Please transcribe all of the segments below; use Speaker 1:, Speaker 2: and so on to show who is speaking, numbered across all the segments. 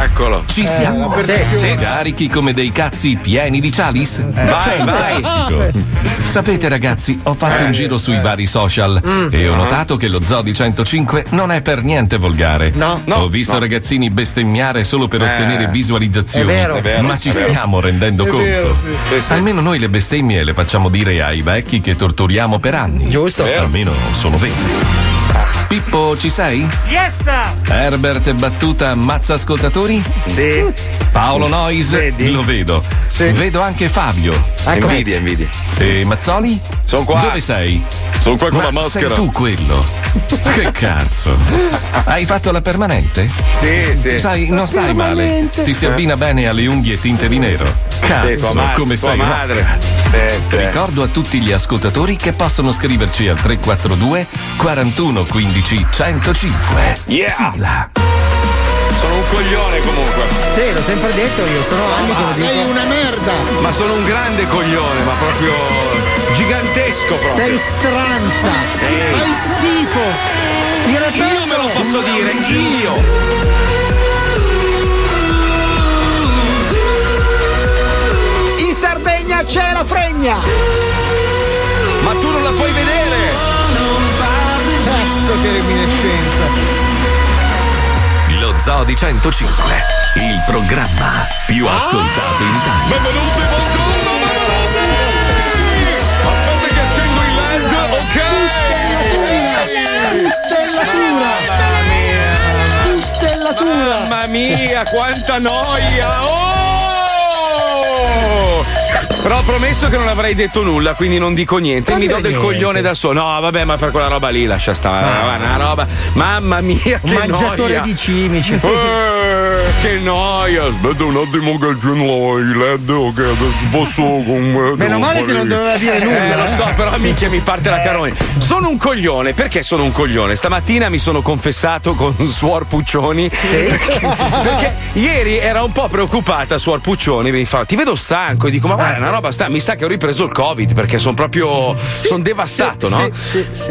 Speaker 1: Eccolo.
Speaker 2: Ci siamo. Carichi come dei cazzi pieni di chalice?
Speaker 3: Eh. Cioè,
Speaker 1: Vai, vai.
Speaker 2: Sapete ragazzi, ho
Speaker 1: Eh.
Speaker 2: fatto un giro
Speaker 3: Eh.
Speaker 2: sui vari social
Speaker 3: Mm.
Speaker 2: e ho notato che lo Zoo di 105 non è per niente volgare.
Speaker 3: No, no,
Speaker 2: Ho visto
Speaker 3: no.
Speaker 2: ragazzini bestemmiare solo per
Speaker 3: Eh,
Speaker 2: ottenere visualizzazioni.
Speaker 3: è vero. È vero,
Speaker 2: ma
Speaker 3: sì,
Speaker 2: ci
Speaker 3: è vero.
Speaker 2: stiamo rendendo
Speaker 3: È
Speaker 2: conto.
Speaker 3: vero, sì. Sì, sì.
Speaker 2: Almeno noi le bestemmie le facciamo dire ai vecchi che torturiamo per anni. Giusto. Almeno sono veri.
Speaker 3: Ah.
Speaker 2: Pippo, ci sei?
Speaker 4: Yes!
Speaker 2: Herbert battuta ammazza ascoltatori? Sì. Paolo Nois? Lo vedo. Vedo anche Fabio.
Speaker 1: Ecco. Invidia, invidia.
Speaker 2: E Mazzoli? Sono
Speaker 1: qua.
Speaker 2: Dove sei?
Speaker 1: Sono qua con
Speaker 2: Ma
Speaker 1: la maschera.
Speaker 2: Sei tu quello. che cazzo. Hai fatto la permanente?
Speaker 1: Sì, sì.
Speaker 2: Sai, non stai male. Ti si abbina bene alle unghie tinte di nero. Cazzo,
Speaker 1: Sì, tua ma-
Speaker 2: come
Speaker 1: tua
Speaker 2: sei
Speaker 1: madre.
Speaker 2: rock.
Speaker 1: Sì, sì.
Speaker 2: Ricordo a tutti gli ascoltatori che possono scriverci al 342 41 15 105.
Speaker 1: Yeah.
Speaker 2: Sigla.
Speaker 1: Eh. Sono un coglione comunque.
Speaker 5: Sì, l'ho sempre detto io, sono anni che lo dico.
Speaker 6: Sei una merda.
Speaker 1: Ma sono un grande coglione, ma proprio gigantesco proprio.
Speaker 6: Sei stranza.
Speaker 1: Sì.
Speaker 6: Fai schifo.
Speaker 1: Io me lo posso dire,
Speaker 3: Eh,
Speaker 1: io.
Speaker 6: In Sardegna c'è la fregna.
Speaker 1: Ma tu non la puoi vedere.
Speaker 6: Cazzo che reminiscenza.
Speaker 2: Lo Zoo di 105, il programma più
Speaker 3: Ah!
Speaker 2: ascoltato in Italia.
Speaker 1: Benvenuti, buongiorno, benvenuti. Aspetta che accendo il LED, ok.
Speaker 6: Stellatura. Tu stellatura.
Speaker 1: Mamma mia, quanta noia. Oh! Però ho promesso che non avrei detto nulla, quindi non dico niente.
Speaker 7: Non
Speaker 1: Mi do
Speaker 7: dire
Speaker 1: del
Speaker 7: niente.
Speaker 1: coglione da solo. No, vabbè, ma per quella roba lì lascia stare.
Speaker 7: Ah.
Speaker 1: Una roba. Mamma mia,
Speaker 7: Un
Speaker 1: che
Speaker 7: mangiatore
Speaker 1: noia.
Speaker 7: di cimici.
Speaker 1: Eh, che noia, aspetta un attimo che ce l'ho il led ok, eh, adesso posso con me.
Speaker 7: Meno male che non doveva dire nulla,
Speaker 1: Eh, lo
Speaker 7: eh.
Speaker 1: so, però minchia mi parte la carogna. Sono un coglione, perché sono un coglione? Stamattina mi sono confessato con Suor Puccioni. Perché, perché ieri era un po' preoccupata Suor Puccioni, mi fa, ti vedo stanco e dico, ma guarda, è una roba stanca, mi sa che ho ripreso il Covid perché sono proprio, sono devastato, no?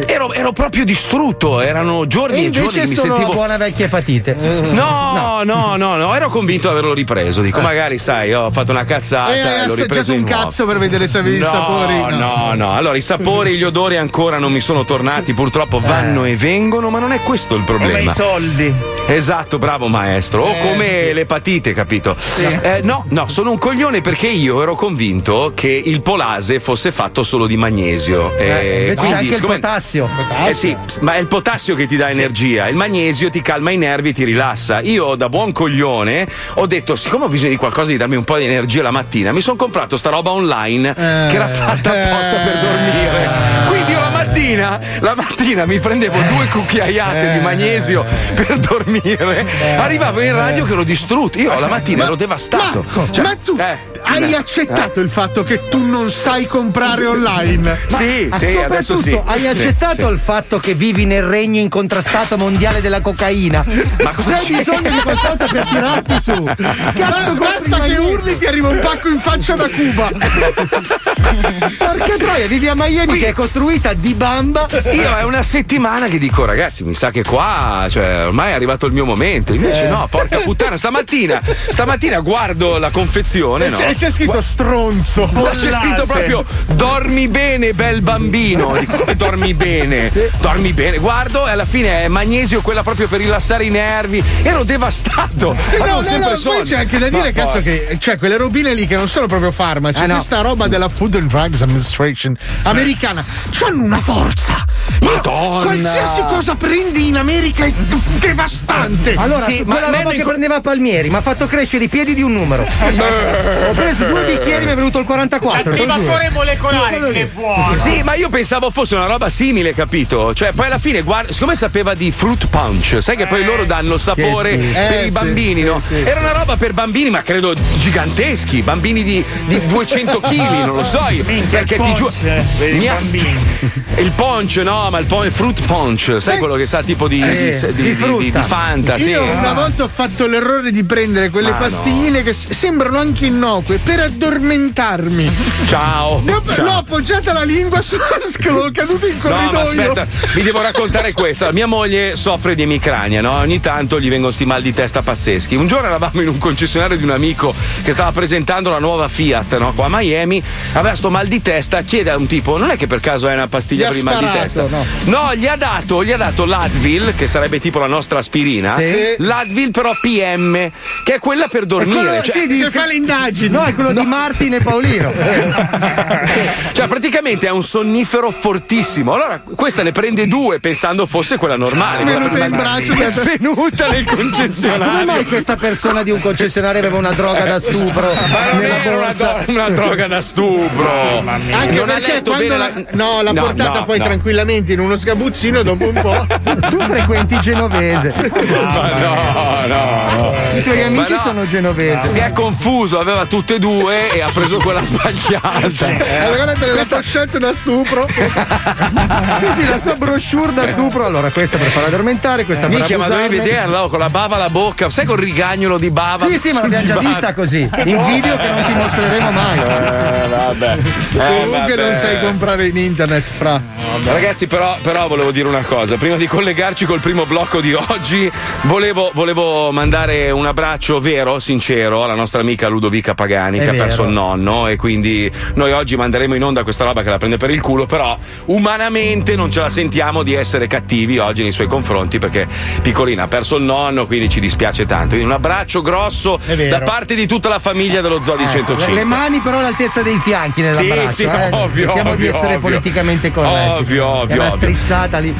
Speaker 1: Ero, ero proprio distrutto, erano giorni
Speaker 7: E
Speaker 1: e,
Speaker 7: invece
Speaker 1: giorni che mi
Speaker 7: sono
Speaker 1: sentivo... Eh,
Speaker 7: buona vecchia epatite.
Speaker 1: No, no, no, no, ero convinto di averlo ripreso.
Speaker 7: Eh.
Speaker 1: Dico, magari sai, ho fatto una cazzata.
Speaker 3: E hai
Speaker 1: Ah, l'ho
Speaker 3: assaggiato
Speaker 1: ripreso di
Speaker 3: un
Speaker 1: nuovo.
Speaker 3: cazzo per vedere se avevi i
Speaker 1: no,
Speaker 3: sapori. Eh,
Speaker 1: No, no, allora i sapori e gli odori ancora non mi sono tornati, purtroppo vanno e vengono, ma non è questo il problema.
Speaker 7: Eh. i soldi.
Speaker 1: Esatto, bravo maestro. O
Speaker 7: Eh,
Speaker 1: come
Speaker 7: sì.
Speaker 1: l'epatite, capito? Eh, no, no, sono un coglione perché io ero convinto che il polase fosse fatto solo di magnesio. E
Speaker 7: Eh, Invece c'è
Speaker 1: Eh, quindi,
Speaker 7: anche il
Speaker 1: siccome-
Speaker 7: potassio.
Speaker 1: eh sì, ma è il potassio che ti dà energia, il magnesio ti calma i nervi e ti rilassa. Io, da buon coglione, ho detto: siccome ho bisogno di qualcosa di darmi un po' di energia la mattina, mi sono comprato sta roba online che era fatta
Speaker 7: Eh.
Speaker 1: apposta per dormire. Quindi io la mattina, la mattina mi prendevo due cucchiaiate di magnesio per dormire. Arrivavo in radio che ero distrutto. Io la mattina ero devastato. Cioè,
Speaker 3: ma tu
Speaker 1: eh,
Speaker 3: hai
Speaker 1: eh,
Speaker 3: accettato il fatto che tu non sai comprare online?
Speaker 7: Ma- ma Ah, soprattutto hai accettato il fatto che vivi nel regno incontrastato mondiale della cocaina.
Speaker 1: Ma cosa
Speaker 7: Se hai
Speaker 1: c'è?
Speaker 7: bisogno di qualcosa per tirarti su. Cazzo,
Speaker 3: Ma basta
Speaker 7: compri
Speaker 3: che
Speaker 7: Miami.
Speaker 3: urli ti arriva un pacco in faccia da Cuba.
Speaker 1: Eh,
Speaker 7: Porca troia, vivi a Miami che è costruita di bamba.
Speaker 1: Io è una settimana che dico, ragazzi, mi sa che qua, cioè, ormai è arrivato il mio momento. Invece
Speaker 3: Sì.
Speaker 1: no, porca puttana, stamattina, stamattina guardo la confezione,
Speaker 3: E
Speaker 1: no?
Speaker 3: c'è, c'è scritto stronzo.
Speaker 1: Ma c'è scritto proprio dormi bene bel bambino Dico, come dormi bene dormi bene guardo e alla fine è magnesio quella proprio per rilassare i nervi ero devastato
Speaker 3: Sì, no,
Speaker 1: Avevo
Speaker 3: no,
Speaker 1: sempre
Speaker 3: no,
Speaker 1: sonno.
Speaker 3: poi c'è anche da
Speaker 1: Ma
Speaker 3: dire, cazzo,
Speaker 1: porca-
Speaker 3: che cioè quelle robine lì che non sono proprio farmaci,
Speaker 1: Eh, no.
Speaker 3: questa roba della Food and Drugs Administration americana, hanno una forza! Io-
Speaker 1: Madonna.
Speaker 3: qualsiasi cosa prendi in America è devastante!
Speaker 7: Allora,
Speaker 3: Sì, ma
Speaker 7: quella
Speaker 3: a me
Speaker 7: roba
Speaker 3: ne-
Speaker 7: che prendeva Palmieri mi ha fatto crescere i piedi di un numero.
Speaker 1: Eh.
Speaker 7: Ho preso due bicchieri e mi è venuto il 44. sono
Speaker 4: Attivatore
Speaker 7: due.
Speaker 4: molecolare, che buono.
Speaker 1: Sì, ma io pensavo fosse una roba simile, capito? Cioè, poi alla fine, guarda, siccome sapeva di fruit punch, sai che poi loro danno sapore
Speaker 3: schifo.
Speaker 1: per
Speaker 3: Eh,
Speaker 1: i
Speaker 3: sì,
Speaker 1: bambini,
Speaker 3: sì,
Speaker 1: no?
Speaker 3: sì,
Speaker 1: Era una roba per bambini, ma credo giganteschi, bambini di, di 200 kg, non lo so io.
Speaker 4: Minchia,
Speaker 1: perché
Speaker 4: il
Speaker 1: ti giuro.
Speaker 4: punch, eh, per i
Speaker 1: mi ha-
Speaker 4: bambini.
Speaker 1: Il punch, no, ma il, pon- il fruit punch, sai quello che sa tipo di, di,
Speaker 3: Sì,
Speaker 1: di- di- di- di Fanta, sì.
Speaker 3: Eh, Io una
Speaker 1: Ah.
Speaker 3: volta ho fatto l'errore di prendere quelle
Speaker 1: Ma
Speaker 3: pastigline che s- sembrano anche innocue per addormentarmi.
Speaker 1: Ciao.
Speaker 3: Ne ho-
Speaker 1: Ciao.
Speaker 3: L'ho appoggiata la lingua sulla scatola, caduto in
Speaker 1: No, ma
Speaker 3: corridoio.
Speaker 1: aspetta, vi devo raccontare questo. Allora, Mia moglie soffre di emicrania, no? Ogni tanto gli vengono sti mal di testa pazzeschi. Un giorno eravamo in un concessionario di un amico che stava presentando la nuova Fiat, no? Qua a Miami, aveva sto mal di testa, chiede a un tipo, non è che per caso è una
Speaker 3: Gli
Speaker 1: pastiglia
Speaker 3: ha
Speaker 1: per il mal di
Speaker 3: sparato,
Speaker 1: testa?
Speaker 3: no.
Speaker 1: No, gli ha dato, gli ha dato l'Advil, che sarebbe tipo la nostra aspirina,
Speaker 7: Sì.
Speaker 1: l'Advil però PM, che è quella per dormire. cioè-
Speaker 3: che fa le indagini.
Speaker 7: No, è quello di Martin e Paolino.
Speaker 1: Cioè, praticamente è un sonnifero fortissimo. Allora, questa ne prende due pensando fosse quella normale.
Speaker 3: Svenuta
Speaker 1: quella per
Speaker 3: in
Speaker 1: bambini.
Speaker 3: braccio da-
Speaker 1: svenuta nel concessionario.
Speaker 7: cioè,
Speaker 1: Eh,
Speaker 7: Come mai questa persona di un concessionario aveva una droga da stupro
Speaker 1: Ma non
Speaker 7: nella
Speaker 1: era una,
Speaker 7: borsa?
Speaker 1: dro- una droga da stupro.
Speaker 3: Anche
Speaker 1: non ha
Speaker 3: perché
Speaker 1: letto
Speaker 3: quando
Speaker 1: bene
Speaker 3: la... No, l'ha
Speaker 1: No,
Speaker 3: portata
Speaker 1: no,
Speaker 3: poi
Speaker 1: no.
Speaker 3: tranquillamente in uno sgabuzzino dopo un po'.
Speaker 7: Tu frequenti Genovese,
Speaker 1: Ma no, no, no.
Speaker 7: i tuoi amici
Speaker 1: no.
Speaker 7: sono genovesi.
Speaker 1: Si è confuso, aveva tutte e due e ha preso quella sbagliata.
Speaker 3: Eh, Allora te l'ha scetta da stupro.
Speaker 7: Sì, sì, la sua brochure da stupro. Allora, questa per far addormentare, questa per
Speaker 1: Minchia, ma dovevi
Speaker 7: abusarne.
Speaker 1: vederla oh, con la bava alla bocca, sai col rigagnolo di bava?
Speaker 7: Sì, sì, ma l'abbiamo già vista così. In video che non ti mostreremo mai.
Speaker 1: Eh, vabbè. Eh,
Speaker 3: Comunque
Speaker 1: vabbè.
Speaker 3: non sai comprare in internet, fra.
Speaker 1: Ragazzi, però, però volevo dire una cosa. Prima di collegarci col primo blocco di oggi, volevo, volevo mandare un abbraccio vero, sincero, alla nostra amica Ludovica Pagani,
Speaker 7: È
Speaker 1: che ha perso
Speaker 7: vero.
Speaker 1: il nonno. E quindi noi oggi manderemo in onda questa roba che la prende per il culo. Però umanamente non ce la sentiamo di essere cattivi oggi nei suoi confronti, perché piccolina ha perso il nonno, quindi ci dispiace tanto. Quindi un abbraccio grosso da parte di tutta la famiglia dello Zoo di 105.
Speaker 7: Eh, Le mani però all'altezza dei fianchi nell'abbraccio.
Speaker 1: Sì, sì,
Speaker 7: eh.
Speaker 1: ovvio,
Speaker 7: Cerchiamo di
Speaker 1: ovvio,
Speaker 7: essere
Speaker 1: ovvio.
Speaker 7: politicamente corretti.
Speaker 1: Ovvio, ovvio,
Speaker 7: È una
Speaker 1: ovvio. Eh.
Speaker 7: strizzata lì.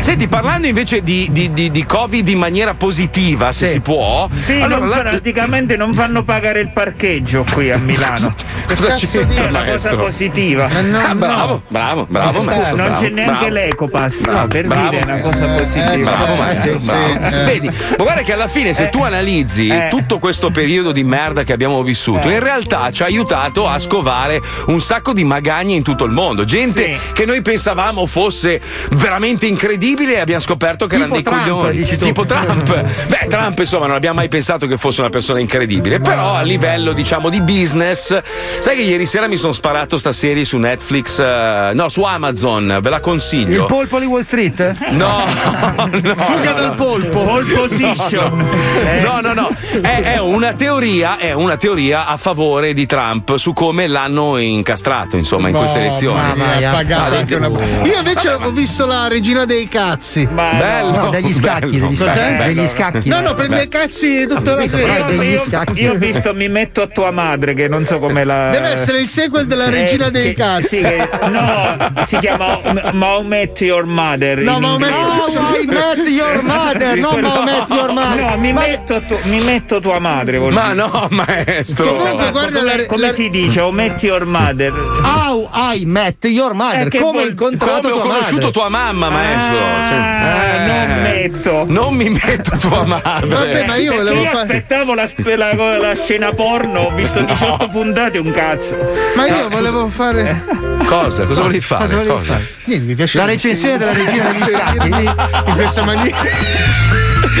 Speaker 1: Senti, parlando invece di, di- di- di Covid in maniera positiva, se
Speaker 7: Sì.
Speaker 1: si può.
Speaker 4: Sì,
Speaker 1: allora,
Speaker 4: non
Speaker 1: la-
Speaker 4: fa- praticamente non fanno pagare il parcheggio qui a Milano.
Speaker 1: cosa ci
Speaker 4: È
Speaker 1: sente il
Speaker 4: una cosa
Speaker 1: maestro?
Speaker 4: positiva.
Speaker 1: Ah, bravo, bravo, bravo, maestro.
Speaker 4: non
Speaker 1: bravo,
Speaker 4: c'è neanche
Speaker 1: bravo.
Speaker 4: l'ecopass,
Speaker 1: Bravo,
Speaker 4: no, per
Speaker 1: bravo,
Speaker 4: dire è una
Speaker 1: maestro.
Speaker 4: cosa positiva.
Speaker 1: Bravo, maestro,
Speaker 3: sì, sì,
Speaker 1: bravo.
Speaker 3: eh.
Speaker 1: Vedi, ma guarda che alla fine, se tu analizzi
Speaker 4: eh.
Speaker 1: tutto questo periodo di merda che abbiamo vissuto, in realtà ci ha aiutato a scovare un sacco di magagne in tutto il mondo. Gente
Speaker 4: Sì.
Speaker 1: che noi pensavamo fosse veramente incredibile e abbiamo scoperto che erano dei
Speaker 7: Trump,
Speaker 1: coglioni.
Speaker 7: dici tu.
Speaker 1: Tipo Trump. Beh, Trump, insomma, non abbiamo mai pensato che fosse una persona incredibile. Però a livello, diciamo, di business, sai che ieri sera mi sono sparato sta serie su Netflix, eh, no, su Amazon, ve la consiglio.
Speaker 7: Il polpo di Wall Street?
Speaker 1: No, no,
Speaker 3: Fuga
Speaker 1: no,
Speaker 3: dal polpo.
Speaker 4: Pole position. Eh,
Speaker 1: No, no, eh. no. È, è una teoria, è una teoria a favore di Trump su come l'hanno incastrato, insomma, in queste
Speaker 3: No,
Speaker 1: elezioni.
Speaker 3: mamma mia,
Speaker 7: Ah,
Speaker 3: pagava
Speaker 1: dai,
Speaker 3: anche
Speaker 1: che-
Speaker 3: una- Io invece ho visto la regina dei cazzi. Ah,
Speaker 4: ma
Speaker 1: Bello.
Speaker 7: No, degli scacchi,
Speaker 1: bello,
Speaker 7: degli
Speaker 1: bello,
Speaker 7: scacchi.
Speaker 1: bello.
Speaker 7: Degli scacchi.
Speaker 3: No, no, prende i cazzi tutta la
Speaker 4: no.
Speaker 3: sera.
Speaker 7: Eh, degli
Speaker 4: Io,
Speaker 7: scacchi.
Speaker 4: io ho visto mi metto a tua madre che non so come la
Speaker 3: Deve essere il sequel della
Speaker 4: Eh,
Speaker 3: regina dei
Speaker 4: che-
Speaker 3: cazzi.
Speaker 4: sì, che- no, si chiama Ma- Maomet Your Mother. in
Speaker 3: No, ma
Speaker 4: inglese.
Speaker 7: No, we met your mother, no, ma met your mother.
Speaker 4: No, mi, metto a tu- mi metto tua madre. vuol
Speaker 1: Ma
Speaker 4: dire.
Speaker 1: no, maestro.
Speaker 3: Comunque, guarda la,
Speaker 4: come, come
Speaker 3: la-
Speaker 4: si dice? Ometti your mother.
Speaker 7: How I met your mother.
Speaker 4: Eh, che
Speaker 7: Come ho
Speaker 4: vol-
Speaker 7: incontrato
Speaker 1: Come ho
Speaker 7: tua
Speaker 1: conosciuto
Speaker 7: madre.
Speaker 1: tua mamma, maestro?
Speaker 4: Ah,
Speaker 1: Cioè, eh,
Speaker 4: non metto.
Speaker 1: Non mi metto tua madre.
Speaker 3: Vabbè, ma io
Speaker 4: Perché
Speaker 3: volevo fare.
Speaker 4: aspettavo la, spe- la- la scena porno, ho visto 18 puntate, un cazzo.
Speaker 3: Ma io volevo fare.
Speaker 1: Cosa? Cosa volevi fare?
Speaker 3: volevi
Speaker 1: Cosa?
Speaker 3: Niente, mi piace.
Speaker 7: La recensione della regina degli
Speaker 3: sentirmi in questa maniera.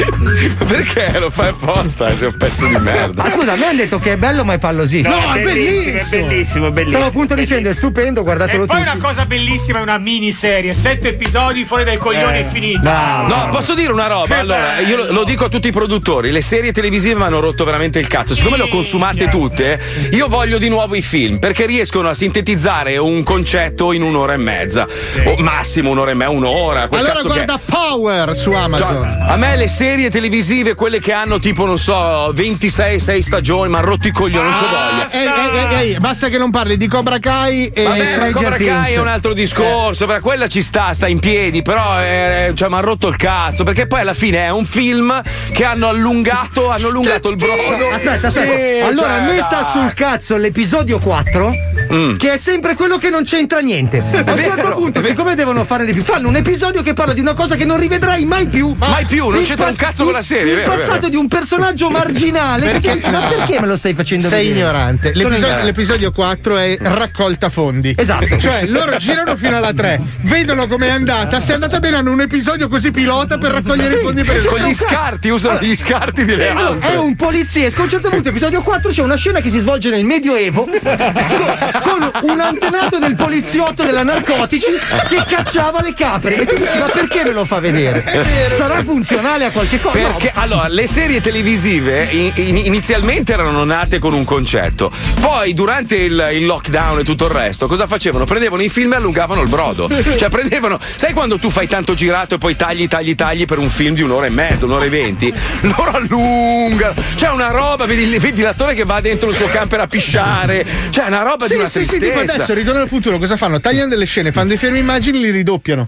Speaker 1: Perché lo fai apposta? Sei un pezzo di merda.
Speaker 7: Ma scusa, a me hanno detto che è bello, ma è pallosino.
Speaker 3: No, è
Speaker 4: Oh, è
Speaker 3: bellissimo.
Speaker 4: bellissimo, è bellissimo.
Speaker 7: Stavo appunto dicendo, è stupendo, guardatelo
Speaker 8: E poi
Speaker 7: tutti.
Speaker 8: una cosa bellissima è una miniserie, sette episodi fuori dai coglioni
Speaker 4: Eh.
Speaker 8: è finita.
Speaker 1: No, posso dire una roba? allora, io lo, lo dico a tutti i produttori: le serie televisive mi hanno rotto veramente il cazzo. Siccome le ho consumate tutte, io voglio di nuovo i film perché riescono a sintetizzare un concetto in un'ora e mezza, o massimo un'ora e mezza, un'ora. Quel
Speaker 3: Allora
Speaker 1: cazzo
Speaker 3: guarda
Speaker 1: che. è.
Speaker 3: Power su
Speaker 1: Cioè,
Speaker 3: Amazon.
Speaker 1: a me le serie televisive, quelle che hanno tipo, non so, 26, 6 stagioni, mi hanno rotto i coglioni, non ci voglio.
Speaker 3: Ehi, ehi, ehi, ehi, basta che non parli di Cobra Kai e
Speaker 1: Vabbè, la
Speaker 3: Stranger
Speaker 1: Cobra Kai
Speaker 3: Things. Eh.
Speaker 1: è un altro discorso, per quella ci sta, sta in piedi, però eh, cioè, mi ha rotto il cazzo, perché poi alla fine è un film che hanno allungato, hanno allungato il brodo.
Speaker 7: Aspetta, aspetta.
Speaker 1: Sì,
Speaker 7: allora,
Speaker 1: cioè,
Speaker 7: a me sta
Speaker 1: dai.
Speaker 7: sul cazzo l'episodio 4
Speaker 1: Mm.
Speaker 7: che è sempre quello che non c'entra niente. A un certo punto, siccome devono fare di più, fanno un episodio che parla di una cosa che non rivedrai mai più.
Speaker 1: Mai più, non
Speaker 7: Il
Speaker 1: c'entra un cazzo con la serie,
Speaker 7: Il
Speaker 1: vero,
Speaker 7: passato
Speaker 1: vero.
Speaker 7: di un personaggio
Speaker 3: Ah,
Speaker 7: marginale. perché, dici, ma perché me lo stai facendo
Speaker 3: Sei
Speaker 7: vedere?
Speaker 3: ignorante.
Speaker 7: Sono
Speaker 3: L'episodio,
Speaker 7: ignorante.
Speaker 3: l'episodio 4 è raccolta fondi.
Speaker 7: Esatto.
Speaker 3: Cioè, loro girano fino alla 3, vedono com'è andata. Se è andata bene, hanno un episodio così pilota per raccogliere i fondi per il
Speaker 1: con gli scarti, usano gli scarti delle
Speaker 3: Esatto.
Speaker 7: Sì, no,
Speaker 1: altre.
Speaker 7: È un poliziesco. A un certo punto, episodio 4, c'è una scena che si svolge nel Medioevo con, con un antenato del poliziotto della narcotici che cacciava le capre. E tu dici, ma perché me lo fa vedere? Sarà funzionale a qualche cosa?
Speaker 1: Perché allora le serie televisive in- in- inizialmente erano nate con un concetto, poi durante il, il lockdown e tutto il resto, cosa facevano? Prendevano i film e allungavano il brodo. Cioè prendevano. Sai quando tu fai tanto girato e poi tagli, tagli, tagli per un film di un'ora e mezza, un'ora e venti? Loro allungano. C'è una roba, vedi, vedi l'attore che va dentro il suo camper a pisciare. Cioè, è una roba di
Speaker 3: Sì,
Speaker 1: una
Speaker 3: sì, sì, tipo
Speaker 1: tristezza.
Speaker 3: adesso ritorno al futuro, cosa fanno? Tagliano delle scene, fanno dei fermi immagini e li ridoppiano.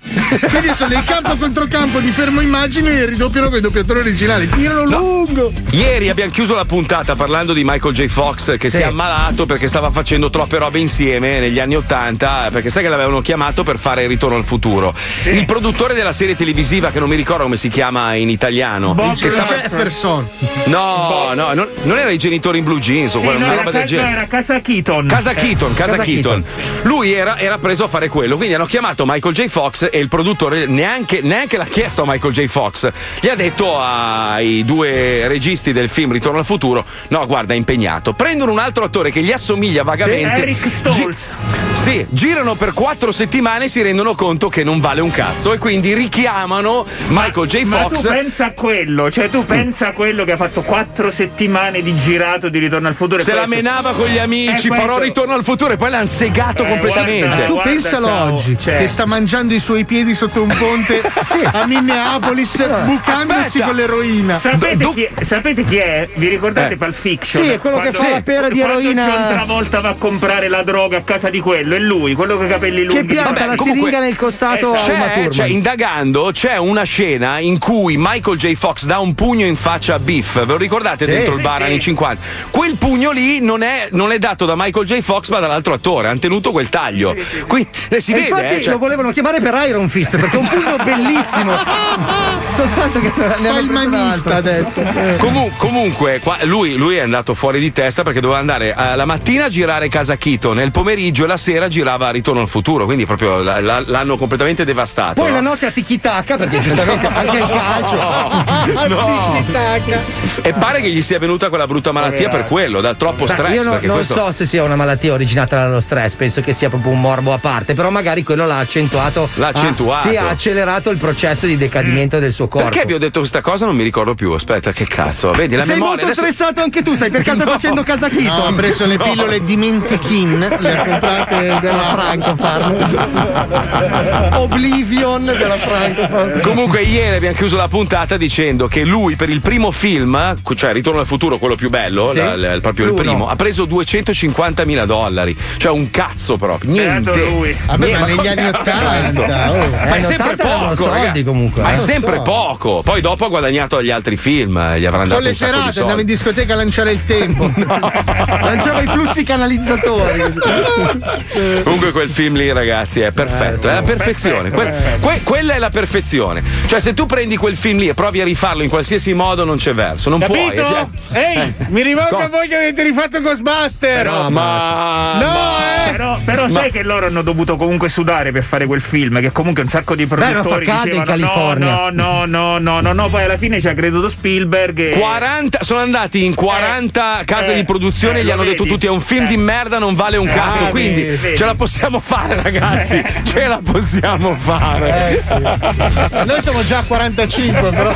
Speaker 3: Quindi sono dei campo contro campo di fermo immagini e li ridoppiano con i doppiatori originali. Tirano lungo!
Speaker 1: Ieri abbiamo chiuso la puntata parlando di Michael J. Fox che si è ammalato perché stava facendo troppe robe insieme negli anni Ottanta, perché sai che l'avevano chiamato per fare il ritorno al futuro. Il produttore della serie televisiva, che non mi ricordo come si chiama in italiano,
Speaker 3: Bob
Speaker 1: che stava-
Speaker 3: Jefferson.
Speaker 1: No, no, non, non era i genitori in Blue Jeans o
Speaker 4: Sì,
Speaker 1: quella-
Speaker 4: no,
Speaker 1: una
Speaker 4: era,
Speaker 1: roba del
Speaker 4: ca-
Speaker 1: genere.
Speaker 4: no, era Casa Keaton.
Speaker 1: Casa Keaton, Casa,
Speaker 7: Casa
Speaker 1: Keaton. Lui era, era preso a fare quello, quindi hanno chiamato Michael J. Fox e il produttore neanche, neanche l'ha chiesto a Michael J. Fox. Gli ha detto ai due registi del film Ritorno al futuro: No, guarda, è impegnato. Prendono un altro attore che gli assomiglia vagamente.
Speaker 4: Eric Stoltz.
Speaker 1: Gi- sì, girano per quattro settimane e si rendono conto che non vale un cazzo e quindi richiamano Michael J.
Speaker 4: Ma tu
Speaker 1: Fox.
Speaker 4: pensa a quello, cioè tu pensa a quello che ha fatto quattro settimane di girato di Ritorno al Futuro. e
Speaker 1: Se
Speaker 4: poi
Speaker 1: la
Speaker 4: ha detto,
Speaker 1: menava con gli amici,
Speaker 4: Eh, questo-
Speaker 1: farò ritorno al futuro e poi l'hanno segato
Speaker 4: Eh,
Speaker 1: completamente.
Speaker 4: guarda,
Speaker 3: Tu
Speaker 4: guarda,
Speaker 3: pensalo
Speaker 4: ciao,
Speaker 3: oggi
Speaker 4: cioè.
Speaker 3: che sta mangiando i suoi piedi sotto un ponte a Minneapolis bucandosi
Speaker 1: Aspetta.
Speaker 3: con l'eroina.
Speaker 4: Eh, Sapete,
Speaker 1: Du-
Speaker 4: chi, sapete chi è? Vi ricordate
Speaker 1: Eh.
Speaker 4: Pulp Fiction?
Speaker 7: Sì, è quello che fa la pera di
Speaker 4: quando
Speaker 7: eroina.
Speaker 4: John Travolta va a comprare la droga a casa di quello, è lui, quello con i capelli lunghi. Eh,
Speaker 7: Che pianta
Speaker 1: Vabbè,
Speaker 7: la
Speaker 1: comunque- eh,
Speaker 7: siringa nel costato a Uma
Speaker 1: C'è,
Speaker 7: Thurman.
Speaker 1: c'è, indagando, c'è una scena in cui Michael J. Fox dà un pugno in faccia a Biff. Ve lo ricordate dentro
Speaker 4: sì,
Speaker 1: il bar
Speaker 4: sì.
Speaker 1: anni 50? Quel pugno lì non è, non è dato da Michael J. Fox, ma dall'altro attore. Hanno tenuto quel taglio. Quindi eh, si
Speaker 7: E
Speaker 1: vede,
Speaker 7: infatti
Speaker 1: eh, cioè-
Speaker 7: lo volevano chiamare per Iron Fist perché è un pugno bellissimo. Soltanto che ne
Speaker 3: Fa
Speaker 7: hanno
Speaker 3: il
Speaker 7: preso un altro.
Speaker 3: manista adesso.
Speaker 1: Comu- comunque, qua- lui, lui è andato fuori di testa perché doveva andare eh, la mattina a girare Casa Chito, nel pomeriggio e la sera girava Ritorno al futuro. Quindi proprio la- la- l'hanno completamente devastato.
Speaker 7: Poi
Speaker 1: no?
Speaker 7: la notte a tiki-taka perché giustamente anche il calcio.
Speaker 1: No. E pare che gli sia venuta quella brutta malattia per quello, da troppo
Speaker 7: Ma
Speaker 1: stress.
Speaker 7: io no-
Speaker 1: perché
Speaker 7: non
Speaker 1: questo-
Speaker 7: so se sia una malattia originata dallo stress, penso che sia proprio un morbo a parte, però magari quello l'ha accentuato.
Speaker 1: L'ha
Speaker 7: ha-
Speaker 1: accentuato.
Speaker 7: sì, ha accelerato il processo di decadimento del suo corpo.
Speaker 1: Perché vi ho detto questa cosa? Non mi ricordo più. Aspetta, che cazzo. Vedi, la
Speaker 7: Sei molto
Speaker 1: memoria. adesso-
Speaker 7: stressato anche tu, stai per caso facendo casachito.
Speaker 3: No, ha preso le pillole Dimentichin, le
Speaker 1: Esatto.
Speaker 3: ha comprate della
Speaker 1: Esatto.
Speaker 3: Francofarm.
Speaker 7: Oblivion della Franco.
Speaker 1: Comunque, ieri abbiamo chiuso la puntata dicendo che lui per il primo film, cioè Ritorno al futuro, quello più bello, la- la- proprio il
Speaker 7: L'uno.
Speaker 1: primo, ha preso 250 mila dollari. Cioè un cazzo proprio. Niente.
Speaker 4: Beato lui.
Speaker 3: Certo, Vabbè, ma negli
Speaker 1: com'è
Speaker 3: anni
Speaker 1: questo?
Speaker 3: Ottanta. oh.
Speaker 1: Ma è
Speaker 7: Eh,
Speaker 1: sempre
Speaker 7: 80 erano
Speaker 1: poco,
Speaker 7: soldi,
Speaker 1: raga.
Speaker 7: comunque,
Speaker 1: ma è
Speaker 7: eh.
Speaker 1: sempre
Speaker 3: So.
Speaker 1: poco. Poi dopo ha guadagnato agli altri film, eh, gli avranno dato
Speaker 3: Con le
Speaker 1: un sacco di
Speaker 3: serate
Speaker 1: soldi.
Speaker 3: andava in discoteca a lanciare il tempo.
Speaker 7: Lanciava i flussi canalizzatori.
Speaker 1: Comunque quel film lì, ragazzi, è perfetto, è la perfezione. Quel- que- quella è la perfezione. Cioè, se tu prendi quel film lì e provi a rifarlo in qualsiasi modo, non c'è verso, non puoi. Cioè,
Speaker 3: Capito?
Speaker 1: eh.
Speaker 3: Ehi, mi rivolgo
Speaker 1: Cosa?
Speaker 3: a voi che avete rifatto Ghostbuster.
Speaker 1: Però- ma
Speaker 3: no, eh.
Speaker 4: Però, però sai che loro hanno dovuto comunque sudare per fare quel film, che comunque un sacco di
Speaker 7: ma fa
Speaker 4: produttori
Speaker 7: caldo in
Speaker 4: dicevano no, no,
Speaker 7: California."
Speaker 4: no, no, no, no, no, poi alla fine ci ha creduto Spielberg e...
Speaker 1: 40 sono andati in 40
Speaker 4: Eh,
Speaker 1: case
Speaker 4: eh,
Speaker 1: di produzione e
Speaker 4: eh,
Speaker 1: gli
Speaker 4: lo
Speaker 1: hanno detto
Speaker 4: vedi?
Speaker 1: tutti è un film
Speaker 4: Eh. Ah,
Speaker 1: di merda, non vale un cazzo,
Speaker 3: vedi,
Speaker 1: quindi
Speaker 4: vedi. Eh.
Speaker 1: ce la possiamo fare ragazzi, ce la possiamo fare.
Speaker 7: Eh,
Speaker 3: Noi siamo già a 45, però.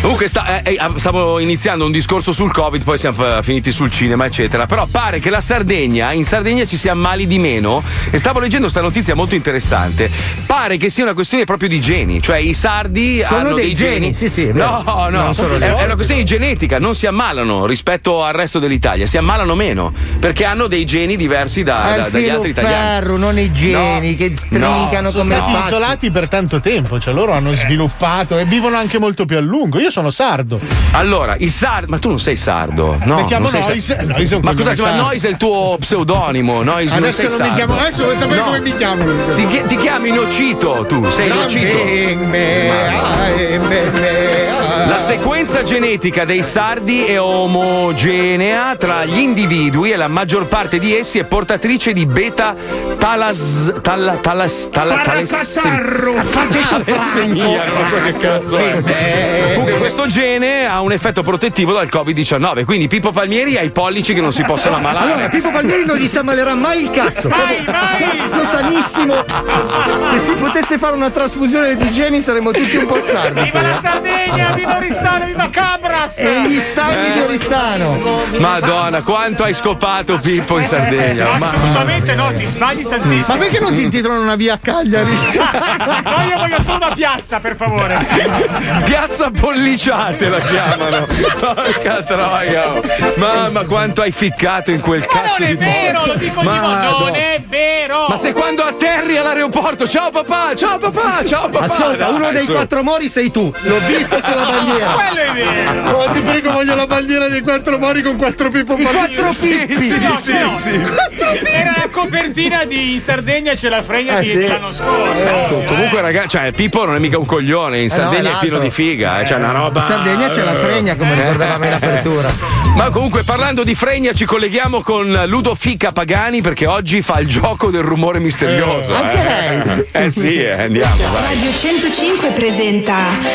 Speaker 1: Comunque sta- eh, eh, stavo iniziando un discorso sul Covid, poi siamo eh, finiti sul cinema, eccetera. Però pare che la Sardegna, in Sardegna ci sia mali di meno. E stavo leggendo questa notizia molto interessante. Pare che sia una questione proprio di geni, cioè i sardi
Speaker 7: Sono
Speaker 1: hanno
Speaker 7: dei
Speaker 1: dei,
Speaker 7: geni, sì, sì, è vero.
Speaker 1: No, no,
Speaker 7: Non sono
Speaker 1: è,
Speaker 7: dei
Speaker 1: è
Speaker 7: geni.
Speaker 1: una questione di genetica, non si ammalano rispetto al resto dell'Italia, si ammalano meno perché hanno dei geni diversi
Speaker 9: Ah,
Speaker 1: da-
Speaker 7: Al
Speaker 1: da- dagli
Speaker 7: filo
Speaker 1: altri italiani.
Speaker 7: ferro, non i geni
Speaker 1: No.
Speaker 7: che trincano
Speaker 1: No,
Speaker 3: Sono
Speaker 7: come
Speaker 3: stati
Speaker 7: pazzi.
Speaker 3: isolati per tanto tempo, cioè loro hanno sviluppato e vivono anche molto più a lungo.
Speaker 9: dico, io sono sardo.
Speaker 1: Allora, i sardi. Ma tu non sei sardo, no?
Speaker 9: Mi chiamo
Speaker 1: non sei
Speaker 9: Nois-
Speaker 1: sar-
Speaker 9: Nois è un
Speaker 1: ma
Speaker 9: cognome
Speaker 1: scusate, ma
Speaker 9: sardo.
Speaker 1: Nois è il tuo pseudonimo. Nois non
Speaker 9: adesso
Speaker 1: sei
Speaker 9: non, mi
Speaker 1: sardo.
Speaker 9: chiamo, adesso vuoi sapere
Speaker 1: No.
Speaker 9: come mi chiamo?
Speaker 1: Si chi- ti chiami Nocito, tu sei Nocito.
Speaker 9: ah,
Speaker 1: La sequenza genetica dei sardi è omogenea tra gli individui e la maggior parte di essi è portatrice di beta talas tala, talas tala,
Speaker 5: Paracatarro!
Speaker 1: talassemia, non so che Ah, cazzo è. Eh, Comunque questo gene ha un effetto protettivo dal Covid-19, quindi Pippo Palmieri ha i pollici che non si possono ammalare.
Speaker 7: Allora, Pippo Palmieri non gli si ammalerà mai il cazzo.
Speaker 3: Vai, vai!
Speaker 7: Cazzo sanissimo. Se si potesse fare una trasfusione di geni saremmo tutti un po' sardi.
Speaker 3: Viva la Sardegna, viva Oristano, viva Cabras!
Speaker 7: E gli stagni di Oristano.
Speaker 1: Madonna, eh, quanto hai scopato Pippo in Sardegna. Ma-
Speaker 3: Assolutamente no, ti sbagli
Speaker 9: Ma
Speaker 3: tantissimo.
Speaker 9: perché non ti intitolano una via a Cagliari?
Speaker 3: No, io voglio solo una piazza, per favore.
Speaker 1: Piazza Polliciate la chiamano. Porca troia. Mamma, quanto hai ficcato in quel
Speaker 3: Ma
Speaker 1: cazzo
Speaker 3: non
Speaker 1: di
Speaker 3: è vero,
Speaker 1: posto.
Speaker 3: lo dico ogni
Speaker 1: Madonna.
Speaker 3: volta, non è vero.
Speaker 1: Ma se quando atterri all'aeroporto, ciao papà, ciao papà, ciao papà.
Speaker 7: Ascolta,
Speaker 1: Dai,
Speaker 7: uno dei
Speaker 1: su.
Speaker 7: quattro mori sei tu. L'ho visto sulla bandiera.
Speaker 3: Quello è vero.
Speaker 9: Oh, ti prego, voglio la bandiera dei quattro mori con quattro pippo
Speaker 7: I quattro
Speaker 1: Sì,
Speaker 7: pippi.
Speaker 1: sì,
Speaker 3: No,
Speaker 1: sì,
Speaker 3: no.
Speaker 1: sì.
Speaker 3: Era la copertina di In Sardegna ce la fregna
Speaker 7: Eh,
Speaker 3: di-
Speaker 7: sì.
Speaker 3: dell'anno scorso.
Speaker 7: Eh,
Speaker 1: Com- Comunque, ragazzi, cioè, Pippo non è mica un coglione. In Sardegna è
Speaker 7: l'altro.
Speaker 1: pieno di figa. eh, Cioè, una roba. Eh.
Speaker 7: In Sardegna c'è la fregna, come ricordavamo in apertura.
Speaker 1: Ma comunque, parlando di fregna, ci colleghiamo con Ludo Fica Pagani perché oggi fa il gioco del rumore misterioso.
Speaker 7: Anche lei.
Speaker 1: eh. Eh, sì, eh, andiamo. vai.
Speaker 10: Radio 105 presenta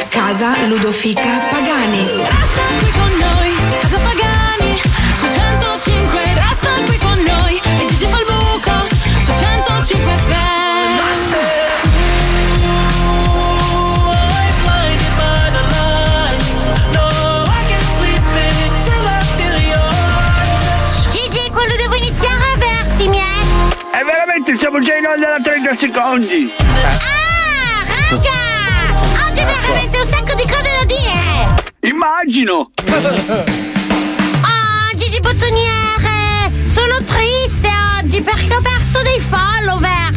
Speaker 10: Casa Ludofica Pagani.
Speaker 11: Resta qui con noi, Casa Pagani, su 105, resta qui con noi, e Gigi fa il buco, su 105 FM.
Speaker 10: Gigi, quando devo iniziare avvertimi, eh?
Speaker 5: E veramente siamo già in onda da 30 secondi! Eh,
Speaker 10: Ah, raga! Oggi veramente un sacco di cose da dire!
Speaker 5: Immagino!
Speaker 10: Oh, Gigi Bottoniere! Sono triste oggi perché ho perso dei follower!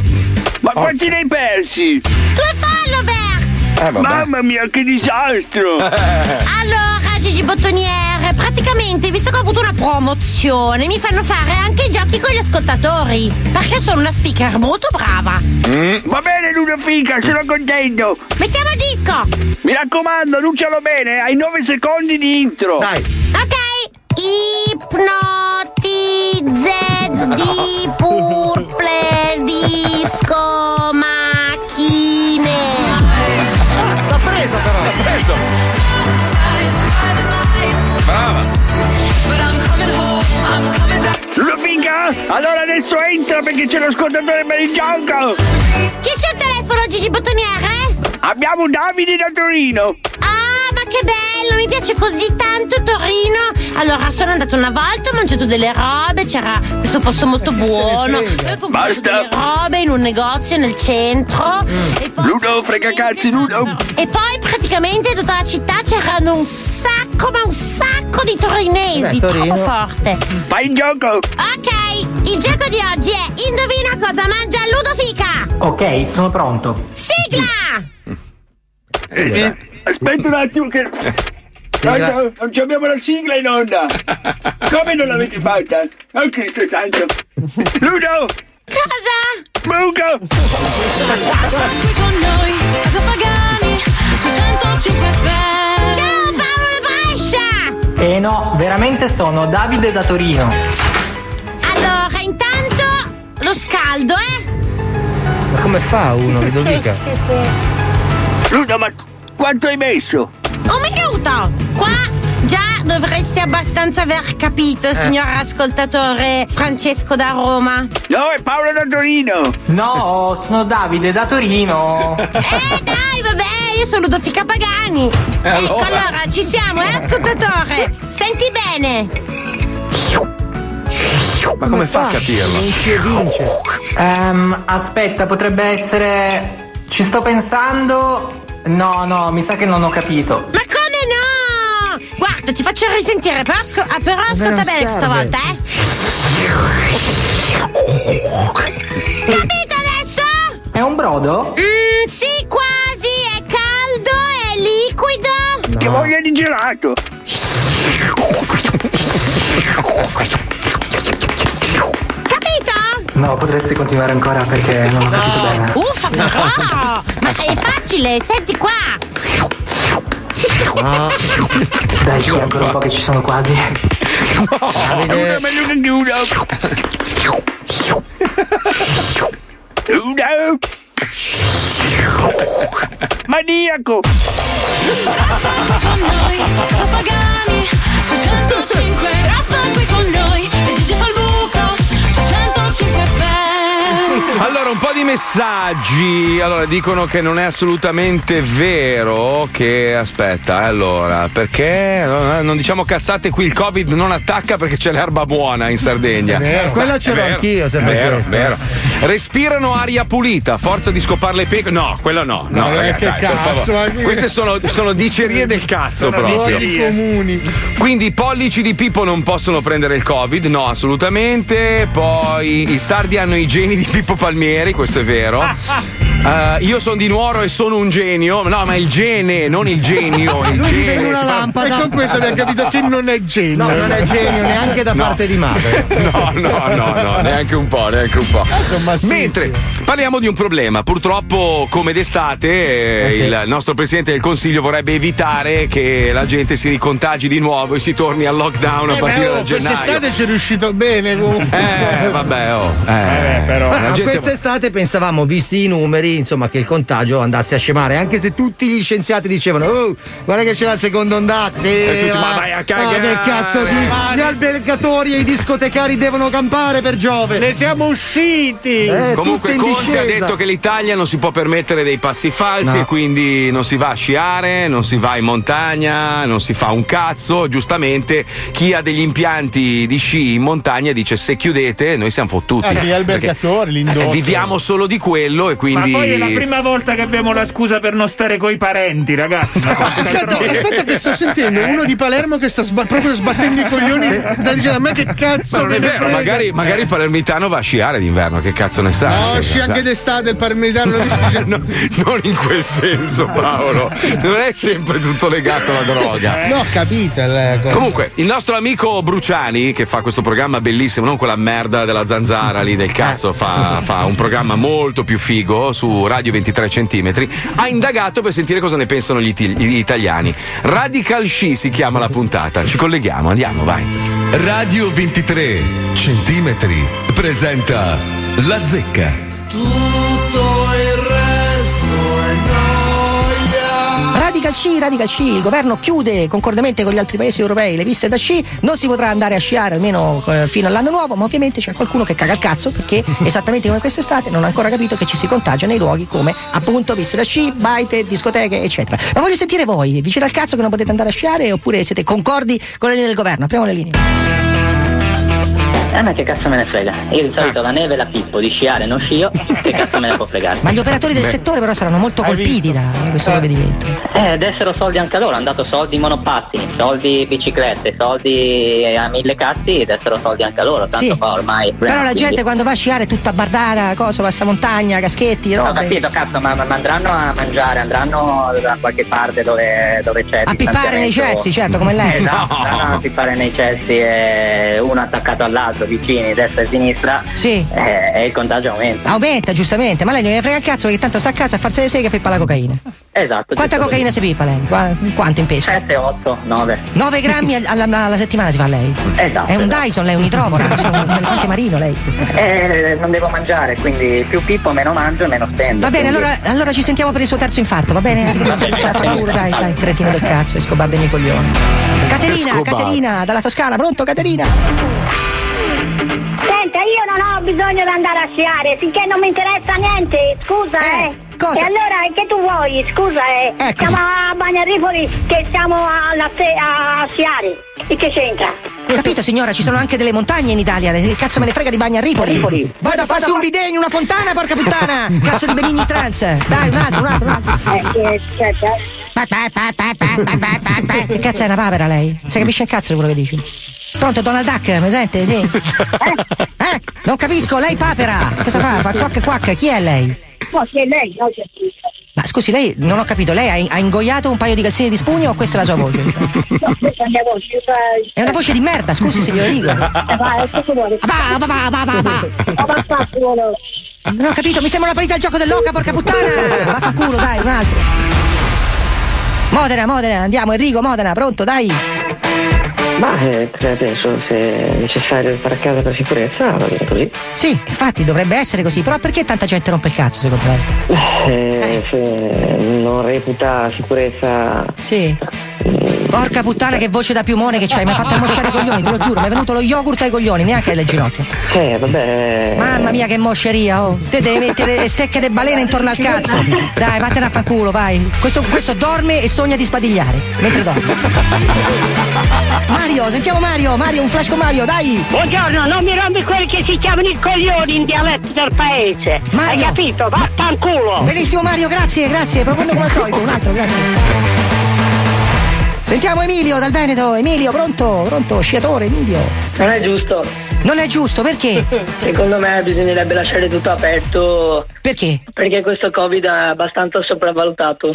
Speaker 5: Ma quanti ne hai persi?
Speaker 10: Due follower!
Speaker 5: Mamma mia, che disastro!
Speaker 10: Allora, Gigi Bottoniere, praticamente, visto che ho avuto una promozione, mi fanno fare anche i giochi con gli ascoltatori. Perché sono una speaker molto brava.
Speaker 5: Va bene, Ludo Fica, sono contento!
Speaker 10: Mettiamo il disco!
Speaker 5: Mi raccomando, lucialo bene, hai 9 secondi di intro!
Speaker 7: Dai.
Speaker 10: Ok! Ipnotizzed di purple disco macchine.
Speaker 1: Eh,
Speaker 5: Ludo Fica, allora adesso entra perché c'è l'ascoltatore per il gioco!
Speaker 10: Chi c'è al telefono, Gigi Bottoniere?
Speaker 5: Abbiamo Davide da Torino!
Speaker 10: Ah, ma che bello, mi piace così tanto Torino. Allora, sono andata una volta, ho mangiato delle robe, c'era questo posto molto buono. Poi ho comprato
Speaker 5: Basta.
Speaker 10: delle robe in un negozio nel centro. E poi
Speaker 5: Ludo, frega cazzi, Ludo!
Speaker 10: E poi praticamente in tutta la città c'erano un sacco, ma un sacco di torinesi,
Speaker 7: Beh, Torino.
Speaker 10: troppo forte.
Speaker 5: Fai il gioco!
Speaker 10: Ok, il gioco di oggi è Indovina cosa mangia Ludofica.
Speaker 4: Ok, sono pronto.
Speaker 10: Sigla!
Speaker 5: Eh, Aspetta un attimo che... Guarda, non ci abbiamo la sigla in onda! Come non l'avete fatta? Oh Cristo santo! Ludo!
Speaker 10: Cosa?
Speaker 5: Buco!
Speaker 11: Qui con noi, Casa Pagani, su 105 FM.
Speaker 10: Ciao Paolo e Brescia!
Speaker 4: Eh no, veramente sono Davide da Torino.
Speaker 10: Allora, intanto lo scaldo, eh?
Speaker 7: Ma come fa uno, Ludovica?
Speaker 5: Ludo, ma quanto hai messo?
Speaker 10: Un minuto! Qua già dovresti abbastanza aver
Speaker 1: Eh.
Speaker 10: capito, signor ascoltatore Francesco da Roma.
Speaker 5: No, è Paolo da Torino!
Speaker 4: No, sono Davide da Torino.
Speaker 10: Eh dai, vabbè, io sono Ludofica Pagani.
Speaker 1: Eh,
Speaker 10: Ecco, allora, ci siamo, eh, ascoltatore? Senti bene.
Speaker 1: Ma come fa a capirlo?
Speaker 4: Ehm, aspetta, potrebbe essere... Ci sto pensando... No, no, mi sa che non ho capito.
Speaker 10: Ma come no? Guarda, ti faccio risentire, però, asco- ah, però ascolta bene questa volta, eh. Capito adesso?
Speaker 4: È un brodo?
Speaker 10: Mm, sì, quasi, è caldo, è liquido.
Speaker 4: Che voglia di gelato!
Speaker 10: Capito?
Speaker 5: No, potresti continuare ancora perché non ho capito bene.
Speaker 12: Uh!
Speaker 10: Uffa però! Ma è facile, senti qua!
Speaker 5: Dai, c'è ancora un po' che ci sono quasi.
Speaker 4: Una meglio di una! Una! Maniaco!
Speaker 11: con noi, casa Pagani, su 105 resta qui con noi, e Gigi Salbuco, su 105 FM.
Speaker 1: Allora, un po' di messaggi. Allora, dicono che non è assolutamente vero che. Aspetta, eh, allora, perché eh, non diciamo cazzate qui, il Covid non attacca perché c'è l'erba buona in Sardegna.
Speaker 7: È vero. Quella
Speaker 1: Beh,
Speaker 7: ce
Speaker 1: è
Speaker 7: l'ho
Speaker 1: vero,
Speaker 7: anch'io, sempre
Speaker 1: è vero,
Speaker 7: questa.
Speaker 1: vero. Respirano aria pulita, forza di scopare le pecore. No, quello no. No,
Speaker 3: No, eh,
Speaker 1: ragazzi,
Speaker 3: che
Speaker 1: dai, per
Speaker 3: cazzo,
Speaker 1: favore.
Speaker 3: anche-
Speaker 1: Queste sono, sono dicerie del cazzo proprio.
Speaker 3: Luoghi comuni.
Speaker 1: Quindi i pollici di Pippo non possono prendere il Covid, no, assolutamente. Poi i sardi hanno i geni di Pippo Palmieri, questo è vero. Eh, io sono di Nuoro e sono un genio. No, ma il gene, non il genio. Il
Speaker 7: Lui
Speaker 1: gene.
Speaker 7: diventa una lampada.
Speaker 3: E con questo abbiamo capito che non è genio.
Speaker 7: No, non è genio neanche da
Speaker 1: No.
Speaker 7: parte di madre.
Speaker 1: Ah, No, no, no, no, neanche un po', neanche un po'.
Speaker 3: Insomma, sì.
Speaker 1: Mentre parliamo di un problema, purtroppo come d'estate eh,
Speaker 7: Eh sì.
Speaker 1: il nostro Presidente del Consiglio vorrebbe evitare che la gente si ricontagi di nuovo e si torni al lockdown a
Speaker 3: Eh, beh,
Speaker 1: partire da
Speaker 3: oh,
Speaker 1: gennaio.
Speaker 3: quest'estate ci è riuscito bene comunque. Ah,
Speaker 1: Eh, vabbè, oh. Eh, però.
Speaker 7: Ma quest'estate pensavamo, visti i numeri, insomma, che il contagio andasse a scemare, anche se tutti gli scienziati dicevano, "Oh, guarda che c'è la seconda ondata. Sì,
Speaker 1: E tutti,
Speaker 7: va.
Speaker 1: "Ma vai a
Speaker 7: Ah,
Speaker 1: cagare."
Speaker 7: che cazzo di... Gli albergatori e i discotecari devono campare per Giove.
Speaker 3: Ne siamo usciti!
Speaker 7: Eh, tutte
Speaker 1: Comunque
Speaker 7: in
Speaker 1: Conte ha
Speaker 7: discesa.
Speaker 1: detto che l'Italia non si può permettere dei passi falsi
Speaker 7: No.
Speaker 1: e quindi non si va a sciare, non si va in montagna, non si fa un cazzo. Giustamente chi ha degli impianti di sci in montagna dice se chiudete noi siamo fottuti.
Speaker 8: Eh,
Speaker 3: Ah, gli albergatori,
Speaker 1: Perché, eh,
Speaker 3: l'indotto.
Speaker 1: viviamo solo di quello e
Speaker 8: Ma
Speaker 1: quindi...
Speaker 8: poi è la prima volta che abbiamo la scusa per non stare coi parenti, ragazzi. Ma quante
Speaker 3: Aspetta,
Speaker 8: altre-
Speaker 3: aspetta che sto sentendo uno di Palermo che sta sba- proprio sbattendo i coglioni sta dicendo a me che
Speaker 1: Ma
Speaker 3: cazzo
Speaker 1: non
Speaker 3: me
Speaker 1: è
Speaker 3: ne
Speaker 1: vero,
Speaker 3: frega?" Eh,
Speaker 1: magari, magari
Speaker 8: Eh.
Speaker 1: il palermitano va a sciare d'inverno, che cazzo ne sa?
Speaker 3: No,
Speaker 1: Scusa,
Speaker 3: sci anche
Speaker 1: dai.
Speaker 3: d'estate il parmigiano
Speaker 1: No, non in quel senso Paolo, non è sempre tutto legato alla droga.
Speaker 8: Eh,
Speaker 3: No, eh, capita la cosa.
Speaker 1: Comunque, il nostro amico Bruciani, che fa questo programma bellissimo, non quella merda della zanzara lì del cazzo, fa, fa un programma molto più figo su Radio 23 Centimetri, ha indagato per sentire cosa ne pensano gli, iti- gli italiani. Radical Sci si chiama la puntata. Ci colleghiamo, andiamo, vai.
Speaker 2: Radio 23 centimetri presenta La zecca.
Speaker 13: Radical sci, radical sci, il governo chiude concordemente con gli altri paesi europei le piste da sci, non si potrà andare a sciare almeno eh, fino all'anno nuovo, ma ovviamente c'è qualcuno che caga il cazzo perché esattamente come quest'estate non ha ancora capito che ci si contagia nei luoghi come appunto piste da sci, baite, discoteche eccetera. Ma voglio sentire voi, vi c'era il cazzo che non potete andare a sciare oppure siete concordi con le linee del governo? Apriamo le linee.
Speaker 14: Eh ma che cazzo me ne frega? Io di solito la neve la pippo, di sciare non scio, che cazzo me ne può fregare?
Speaker 13: Ma gli operatori del settore però saranno molto colpiti da questo provvedimento.
Speaker 14: Eh, dessero soldi anche a loro, hanno dato soldi in monopattini, soldi biciclette, soldi eh, a mille cazzi, dessero soldi anche a loro, tanto
Speaker 13: Sì.
Speaker 14: qua ormai.
Speaker 13: Però la
Speaker 14: quindi-
Speaker 13: gente quando va a sciare è tutta bardara, cosa, passamontagna, caschetti,
Speaker 14: Ho
Speaker 13: robe.
Speaker 14: capito, cazzo, ma, ma andranno a mangiare, andranno da qualche parte dove, dove c'è.
Speaker 13: A pippare nei
Speaker 14: distanziamento.
Speaker 13: cessi, certo, come lei.
Speaker 14: Esatto, andranno a pippare nei cessi, eh, uno attaccato all'altro, vicini, destra e sinistra.
Speaker 13: Sì.
Speaker 14: eh, e il contagio aumenta.
Speaker 13: Aumenta giustamente, ma lei non gliene frega il cazzo perché tanto sta a casa a farsi le seghe e pippa la cocaina.
Speaker 14: Esatto.
Speaker 13: Quanta cocaina si pippa lei? Qua- Quanto in peso?
Speaker 14: 7, 8, 9.
Speaker 13: 9 grammi al- alla, alla settimana si fa lei?
Speaker 14: Esatto,
Speaker 13: È un
Speaker 14: esatto.
Speaker 13: Dyson, lei è un idrovora, non so, un elefante marino lei.
Speaker 14: Eh, non devo mangiare, quindi più pippo, meno mangio, meno spendo.
Speaker 13: Va bene,
Speaker 14: quindi-
Speaker 13: allora, allora ci sentiamo per il suo terzo infarto, va bene? dai, dai, cretino del cazzo, Escobar dei miei coglioni. Caterina,
Speaker 1: Escobar.
Speaker 13: Caterina, dalla Toscana, pronto Caterina?
Speaker 15: Senta, io non ho bisogno di andare a sciare finché non mi interessa niente, scusa eh.
Speaker 13: cosa?
Speaker 15: E allora che tu vuoi? Scusa eh.
Speaker 13: Ecco.
Speaker 15: Siamo a Bagnarifoli che siamo alla se- a sciare. E che c'entra?
Speaker 13: Capito signora, ci sono anche delle montagne in Italia, che cazzo me ne frega di bagna a Ripoli? Vado a farsi un bidet in una fontana, porca puttana! Cazzo di Benigni in trance! Dai, un altro, un altro, un altro!
Speaker 15: Eh, che c'entra?
Speaker 13: Che cazzo è una papera lei? Non si capisce un cazzo di quello che dici. Pronto, Donald Duck, mi sente? Sì. Eh? Eh? Non capisco, lei papera! Cosa fa? Fa quack quack, chi è lei?
Speaker 15: No, se lei, no, se
Speaker 13: Ma scusi, lei non ho capito, lei ha, in- ha ingoiato un paio di calzini di spugno o questa è la sua voce? È una voce di merda, scusi se glielo dico. Va, va, va, va, va, va. Non ho capito, mi sembra una partita al gioco dell'oca, porca puttana! Vaffanculo, dai, un altro. Modena, Modena, andiamo, Enrico, Modena, pronto, dai!
Speaker 16: Ma eh, penso se è necessario stare a casa per sicurezza va bene così.
Speaker 13: Sì, infatti dovrebbe essere così, però perché tanta gente rompe il cazzo secondo lei?
Speaker 16: Eh, se non reputa sicurezza
Speaker 13: Sì. Porca puttana che voce da piumone che c'hai, mi ha fatto mosciare i coglioni, te lo giuro, mi è venuto lo yogurt ai coglioni, neanche alle ginocchia.
Speaker 16: Eh, vabbè.
Speaker 13: Mamma mia che mosceria, oh. Te devi mettere le stecche di balena intorno al cazzo. Dai, vattene a fanculo, vai. Questo, questo dorme e sogna di spadigliare. Mentre dorme. Mario, sentiamo Mario, Mario, un flash con Mario, dai!
Speaker 15: Buongiorno, non mi rompi quelli che si chiamano i coglioni in dialetto del paese. Hai capito? Vaffanculo!
Speaker 13: Benissimo Mario, grazie, grazie, profondo come al solito, un altro, grazie. Sentiamo Emilio dal Veneto, Emilio, pronto, pronto, sciatore Emilio.
Speaker 17: Non è giusto.
Speaker 13: Non è giusto, perché?
Speaker 17: Secondo me bisognerebbe lasciare tutto aperto.
Speaker 13: Perché?
Speaker 17: Perché questo Covid è abbastanza sopravvalutato.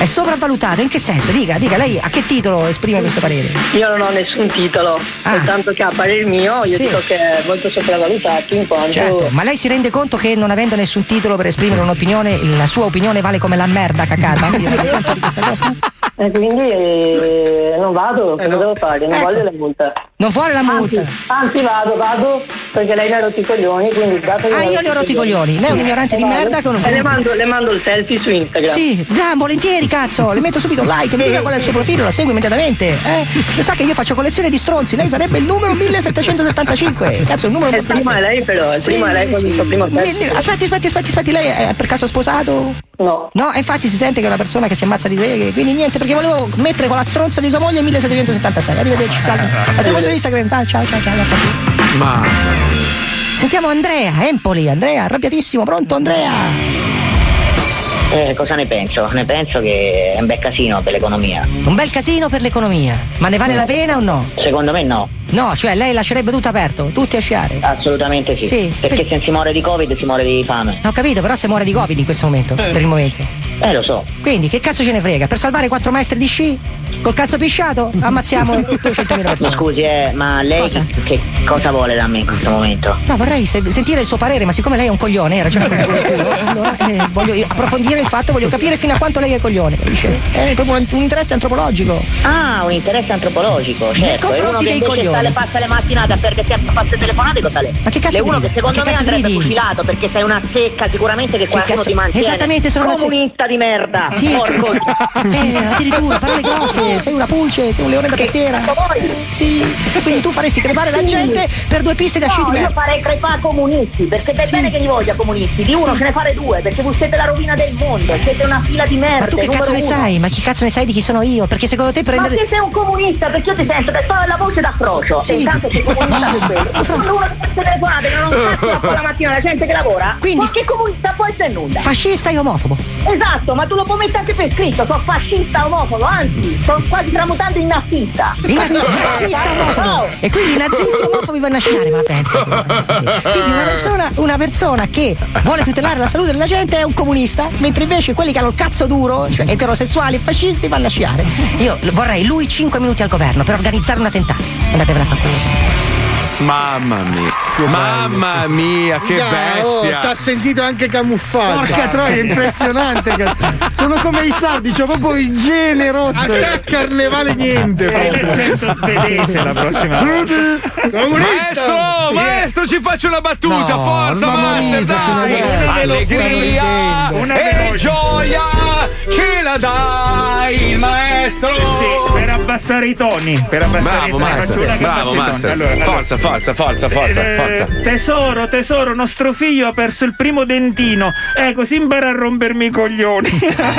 Speaker 13: È sopravvalutato, in che senso? Dica, dica, lei a che titolo esprime questo parere?
Speaker 17: Io non ho nessun titolo, soltanto che a parer mio io
Speaker 13: Ah. Sì.
Speaker 17: dico che è molto sopravvalutato in quanto
Speaker 13: Certo, ma lei si rende conto che non avendo nessun titolo per esprimere un'opinione, la sua opinione vale come la merda cacata? Sì,
Speaker 17: E quindi eh, non vado, cosa devo fare? Non voglio la multa.
Speaker 13: Ecco. Non vuole la multa?
Speaker 17: Anzi, anzi, vado, vado perché lei ne ha rotto i coglioni, quindi dato che
Speaker 13: Ah,
Speaker 17: mi ha
Speaker 13: io le ho rotto i coglioni. Lei è un ignorante di
Speaker 17: Vado.
Speaker 13: merda che non-
Speaker 17: E le mando, le mando il selfie su Instagram.
Speaker 13: Sì, ah, volentieri cazzo, le metto subito un like, mi dica qual è il suo profilo, la seguo immediatamente. Eh? Lo sa che io faccio collezione di stronzi, lei sarebbe il numero 1775. Cazzo, è un numero
Speaker 17: Eh, prima è lei però, eh,
Speaker 13: Sì,
Speaker 17: prima è lei con
Speaker 13: sì.
Speaker 17: il suo primo
Speaker 13: Mi-
Speaker 17: selfie.
Speaker 13: Aspetti, aspetti, aspetti, aspetti, lei è per caso sposato?
Speaker 17: No.
Speaker 13: No, e infatti si sente che è una persona che si ammazza di seghe, quindi niente, perché volevo mettere con la stronza di sua moglie 1776. Arrivederci, salve. La seguo su Instagram, dai, ciao, ciao, ciao.
Speaker 1: Ma.
Speaker 13: Sentiamo Andrea, Empoli, Andrea, arrabbiatissimo, pronto Andrea?
Speaker 14: Eh, cosa ne penso? Ne penso che è un bel casino per l'economia.
Speaker 13: Un bel casino per l'economia, ma ne vale la pena o no?
Speaker 14: Secondo me no,
Speaker 13: No, cioè lei lascerebbe tutto aperto, tutti a sciare.
Speaker 14: assolutamente sì.
Speaker 13: Sì.
Speaker 14: Perché se si muore di Covid si muore di fame.
Speaker 13: Ho capito, però se muore di Covid in questo momento, per il momento.
Speaker 14: Eh, lo so.
Speaker 13: Quindi che cazzo ce ne frega? Per salvare quattro maestri di sci? Col cazzo pisciato? Ammazziamo 200.000
Speaker 14: Ma
Speaker 13: persone.
Speaker 14: scusi, eh, ma lei che cosa vuole da me in questo momento?
Speaker 13: No, vorrei se- sentire il suo parere, ma siccome lei è un coglione, eh, ragiona con il culo, allora eh, voglio approfondire il fatto, voglio capire fino a quanto lei è coglione, capisce? È proprio un, un interesse antropologico.
Speaker 14: Ah, un interesse antropologico,
Speaker 13: Nei
Speaker 14: certo. È uno
Speaker 13: confronti
Speaker 14: che
Speaker 13: dei
Speaker 14: invece sta
Speaker 13: coglioni.
Speaker 14: le passa le mattinate a perdere tempo a fare telefonate cosa lei?
Speaker 13: Ma che cazzo
Speaker 14: È uno
Speaker 13: gridi?
Speaker 14: che
Speaker 13: Ma
Speaker 14: secondo
Speaker 13: che
Speaker 14: me
Speaker 13: cazzo
Speaker 14: andrebbe
Speaker 13: gridi?
Speaker 14: fucilato perché sei una secca sicuramente che qualcuno
Speaker 13: cazzo-
Speaker 14: ti mantiene.
Speaker 13: Esattamente, sono una zecca.
Speaker 14: Comunista di merda.
Speaker 13: Sì.
Speaker 14: Porco.
Speaker 13: Eh, addirittura, parole grosse, sei una pulce, sei un leone da tastiera. Sì, quindi tu faresti crepare la gente per due piste da sci di
Speaker 14: No, io
Speaker 13: merda.
Speaker 14: farei crepare comunisti, perché per bene che li voglia comunisti, di uno
Speaker 13: Sì.
Speaker 14: se ne fare due, perché voi siete la rovina del mondo, siete una fila di merda.
Speaker 13: Ma tu che
Speaker 14: numero
Speaker 13: cazzo ne
Speaker 14: uno.
Speaker 13: sai? Ma chi cazzo ne sai di chi sono io? Perché secondo te
Speaker 14: Ma
Speaker 13: prendere.
Speaker 14: che sei un comunista, perché io ti sento che sono la voce d'accrocio.
Speaker 13: Sì.
Speaker 14: E Cioè, intanto sei comunista per quello. Sono uno che fa queste telefonate che non cazzo fa la mattina la gente che lavora. Quindi. Ma che comunista può essere nulla?
Speaker 13: Fascista e omofobo.
Speaker 14: Esatto, ma tu lo puoi mettere anche per scritto, sono fascista omofobo, anzi, sono quasi tramutando in nazista.
Speaker 13: Il nazi- nazista omofobo. E quindi i nazisti omofobi vanno a sciare, ma pensa. Quindi una persona, una persona che vuole tutelare la salute della gente è un comunista, mentre invece quelli che hanno il cazzo duro, cioè eterosessuali e fascisti, vanno a sciare. Io l- vorrei lui 5 minuti al governo per organizzare un attentato. Andatevela a fare
Speaker 1: Mamma mia, mamma mia, che bestia!
Speaker 3: oh, T'ha sentito anche camuffato.
Speaker 7: Porca troia, impressionante. che- Sono come i sardi, c'ho proprio il gele rosso.
Speaker 3: A te carnevale niente,
Speaker 7: È
Speaker 3: proprio.
Speaker 7: l'accento svedese la prossima
Speaker 3: Brudi, comunista.
Speaker 1: Maestro, Oh, maestro, ci faccio una battuta,
Speaker 3: No,
Speaker 1: forza,
Speaker 3: mamma
Speaker 1: master,
Speaker 3: Luisa, che non
Speaker 1: dai!
Speaker 3: è-
Speaker 1: Allegria
Speaker 3: Una
Speaker 1: e
Speaker 3: veloce.
Speaker 1: gioia, ce la dai, il maestro!
Speaker 8: Sì, per abbassare i toni. Per abbassare
Speaker 1: Bravo,
Speaker 8: i toni. Faccio una
Speaker 1: master,
Speaker 8: che
Speaker 1: bravo,
Speaker 8: abbassa i
Speaker 1: master.
Speaker 8: toni. Allora, allora.
Speaker 1: Forza, forza, forza, forza,
Speaker 8: Eh,
Speaker 1: forza.
Speaker 8: Tesoro, tesoro, nostro figlio ha perso il primo dentino. Eh, così impara a rompermi i coglioni.
Speaker 1: Questa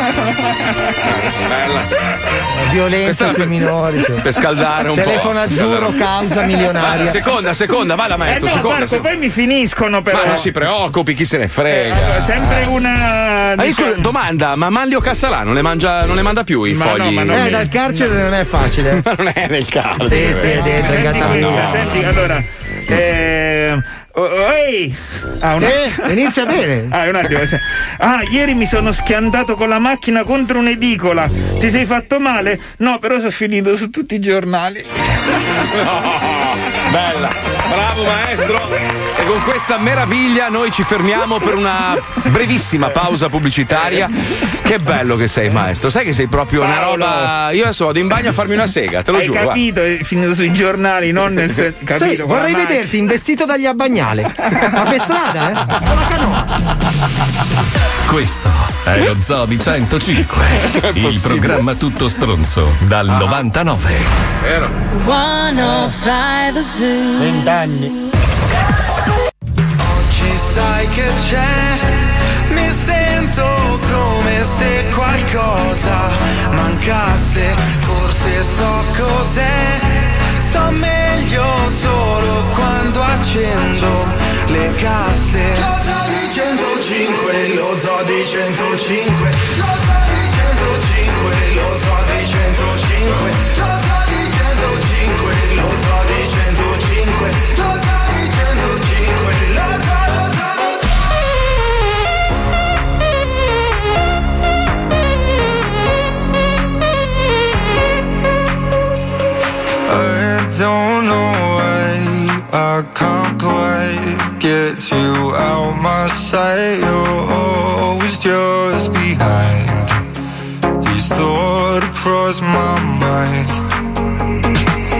Speaker 7: Violenza
Speaker 1: era
Speaker 7: sui
Speaker 1: per-
Speaker 7: minori. cioè.
Speaker 1: Per scaldare un
Speaker 7: Telefono
Speaker 1: po'.
Speaker 7: azzurro,
Speaker 1: Scaldare.
Speaker 7: causa
Speaker 1: Vai,
Speaker 7: milionaria.
Speaker 1: seconda, seconda, vai la maestro,
Speaker 8: eh no,
Speaker 1: seconda.
Speaker 8: Marco,
Speaker 1: seconda.
Speaker 8: poi mi finiscono però. Eh,
Speaker 1: Ma non si preoccupi, chi se ne frega.
Speaker 8: Allora, sempre una.
Speaker 1: Ma io
Speaker 8: diciamo-
Speaker 1: scusa, domanda, ma Manlio Castalà non le, mangia, non le manda più i
Speaker 8: Ma
Speaker 1: fogli?
Speaker 8: no, ma non
Speaker 7: Eh, dal carcere non è facile.
Speaker 1: Ma non è nel caso.
Speaker 7: Sì, sì, è dentro,
Speaker 1: No.
Speaker 8: Senti questa, senti, allora. eh, oh, oh, Ehi! Ah,
Speaker 7: Sì, inizia bene.
Speaker 8: Ah, un attimo. se- Ah, ieri mi sono schiantato con la macchina contro un'edicola. Ti sei fatto male? No, però sono finito su tutti i giornali.
Speaker 1: Bella, bravo maestro. E con questa meraviglia noi ci fermiamo per una brevissima pausa pubblicitaria. Che bello che sei maestro, sai che sei proprio una
Speaker 8: Paolo.
Speaker 1: roba... Io adesso vado in bagno a farmi una sega, te lo
Speaker 8: Hai
Speaker 1: giuro. guarda.
Speaker 8: capito? È finito sui giornali, non nel sen- capito,
Speaker 7: Sai,
Speaker 8: con la
Speaker 7: vorrei
Speaker 8: macchina.
Speaker 7: vederti investito dagli abbagnale. Ma per strada, eh?
Speaker 2: Questo è lo Zoo di 105, il programma tutto stronzo dal
Speaker 3: Ah.
Speaker 2: 99.
Speaker 1: Vero?
Speaker 11: 105 Zoo.
Speaker 7: Vent'anni.
Speaker 6: Oggi sai che c'è, mi sento come se qualcosa mancasse, forse so cos'è, sto meglio solo quando accendo le casse. Lo zoo di 105, lo zoo di 105, lo zoo di 105, lo zoo di 105, lo zoo di 105, lo zoo di 105, lo zoo di 105, lo zoo, lo zoo, lo zoo.
Speaker 18: I don't know why I can't quite get you out my sight. You're always just behind. These thoughts cross my mind.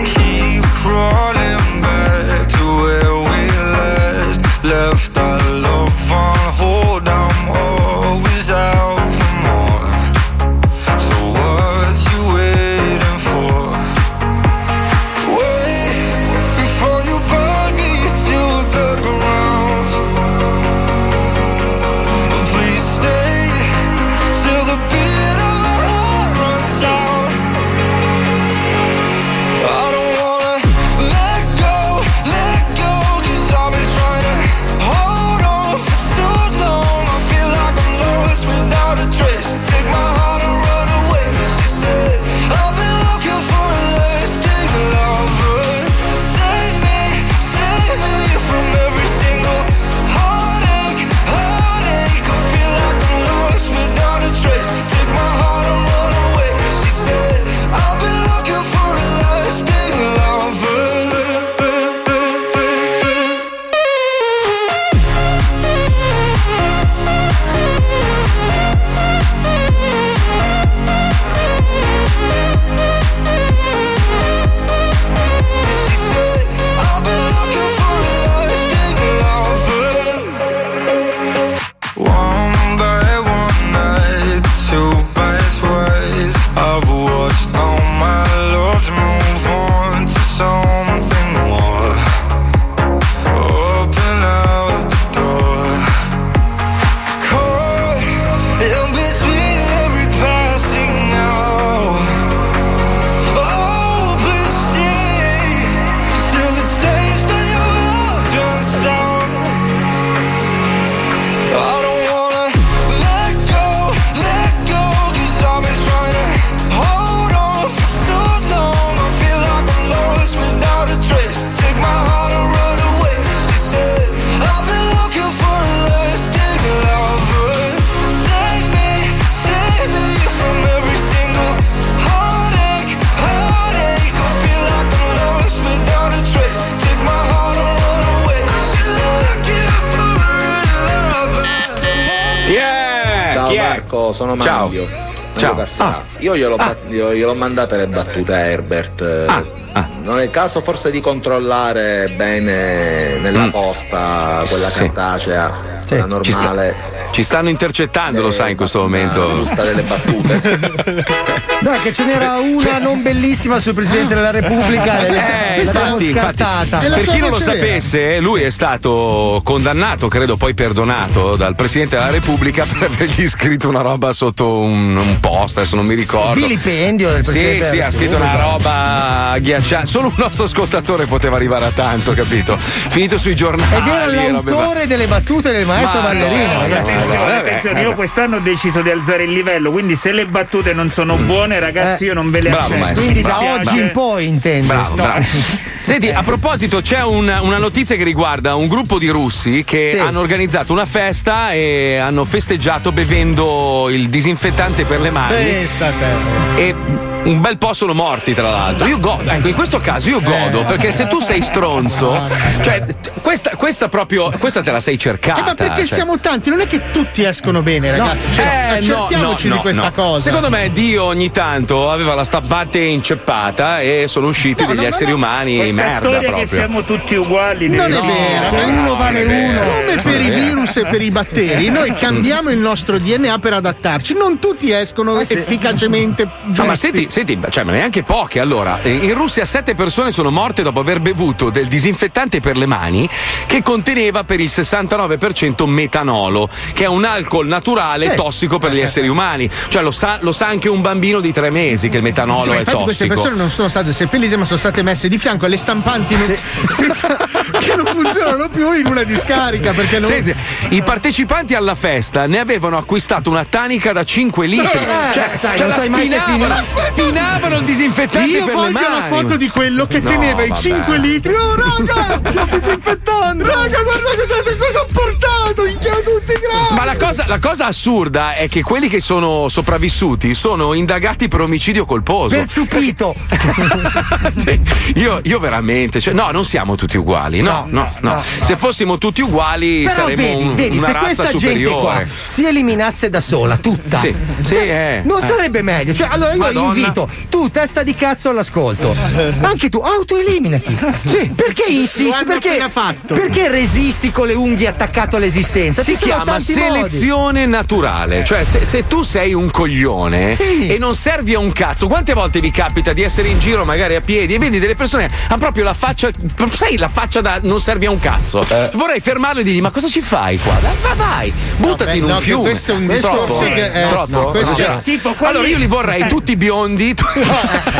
Speaker 18: Keep crawling back to where we last left. Our love on hold. I'm always out for more. So what you waiting for? Wait before you burn me to the ground. Please stay till the bitter runs out. I don't wanna let go, let go, 'cause I've been trying to hold on for so long. I feel like I'm lost without a trace. Take my heart and run away. She said, I've been looking for a lasting lover. Save me, save me from every single heartache, heartache. I feel like I'm lost without a trace. Take my heart and run away. She said, I've been looking for a lasting lover. One by one night, two bites wise. I've watched all my loves move on to something more. Open out the door. Caught in between every passing hour. Oh, please stay till the taste of your mouth turns sour. I don't wanna let go, let go, 'cause I've been trying to hold on for so long. I feel like I'm lost without a trace. Take my heart and run away. She said, I've been looking for a lasting lover. Save me, save me from every single heartache, heartache. I feel like I'm lost without a trace. Take my heart and run away. She said, I can't
Speaker 1: Yeah!
Speaker 19: Ciao
Speaker 1: Chi è?
Speaker 19: Marco, sono Mario. Ciao. Io gliel'ho,
Speaker 1: Ah.
Speaker 19: bat- io gliel'ho mandata le battute a Herbert.
Speaker 1: ah.
Speaker 19: Non è il caso forse di controllare bene nella posta quella
Speaker 1: Mm. Sì.
Speaker 19: cartacea,
Speaker 1: Sì,
Speaker 19: quella
Speaker 1: ci sta-
Speaker 19: normale.
Speaker 1: Ci stanno intercettando, lo sai, in questo momento.
Speaker 19: giusta delle
Speaker 7: Dai, che ce n'era una non bellissima sul presidente della Repubblica. e
Speaker 1: cioè, Eh,
Speaker 7: l'abbiamo
Speaker 1: infatti, infatti,
Speaker 7: scartata.
Speaker 1: per chi non lo sapesse, lui è stato condannato, credo poi perdonato, dal Presidente della Repubblica per avergli scritto una roba sotto un, un post, adesso non mi ricordo.
Speaker 7: Vilipendio del
Speaker 1: Sì,
Speaker 7: presidente.
Speaker 1: sì,
Speaker 7: della
Speaker 1: ha scritto una
Speaker 7: Repubblica.
Speaker 1: roba ghiacciante. Solo un nostro ascoltatore poteva arrivarà tanto, capito? Finito sui giornali.
Speaker 8: Ah,
Speaker 7: Ed era
Speaker 1: robe va-
Speaker 7: l'autore delle battute del maestro ballerino, ragazzi.
Speaker 8: Attenzione, attenzione, io quest'anno ho deciso di alzare il livello, quindi se le battute non sono
Speaker 3: Mm.
Speaker 8: buone, ragazzi,
Speaker 7: Eh.
Speaker 8: io non ve le
Speaker 1: Bravo,
Speaker 8: accetto.
Speaker 1: maestro.
Speaker 7: Quindi da
Speaker 1: Bravo,
Speaker 7: oggi
Speaker 1: bravo.
Speaker 7: in poi intendo.
Speaker 1: Bravo,
Speaker 7: No.
Speaker 1: bravo. Senti, a proposito, c'è un- una notizia che riguarda un gruppo di russi che
Speaker 7: Sì.
Speaker 1: hanno organizzato una festa e hanno festeggiato bevendo il disinfettante per le mani.
Speaker 3: Pensa a te.
Speaker 1: E un bel po' sono morti, tra l'altro. Io godo, ecco, in questo caso io godo,
Speaker 7: Eh.
Speaker 1: perché se tu sei stronzo, cioè, t- questa, questa proprio, questa te la sei cercata.
Speaker 3: Eh, ma perché
Speaker 1: cioè.
Speaker 3: siamo tanti, non è che tutti escono bene, ragazzi. Cioè,
Speaker 1: Eh, no,
Speaker 3: accertiamoci
Speaker 1: no,
Speaker 3: di
Speaker 1: no,
Speaker 3: questa
Speaker 1: no.
Speaker 3: cosa.
Speaker 1: Secondo me Dio ogni tanto aveva la stampante inceppata e sono usciti degli esseri umani
Speaker 8: Questa
Speaker 1: merda
Speaker 8: storia
Speaker 1: proprio.
Speaker 8: che siamo tutti uguali.
Speaker 3: Non
Speaker 8: dei-
Speaker 3: è vero, ma uno vale
Speaker 8: non è
Speaker 3: uno.
Speaker 8: vero.
Speaker 3: Come per i virus e per i batteri, noi
Speaker 1: Mm.
Speaker 3: cambiamo il nostro DNA per adattarci. Non tutti escono efficacemente giusti.
Speaker 1: No, Ah, ma senti, senti, cioè, ma neanche poche. Allora, eh, in Russia sette persone sono morte dopo aver bevuto del disinfettante per le mani che conteneva per il 69% metanolo, che è un alcol naturale
Speaker 3: Eh.
Speaker 1: tossico per gli esseri umani. Cioè, lo sa, lo sa anche un bambino di tre mesi che il metanolo
Speaker 3: Sì, ma
Speaker 1: è
Speaker 3: infatti
Speaker 1: tossico.
Speaker 3: queste persone non sono state seppellite ma sono state messe di fianco alle stampanti non- senza- che non funzionano più in una discarica perché non...
Speaker 1: Senti, i partecipanti alla festa ne avevano acquistato una tanica da 5 litri.
Speaker 3: Eh,
Speaker 1: cioè,
Speaker 3: sai,
Speaker 1: cioè
Speaker 3: non
Speaker 1: la
Speaker 3: sai mai che
Speaker 1: spinavano,
Speaker 3: finisce.
Speaker 1: spinavano il disinfettante
Speaker 3: Io
Speaker 1: per
Speaker 3: voglio
Speaker 1: le mani.
Speaker 3: la foto di quello che
Speaker 1: No,
Speaker 3: teneva i
Speaker 1: vabbè.
Speaker 3: 5 litri. Oh, raga! Sto disinfettando! Raga, guarda cosa, cosa ho portato! In tutti i gradi!
Speaker 1: Ma la cosa, la cosa assurda è che quelli che sono sopravvissuti sono indagati per omicidio colposo.
Speaker 7: Per ciupito.
Speaker 1: Io, io veramente, cioè, no, non siamo tutti uguali. No, no, no. Se fossimo tutti uguali
Speaker 7: Però
Speaker 1: saremmo
Speaker 7: vedi,
Speaker 1: un-
Speaker 7: vedi,
Speaker 1: una
Speaker 7: se
Speaker 1: razza
Speaker 7: questa
Speaker 1: superiore.
Speaker 7: gente qua si eliminasse da sola, tutta.
Speaker 1: Sì, sì, eh,
Speaker 7: non
Speaker 1: eh.
Speaker 7: sarebbe meglio. Cioè, allora io
Speaker 1: Madonna.
Speaker 7: invito tu, testa di cazzo all'ascolto. Anche tu, autoeliminati. Sì. Perché
Speaker 3: Lo
Speaker 7: insisti?
Speaker 3: hanno
Speaker 7: Perché,
Speaker 3: appena fatto.
Speaker 7: perché resisti con le unghie attaccato all'esistenza?
Speaker 1: si
Speaker 7: Ci sono
Speaker 1: chiama
Speaker 7: tanti modi.
Speaker 1: selezione naturale. Cioè, se, se tu sei un coglione
Speaker 7: Sì.
Speaker 1: e non servi a un cazzo, quante volte vi capita di essere in giro, magari a piedi, e vedi delle persone hanno proprio la faccia. Sai, la faccia da non servi a un cazzo. Vorrei fermarlo e dirgli: Ma cosa ci fai qua? Dai, va- vai, buttati
Speaker 3: beh,
Speaker 1: in un
Speaker 3: Eh. Eh, no, che
Speaker 1: fiume.
Speaker 3: questo è un discorso
Speaker 1: Troppo?
Speaker 3: che- eh,
Speaker 1: Troppo?
Speaker 3: no, questo-
Speaker 1: Cioè,
Speaker 3: no. Tipo, quelli-
Speaker 1: allora io li vorrei tutti biondi. tu-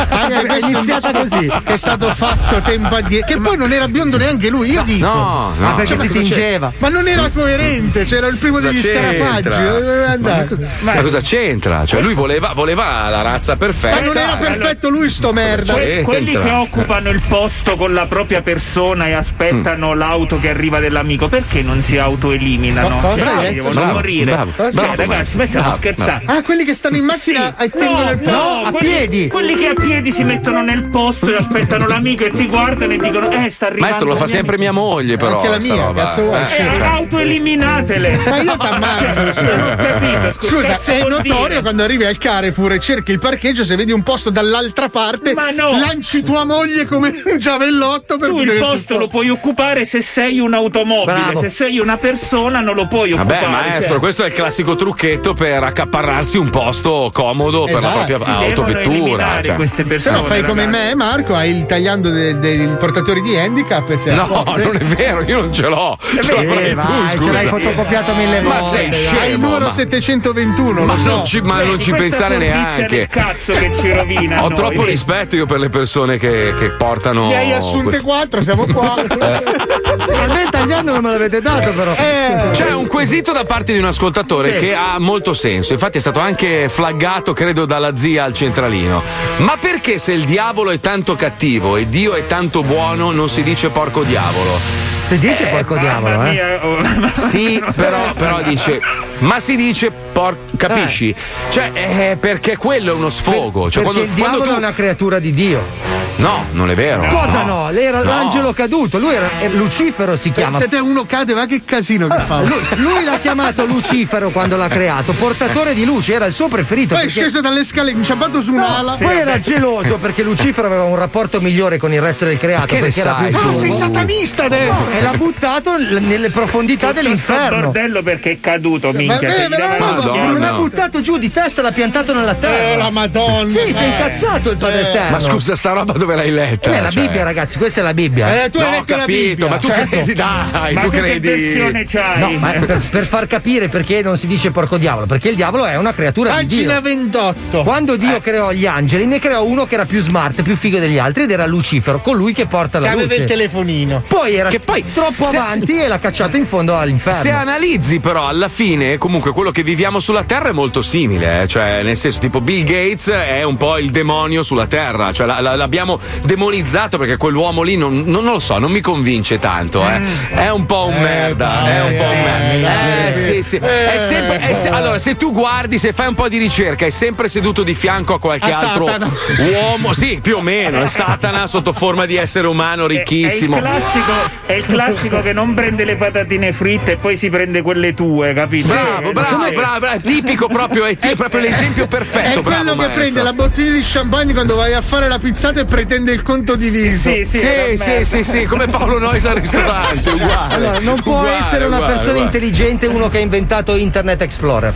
Speaker 3: Anche
Speaker 7: è
Speaker 3: questo
Speaker 7: iniziata
Speaker 3: un discorso
Speaker 7: così.
Speaker 3: Che Ah, è stato fatto tempo addietro. Che poi non era biondo neanche lui, io dico.
Speaker 1: no, no. Ma perché
Speaker 3: ma
Speaker 1: si
Speaker 3: cosa c'è?
Speaker 1: tingeva?
Speaker 3: Ma non era coerente, c'era il primo
Speaker 1: Cosa
Speaker 3: degli
Speaker 1: c'entra?
Speaker 3: scarafaggi. eh, doveva andare.
Speaker 1: Ma cosa c'entra? Cioè, lui voleva, voleva la razza perfetta.
Speaker 3: Ma non era perfetto lui sto merda. Eh,
Speaker 8: Que- Cioè, quelli che
Speaker 1: Entra.
Speaker 8: occupano il posto con la propria persona e aspettano
Speaker 3: Mm.
Speaker 8: l'auto che arriva dell'amico, perché non si autoeliminano?
Speaker 3: Co- cosa
Speaker 8: Bravi,
Speaker 3: hai detto?
Speaker 8: devono
Speaker 3: Bravo,
Speaker 8: morire.
Speaker 3: bravo,
Speaker 8: Cioè,
Speaker 3: bravo,
Speaker 8: ragazzi,
Speaker 3: maestro.
Speaker 8: noi stiamo
Speaker 3: Bravo,
Speaker 8: scherzando.
Speaker 3: Ah, quelli che stanno in macchina e tengono il
Speaker 8: no,
Speaker 3: a
Speaker 8: quelli,
Speaker 3: piedi.
Speaker 8: quelli che a piedi si mettono nel posto e aspettano l'amico e ti guardano e dicono: Eh, sta arrivando.
Speaker 1: Maestro, lo fa
Speaker 8: mio
Speaker 1: sempre mia moglie, però.
Speaker 8: Anche la
Speaker 1: sta
Speaker 8: mia,
Speaker 1: roba.
Speaker 8: cazzo vuoi?
Speaker 1: Eh,
Speaker 8: Eh,
Speaker 1: cioè.
Speaker 8: autoeliminatele.
Speaker 3: Ma io t'ammazzo.
Speaker 8: Cioè, non ho capito, scusa,
Speaker 3: Scusa,
Speaker 8: cazzo
Speaker 3: è
Speaker 8: vuol dire?
Speaker 3: notorio quando arrivi al Carrefour e cerchi il parcheggio, se vedi un posto dall'altra parte, lanci tua moglie come un giavellotto per
Speaker 8: Tu il posto lo puoi occupare se sei un'automobile,
Speaker 1: Bravo.
Speaker 8: se sei una persona non lo puoi occupare. cioè.
Speaker 1: Vabbè, maestro, questo è il classico trucchetto per accaparrarsi un posto comodo per la
Speaker 3: Esatto.
Speaker 1: propria
Speaker 3: Si devono
Speaker 1: autovettura.
Speaker 8: eliminare
Speaker 1: cioè.
Speaker 3: Se no, fai come me, Marco, hai il tagliando de- dei portatori di handicap e sei a
Speaker 1: No,
Speaker 3: posto.
Speaker 1: non è vero, io non ce l'ho.
Speaker 3: Eh,
Speaker 1: Ce
Speaker 3: beh,
Speaker 1: l'avrai
Speaker 3: eh. vai,
Speaker 1: tu,
Speaker 3: ce
Speaker 1: scusa.
Speaker 3: l'hai
Speaker 7: fotocopiato mille
Speaker 1: Ma
Speaker 7: volte,
Speaker 1: sei
Speaker 7: dai.
Speaker 1: scemo.
Speaker 3: Hai il numero
Speaker 1: ma-
Speaker 3: 721,
Speaker 1: ma
Speaker 3: lo so.
Speaker 1: non ci, ma non ci
Speaker 3: questa
Speaker 1: pensare
Speaker 3: furbizia
Speaker 1: neanche.
Speaker 3: del cazzo che ci rovina
Speaker 1: Ho
Speaker 3: noi,
Speaker 1: troppo
Speaker 3: vedi?
Speaker 1: rispetto io per le persone che, che portano. Eh.
Speaker 3: Ne hai assunte
Speaker 1: questo-
Speaker 3: quattro, siamo qua.
Speaker 7: A me tagliando non me l'avete dato, però.
Speaker 3: Eh,
Speaker 7: Cioè,
Speaker 1: C'è un quesito da parte di un ascoltatore
Speaker 7: Sì.
Speaker 1: che ha molto senso, infatti è stato anche flaggato, credo, dalla zia al centralino. Ma perché se il diavolo è tanto cattivo e Dio è tanto buono non si dice porco diavolo?
Speaker 7: Se dice porco diavolo, eh.
Speaker 1: oh. Sì, però, però dice, ma si dice porco, capisci? Cioè, eh, perché quello è uno sfogo. Cioè,
Speaker 7: Perché
Speaker 1: quando,
Speaker 7: il diavolo
Speaker 1: quando
Speaker 7: è una creatura di Dio.
Speaker 1: tu- No, non è vero.
Speaker 7: Cosa no? Lei era
Speaker 1: No.
Speaker 7: l'angelo caduto, lui era eh, Lucifero si chiama. Ah,
Speaker 3: Se te uno cade, ma che casino che fa?
Speaker 7: Lui, lui l'ha chiamato Lucifero quando l'ha creato, portatore di luce, era il suo preferito.
Speaker 3: Poi è
Speaker 7: perché-
Speaker 3: sceso dalle scale, inciampato su un'ala.
Speaker 7: No, poi era geloso perché Lucifero aveva un rapporto migliore con il resto del creato
Speaker 3: Che ne
Speaker 7: perché era
Speaker 3: sai
Speaker 7: più
Speaker 3: tu?
Speaker 7: turbo.
Speaker 3: Ah, sei satanista adesso!
Speaker 7: No, e l'ha buttato l- nelle profondità
Speaker 8: Tutto sto
Speaker 7: dell'inferno.
Speaker 8: bordello perché è caduto, minchia.
Speaker 7: Ma-
Speaker 8: se
Speaker 7: eh,
Speaker 8: gli
Speaker 7: ma-
Speaker 8: dava
Speaker 7: ma-
Speaker 8: una schiaffa.
Speaker 7: l'ha buttato giù di testa, l'ha piantato nella terra.
Speaker 3: Eh, la Madonna,
Speaker 7: Sì, si è
Speaker 3: eh.
Speaker 7: incazzato il padre
Speaker 3: Eh.
Speaker 7: eterno.
Speaker 1: Ma scusa, sta roba dove l'hai letta?
Speaker 7: Eh, la
Speaker 1: Cioè-
Speaker 7: Bibbia, ragazzi, questa è la Bibbia. Certo.
Speaker 1: Eh, tu hai No, ho letto la capito, Bibbia. ma tu credi- dai, Ma tu tu che credi- versione c'hai?
Speaker 7: No, ma per, per far capire perché non si dice porco diavolo, perché il diavolo è una creatura di Dio.
Speaker 3: Pagina
Speaker 7: 28. Quando
Speaker 1: Eh.
Speaker 7: Dio creò gli angeli, ne creò uno che era più smart, più figo degli altri ed era Lucifero, colui che porta la
Speaker 3: Che aveva
Speaker 7: luce.
Speaker 3: il telefonino.
Speaker 7: Poi era troppo
Speaker 3: se-
Speaker 7: avanti e l'ha cacciato in fondo all'inferno.
Speaker 1: Se analizzi però alla fine, comunque quello che viviamo sulla Terra è molto simile, eh. cioè nel senso tipo Bill Gates è un po' il demonio sulla Terra, cioè la- la- l'abbiamo demonizzato perché quell'uomo lì non, non- non lo so, non mi convince tanto, eh. è un po' un merda, è un po' un merda. Eh, sì, sì. È sempre- è se- allora se tu guardi, se fai un po' di ricerca, è sempre seduto di fianco a qualche
Speaker 3: A
Speaker 1: altro
Speaker 3: Satana.
Speaker 1: uomo, sì più o meno, è Satana sotto forma di essere umano ricchissimo.
Speaker 8: È il, classico, è il classico che non prende le patatine fritte e poi si prende quelle tue, capito?
Speaker 1: Bravo, bravo, bravo, bravo, tipico proprio, è,
Speaker 7: Eh,
Speaker 1: è proprio l'esempio perfetto.
Speaker 3: È quello
Speaker 1: bravo,
Speaker 3: che
Speaker 1: maestro.
Speaker 3: prende la bottiglia di champagne quando vai a fare la pizzata e pretende il conto diviso.
Speaker 1: Sì, sì, sì, sì, sì, come Paolo Nois al ristorante, uguale.
Speaker 7: Allora, non può
Speaker 1: Uguale,
Speaker 7: essere una
Speaker 1: uguale,
Speaker 7: persona
Speaker 1: uguale.
Speaker 7: intelligente uno che ha inventato Internet Explorer.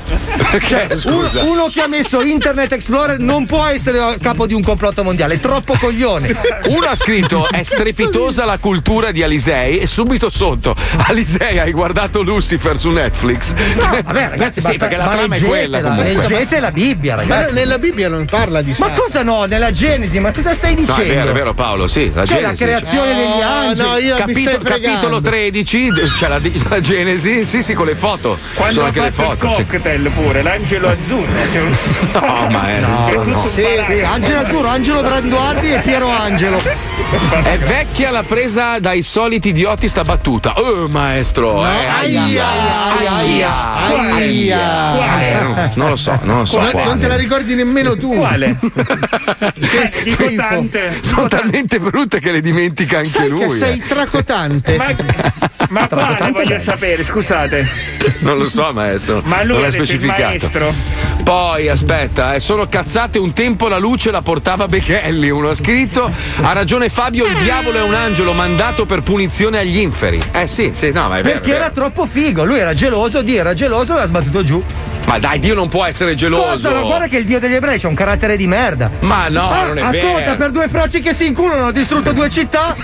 Speaker 7: Cioè, uno,
Speaker 1: scusa?
Speaker 7: uno che ha messo Internet Explorer non può essere a capo di un complotto mondiale, è troppo coglione.
Speaker 1: Uno ha scritto: È strepitosa la cultura di Alisei, e subito sotto Alisei hai guardato Lucifer su Netflix.
Speaker 7: No, vabbè, ragazzi,
Speaker 1: sì,
Speaker 7: basta-
Speaker 1: perché la
Speaker 7: ma
Speaker 1: trama è quella.
Speaker 7: leggetela,
Speaker 1: comunque.
Speaker 7: Leggete la Bibbia, ragazzi.
Speaker 3: Ma nella Bibbia non parla di
Speaker 7: Ma cosa no? Nella Genesi, ma cosa stai
Speaker 1: No,
Speaker 7: dicendo?
Speaker 1: è vero, è vero, Paolo, sì. La
Speaker 7: C'è la
Speaker 1: Genesi.
Speaker 7: creazione degli angeli.
Speaker 3: no, io mi
Speaker 1: Capito-
Speaker 3: stai fregando.
Speaker 1: capitolo 13, c'è la, la Genesi, sì, sì, con le foto.
Speaker 8: Quando
Speaker 1: Sono
Speaker 8: ha
Speaker 1: anche le
Speaker 8: fatto
Speaker 1: foto. sì.
Speaker 8: il cocktail pure, l'angelo azzurro. C'è un...
Speaker 1: No, ma è-
Speaker 8: C'è
Speaker 1: no,
Speaker 8: tutto
Speaker 1: no.
Speaker 8: un
Speaker 1: Sì,
Speaker 8: barattolo.
Speaker 7: sì, Angelo Azzurro, Angelo Branduardi e Piero Angelo.
Speaker 1: È vecchia la presa dai soliti idioti sta battuta. Oh, maestro. eh, aia,
Speaker 3: aia,
Speaker 1: aia,
Speaker 3: aia, aia.
Speaker 1: Eh, non, non lo so, non lo so.
Speaker 3: Ma
Speaker 1: quale.
Speaker 3: non te la ricordi nemmeno tu.
Speaker 1: Quale?
Speaker 3: che schifo.
Speaker 1: Sono talmente brutte che le dimentica anche
Speaker 3: Sai
Speaker 1: lui.
Speaker 3: che sei
Speaker 1: eh.
Speaker 3: tracotante. Ma,
Speaker 8: ma quale voglio sapere, scusate.
Speaker 1: Non lo so, maestro.
Speaker 8: Ma lui
Speaker 1: non
Speaker 8: ha
Speaker 1: è
Speaker 8: detto il
Speaker 1: specificato.
Speaker 8: maestro.
Speaker 1: Poi aspetta, eh, sono cazzate un tempo la luce la portava Bechelli. Uno ha scritto: Ha ragione Fabio, il diavolo è un angelo mandato per punizione agli inferi. Eh sì, sì, no, ma è vero.
Speaker 7: Perché
Speaker 1: è vero.
Speaker 7: era troppo figo, lui era geloso, Dio era geloso e l'ha sbattuto giù.
Speaker 1: Ma dai, Dio non può essere geloso.
Speaker 7: Cosa? Ma guarda che il dio degli ebrei c'ha un carattere di merda. Ah,
Speaker 1: Ma no, non è
Speaker 7: ascolta,
Speaker 1: vero.
Speaker 7: per due froci che si inculano hanno distrutto due città.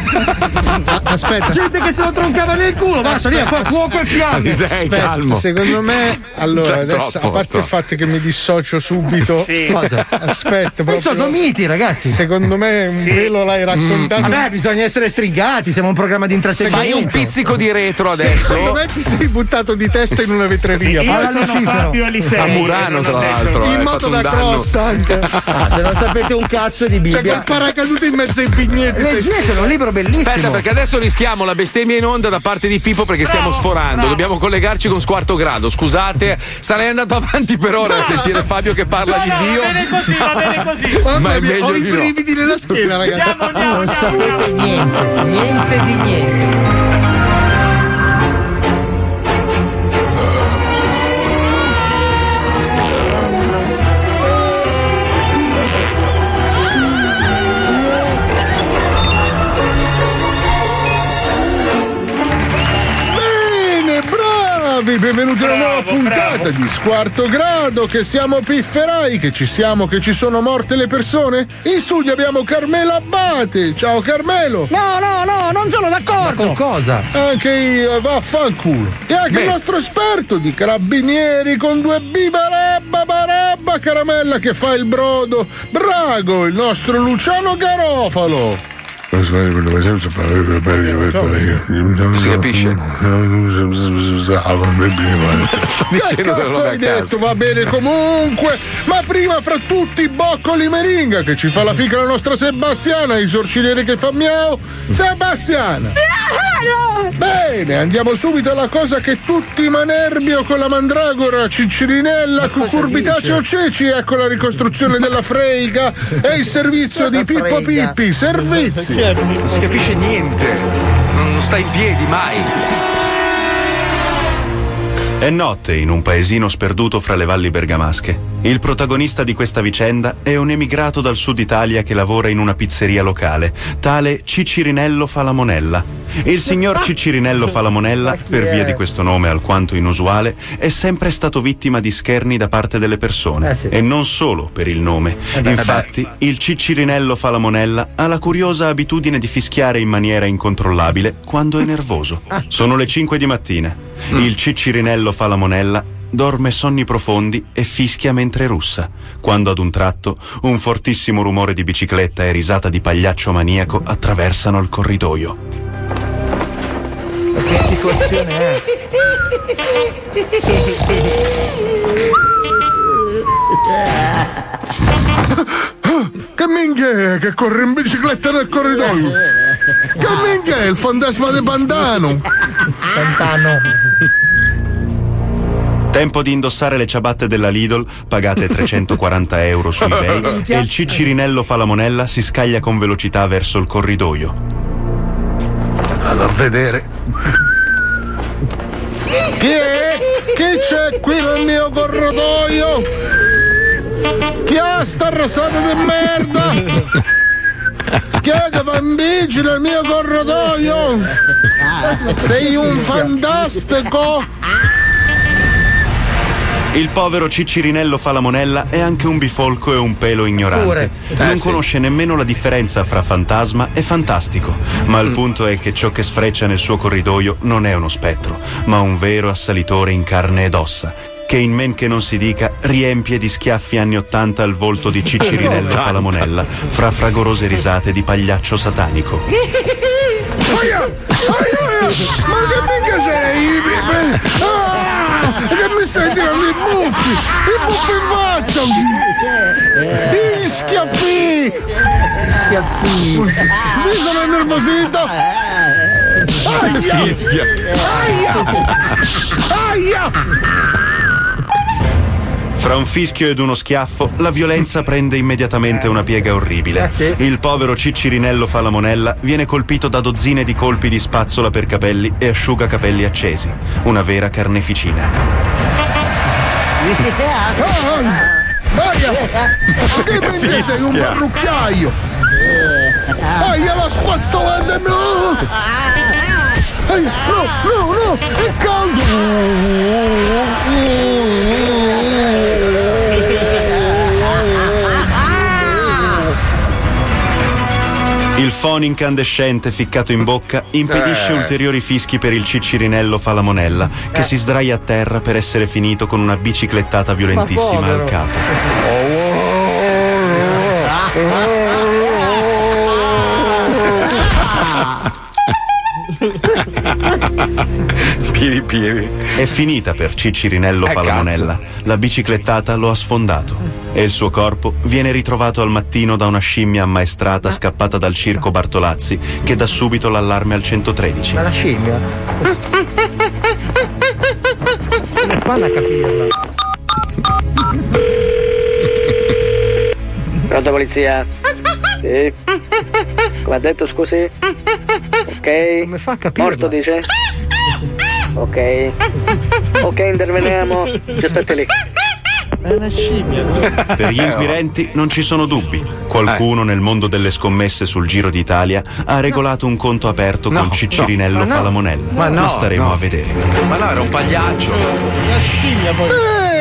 Speaker 3: Aspetta.
Speaker 7: Gente che se lo troncava nel culo, basta via, fa fuoco e fiamme.
Speaker 3: Aspetta, Secondo me, allora adesso a parte il fatto che mi dissocio subito,
Speaker 7: Sì. Cosa?
Speaker 3: aspetta,
Speaker 7: Poi
Speaker 3: proprio,
Speaker 7: sono domiti, ragazzi. Mm.
Speaker 3: Secondo me un velo l'hai raccontato.
Speaker 7: Vabbè, bisogna essere stringati, siamo un programma di intrattenimento.
Speaker 1: Fai un pizzico di retro
Speaker 3: Secondo
Speaker 1: adesso.
Speaker 3: me ti sei buttato di testa in una vetreria.
Speaker 7: Sì, io
Speaker 3: Parla
Speaker 7: sono
Speaker 3: Lucifero.
Speaker 7: Fabio Alisei,
Speaker 1: A Murano, tra l'altro. eh,
Speaker 3: In
Speaker 1: hai
Speaker 3: moto
Speaker 1: fatto un
Speaker 3: da
Speaker 1: danno.
Speaker 3: cross anche.
Speaker 7: Ah, se non sapete un cazzo di Bibbia.
Speaker 3: C'è quel paracadute in mezzo ai vigneti. sei-
Speaker 7: Leggetelo, un libro bellissimo.
Speaker 1: Aspetta, perché adesso rischiamo la bestemmia in onda da parte di Pippo perché stiamo sforando. Dobbiamo collegarci con squarto grado. Scusate, sarei andato avanti per ora a sentire Fabio che parla di Dio. Ma
Speaker 3: Mamma
Speaker 1: è
Speaker 3: mia,
Speaker 1: meglio
Speaker 3: ho i
Speaker 1: di no.
Speaker 3: brividi nella schiena, ragazzi.
Speaker 7: non sapete niente, niente di niente.
Speaker 3: Bene, bravi, benvenuti a una nuova puntata di Squarto Grado, che siamo pifferai, che ci siamo, che ci sono morte le persone. In studio abbiamo Carmelo Abbate. Ciao Carmelo.
Speaker 18: No, no, no, non sono d'accordo.
Speaker 7: cosa?
Speaker 3: Anche io, vaffanculo. E anche
Speaker 18: Beh.
Speaker 3: il nostro esperto di carabinieri con due B, barabba, barabba, caramella che fa il brodo. Brago, il nostro Luciano Garofalo.
Speaker 18: Si capisce?
Speaker 15: Ah,
Speaker 3: Che cazzo hai detto? Va bene comunque. Ma prima fra tutti Boccoli Meringa che ci fa la fica la nostra Sebastiana, il sorciniere che fa miau. Sebastiana! Bene, andiamo subito alla cosa che tutti Manerbio con la mandragora, Ciccirinella, Cucurbitaceo Ceci, ecco la ricostruzione della Frega e il servizio di Pippo
Speaker 1: Frega.
Speaker 3: Pippi, servizi.
Speaker 1: Non si capisce niente. Non non sta in piedi mai.
Speaker 20: È notte in un paesino sperduto fra le valli bergamasche. Il protagonista di questa vicenda è un emigrato dal sud Italia che lavora in una pizzeria locale, tale Cicirinello Falamonella. Il signor Cicirinello Falamonella, per via di questo nome alquanto inusuale, è sempre stato vittima di scherni da parte delle persone.
Speaker 11: Eh sì.
Speaker 20: E non solo per il nome.
Speaker 11: Eh beh,
Speaker 20: Infatti, il Cicirinello Falamonella ha la curiosa abitudine di fischiare in maniera incontrollabile quando è nervoso.
Speaker 11: Ah.
Speaker 20: Sono le 5 di mattina.
Speaker 11: Mm.
Speaker 20: Il Cicirinello Falamonella dorme sonni profondi e fischia mentre russa, quando ad un tratto un fortissimo rumore di bicicletta e risata di pagliaccio maniaco attraversano il corridoio.
Speaker 11: Che situazione è?
Speaker 9: Che minchia è che corre in bicicletta nel corridoio? Che minchia è il fantasma di Pantano? Pantano.
Speaker 20: Tempo di indossare le ciabatte della Lidl, pagate 340 euro su eBay, e il ciccirinello Falamonella si scaglia con velocità verso il corridoio.
Speaker 9: Vado a vedere. Chi è? Chi c'è qui nel mio corridoio? Chi ha sta rasata di merda? Chi è che va in bici nel mio corridoio? Sei un fantastico!
Speaker 20: Il povero Ciccirinello Falamonella è anche un bifolco e un pelo ignorante.
Speaker 11: Pure. Eh,
Speaker 20: non
Speaker 11: sì.
Speaker 20: conosce nemmeno la differenza fra fantasma e fantastico. Ma
Speaker 11: Mm.
Speaker 20: il punto è che ciò che sfreccia nel suo corridoio non è uno spettro, ma un vero assalitore in carne ed ossa. Che in men che non si dica riempie di schiaffi anni Ottanta il volto di Ciccirinello Falamonella fra fragorose risate di pagliaccio satanico.
Speaker 9: Aia! Aia! Ma che mica sei? Ah, che mi stai tirando i buffi! I buffi in faccia! I schiaffi! Schiaffi! Mi sono innervosito! Aia!
Speaker 11: Fischia.
Speaker 9: Aia! Aia!
Speaker 20: Fra un fischio ed uno schiaffo, la violenza prende immediatamente una piega
Speaker 11: Ah,
Speaker 20: orribile. Il povero Ciccirinello Falamonella viene colpito da dozzine di colpi di spazzola per capelli e asciugacapelli accesi. Una vera carneficina.
Speaker 9: Aia! Che minchia sei un
Speaker 20: Fischia.
Speaker 9: parrucchiaio! Aia la spazzolata no! Aia, no, no, no! È caldo!
Speaker 20: Il phone incandescente ficcato in bocca impedisce
Speaker 11: Eh.
Speaker 20: ulteriori fischi per il Ciccirinello Falamonella, che si sdraia a terra per essere finito con una biciclettata violentissima al
Speaker 11: povero.
Speaker 20: capo. Piri piri. È finita per Ciccirinello
Speaker 11: Eh,
Speaker 20: Falamonella. La biciclettata lo ha sfondato e il suo corpo viene ritrovato al mattino da una scimmia
Speaker 1: Ah.
Speaker 20: ammaestrata scappata dal circo Bartolazzi che dà subito l'allarme al 113. Ma la scimmia?
Speaker 7: Come fanno a capirla?
Speaker 4: Pronto polizia? Sì. Come ha detto scusi? Ok. Come fa a capire? Morto dice? Ok. Ok, interveniamo. Ci aspetta lì.
Speaker 11: È una scimmia.
Speaker 20: Per
Speaker 1: Eh,
Speaker 20: gli inquirenti
Speaker 1: oh.
Speaker 20: non ci sono dubbi. Qualcuno nel mondo delle scommesse sul Giro d'Italia ha regolato un conto aperto con Ciccirinello
Speaker 1: no, ma no,
Speaker 20: Falamonella.
Speaker 1: ma no,
Speaker 20: staremo
Speaker 1: no.
Speaker 20: a vedere.
Speaker 1: Ma no, era un pagliaccio.
Speaker 11: Mm.
Speaker 9: La scimmia poi!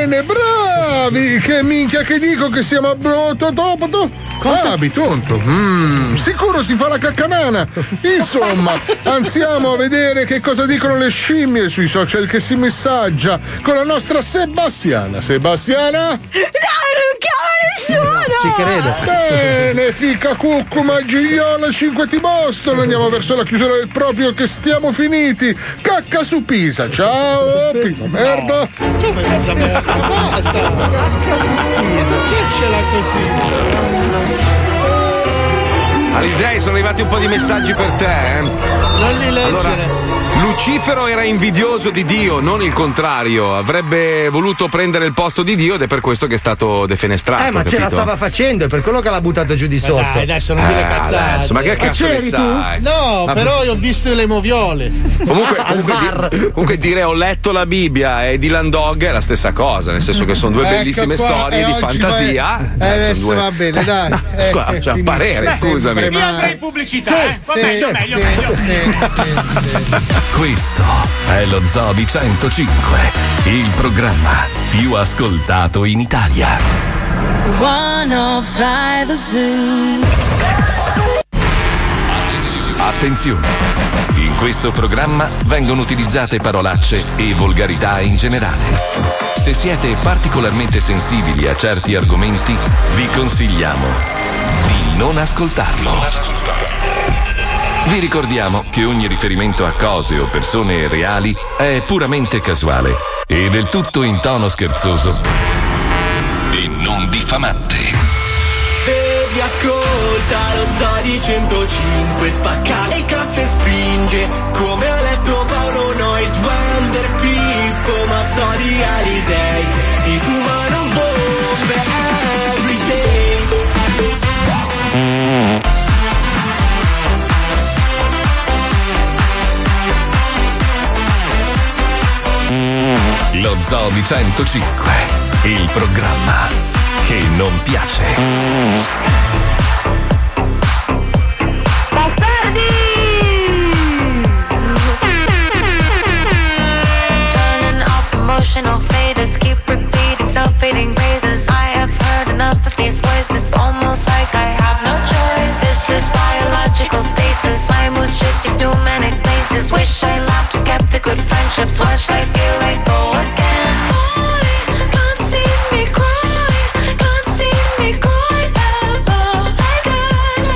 Speaker 9: Bene, bravi! Che minchia che dico che siamo a Broto Topoto! Cosa? Ah, bitonto! Mm, sicuro si fa la caccanana! Insomma, andiamo a vedere che cosa dicono le scimmie sui social che si messaggia con la nostra Sebastiana. Sebastiana?
Speaker 11: No, non chiama nessuno! ci credo.
Speaker 9: Bene, fica cucuma, gigliola, 5 di Boston. Andiamo verso la chiusura del proprio che stiamo finiti. Cacca su Pisa. Ciao, Pisa merda.
Speaker 11: Basta! Perché ce l'ha così?
Speaker 1: Alisei, sono arrivati un po' di messaggi per te. Eh.
Speaker 11: Non li leggere.
Speaker 1: Allora, Lucifero era invidioso di Dio, non il contrario. Avrebbe voluto prendere il posto di Dio ed è per questo che è stato defenestrato.
Speaker 7: Eh, ma ce la
Speaker 1: capito?
Speaker 7: stava facendo, è per quello che l'ha buttato giù di sotto.
Speaker 1: dai, adesso non dire Eh, cazzate. adesso, ma che cazzo ne
Speaker 7: c'eri
Speaker 1: sai?
Speaker 7: tu?
Speaker 9: No,
Speaker 1: Ma-
Speaker 9: però io ho visto le moviole.
Speaker 1: Ecco. Comunque, comunque, di- comunque dire ho letto la Bibbia e Dylan Dog è la stessa cosa, nel senso che sono due
Speaker 9: Ecco
Speaker 1: bellissime
Speaker 9: qua,
Speaker 1: storie
Speaker 9: e
Speaker 1: di
Speaker 9: oggi
Speaker 1: fantasia.
Speaker 9: vai-
Speaker 1: Eh,
Speaker 9: adesso
Speaker 1: sono due-
Speaker 9: va bene, dai.
Speaker 1: Eh, scusa,
Speaker 9: è
Speaker 1: cioè,
Speaker 9: finita.
Speaker 1: parere,
Speaker 9: Beh,
Speaker 1: scusami.
Speaker 9: sempre
Speaker 1: Io
Speaker 9: male.
Speaker 21: andrei in pubblicità, eh. Va
Speaker 9: sì,
Speaker 21: meglio,
Speaker 11: cioè,
Speaker 9: sì,
Speaker 21: meglio,
Speaker 9: sì,
Speaker 21: meglio.
Speaker 9: sì, sì.
Speaker 2: Questo è lo Zoo di 105, il programma più ascoltato in Italia.
Speaker 11: 105 The Zoo.
Speaker 2: Attenzione! In questo programma vengono utilizzate parolacce e volgarità in generale. Se siete particolarmente sensibili a certi argomenti, vi consigliamo di non ascoltarlo. Vi ricordiamo che ogni riferimento a cose o persone reali è puramente casuale e del tutto in tono scherzoso e non diffamante.
Speaker 6: Bevi, ascolta lo Zodi 105 Spacca le casse spinge Come ha letto Paolo Nois Wander Pippo Mazzoli Alisei Si fumano bombe every day
Speaker 2: Lo Zoo di 105, il programma che non piace.
Speaker 11: Turning up emotional faders, keep repeating self-fading praises. I have heard enough of these voices, almost like I have no choice. This is biological stasis, my mood shifting to manic places. Wish I laughed and kept the good friendships. Watch life feel like go again. I can't see me cry, can't see me cry ever again.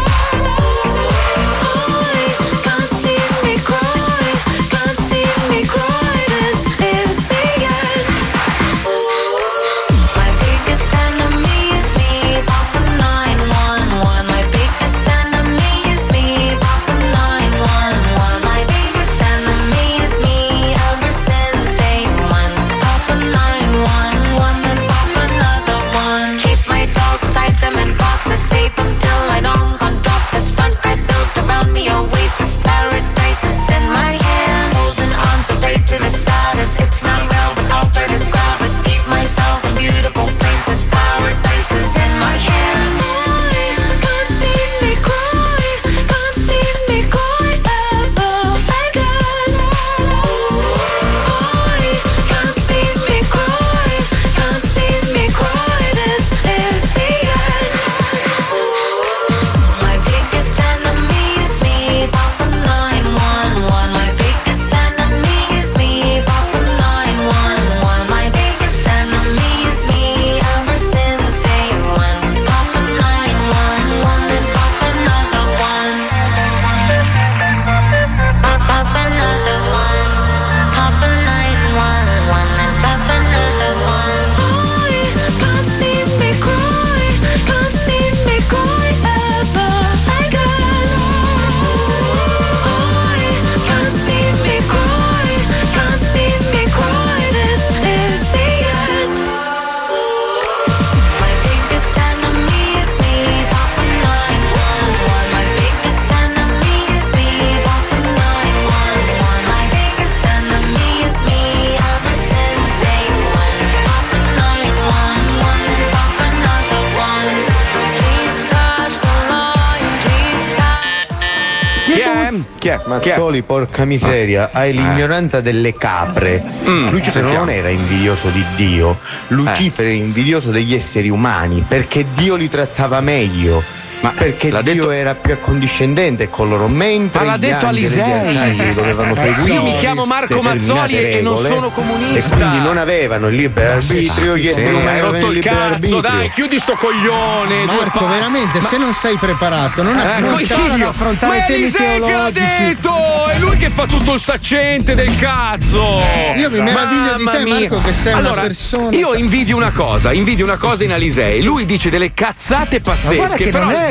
Speaker 11: I can't see me cry, can't see me cry. This is the end. My biggest enemy is me, Papa 911. My biggest enemy is me, Papa 911. My biggest enemy is me ever since day one. Papa 911, then pop another one. Keep my dolls tight, them in boxes, save them till I don't gone drop this fun I built around me. Oasis, paradise is in my hand, holding on so tight to the status. It's not real, but I'll try to grab it. Keep myself in beautiful places, paradise is in my hand. I can't see me cry, can't see me cry ever again. I can't see me cry, can't see me cry. This is the end. My biggest enemy is me, Papa 911. My biggest enemy is me, Papa 911. My biggest enemy is me ever since day one. Papa 911, then Papa another one. Papa another one. Papa 911, then Papa another one. I can't see me cry, can't see me cry ever again. I can't see me cry, can't see me cry. This is the end. My biggest enemy is me, Papa 911. My biggest enemy is me, Papa 911. My biggest enemy is me ever since day one. Papa 911, and Papa another one. Please catch the lion, please catch.
Speaker 1: Chi è? Chi è? Eh.
Speaker 22: Mazzoli, porca miseria, hai l'ignoranza delle capre.
Speaker 1: Mm,
Speaker 22: Lucifero
Speaker 1: sentiamo. Eh.
Speaker 22: non era invidioso di Dio, Lucifero era invidioso degli esseri umani perché Dio li trattava meglio. perché Dio era più accondiscendente con loro mentre
Speaker 1: Ma l'ha
Speaker 22: gli
Speaker 1: detto
Speaker 22: angeli e gli
Speaker 1: Alisei.
Speaker 22: arcangeli dovevano
Speaker 1: Mazzoli.
Speaker 22: seguire
Speaker 1: Io mi chiamo Marco
Speaker 22: determinate
Speaker 1: Mazzoli e non
Speaker 22: regole,
Speaker 1: sono comunista.
Speaker 22: e quindi non avevano il libero
Speaker 1: Ma sì,
Speaker 22: arbitrio gli
Speaker 1: sì,
Speaker 22: esseri
Speaker 1: ma
Speaker 22: umani
Speaker 1: hai
Speaker 22: avevano
Speaker 1: rotto il
Speaker 22: libero arbitrio.
Speaker 1: cazzo, dai, chiudi sto coglione.
Speaker 22: Marco,
Speaker 1: veramente,
Speaker 22: se
Speaker 1: non sei preparato,
Speaker 8: Eh,
Speaker 22: non
Speaker 1: ecco,
Speaker 7: affrontare- non affrontare
Speaker 1: Ma è
Speaker 7: temi
Speaker 1: Elisei che l'ha
Speaker 7: teologici.
Speaker 1: detto! È lui che fa tutto il saccente del cazzo!
Speaker 3: Io mi meraviglio di te,
Speaker 1: Mamma mia.
Speaker 3: Marco, che sei una
Speaker 1: Allora,
Speaker 3: persona-
Speaker 1: Io invidio una cosa, invidio una cosa in Alisei. Lui dice delle cazzate
Speaker 7: Ma guarda
Speaker 1: pazzesche,
Speaker 7: che
Speaker 1: però
Speaker 7: non è me-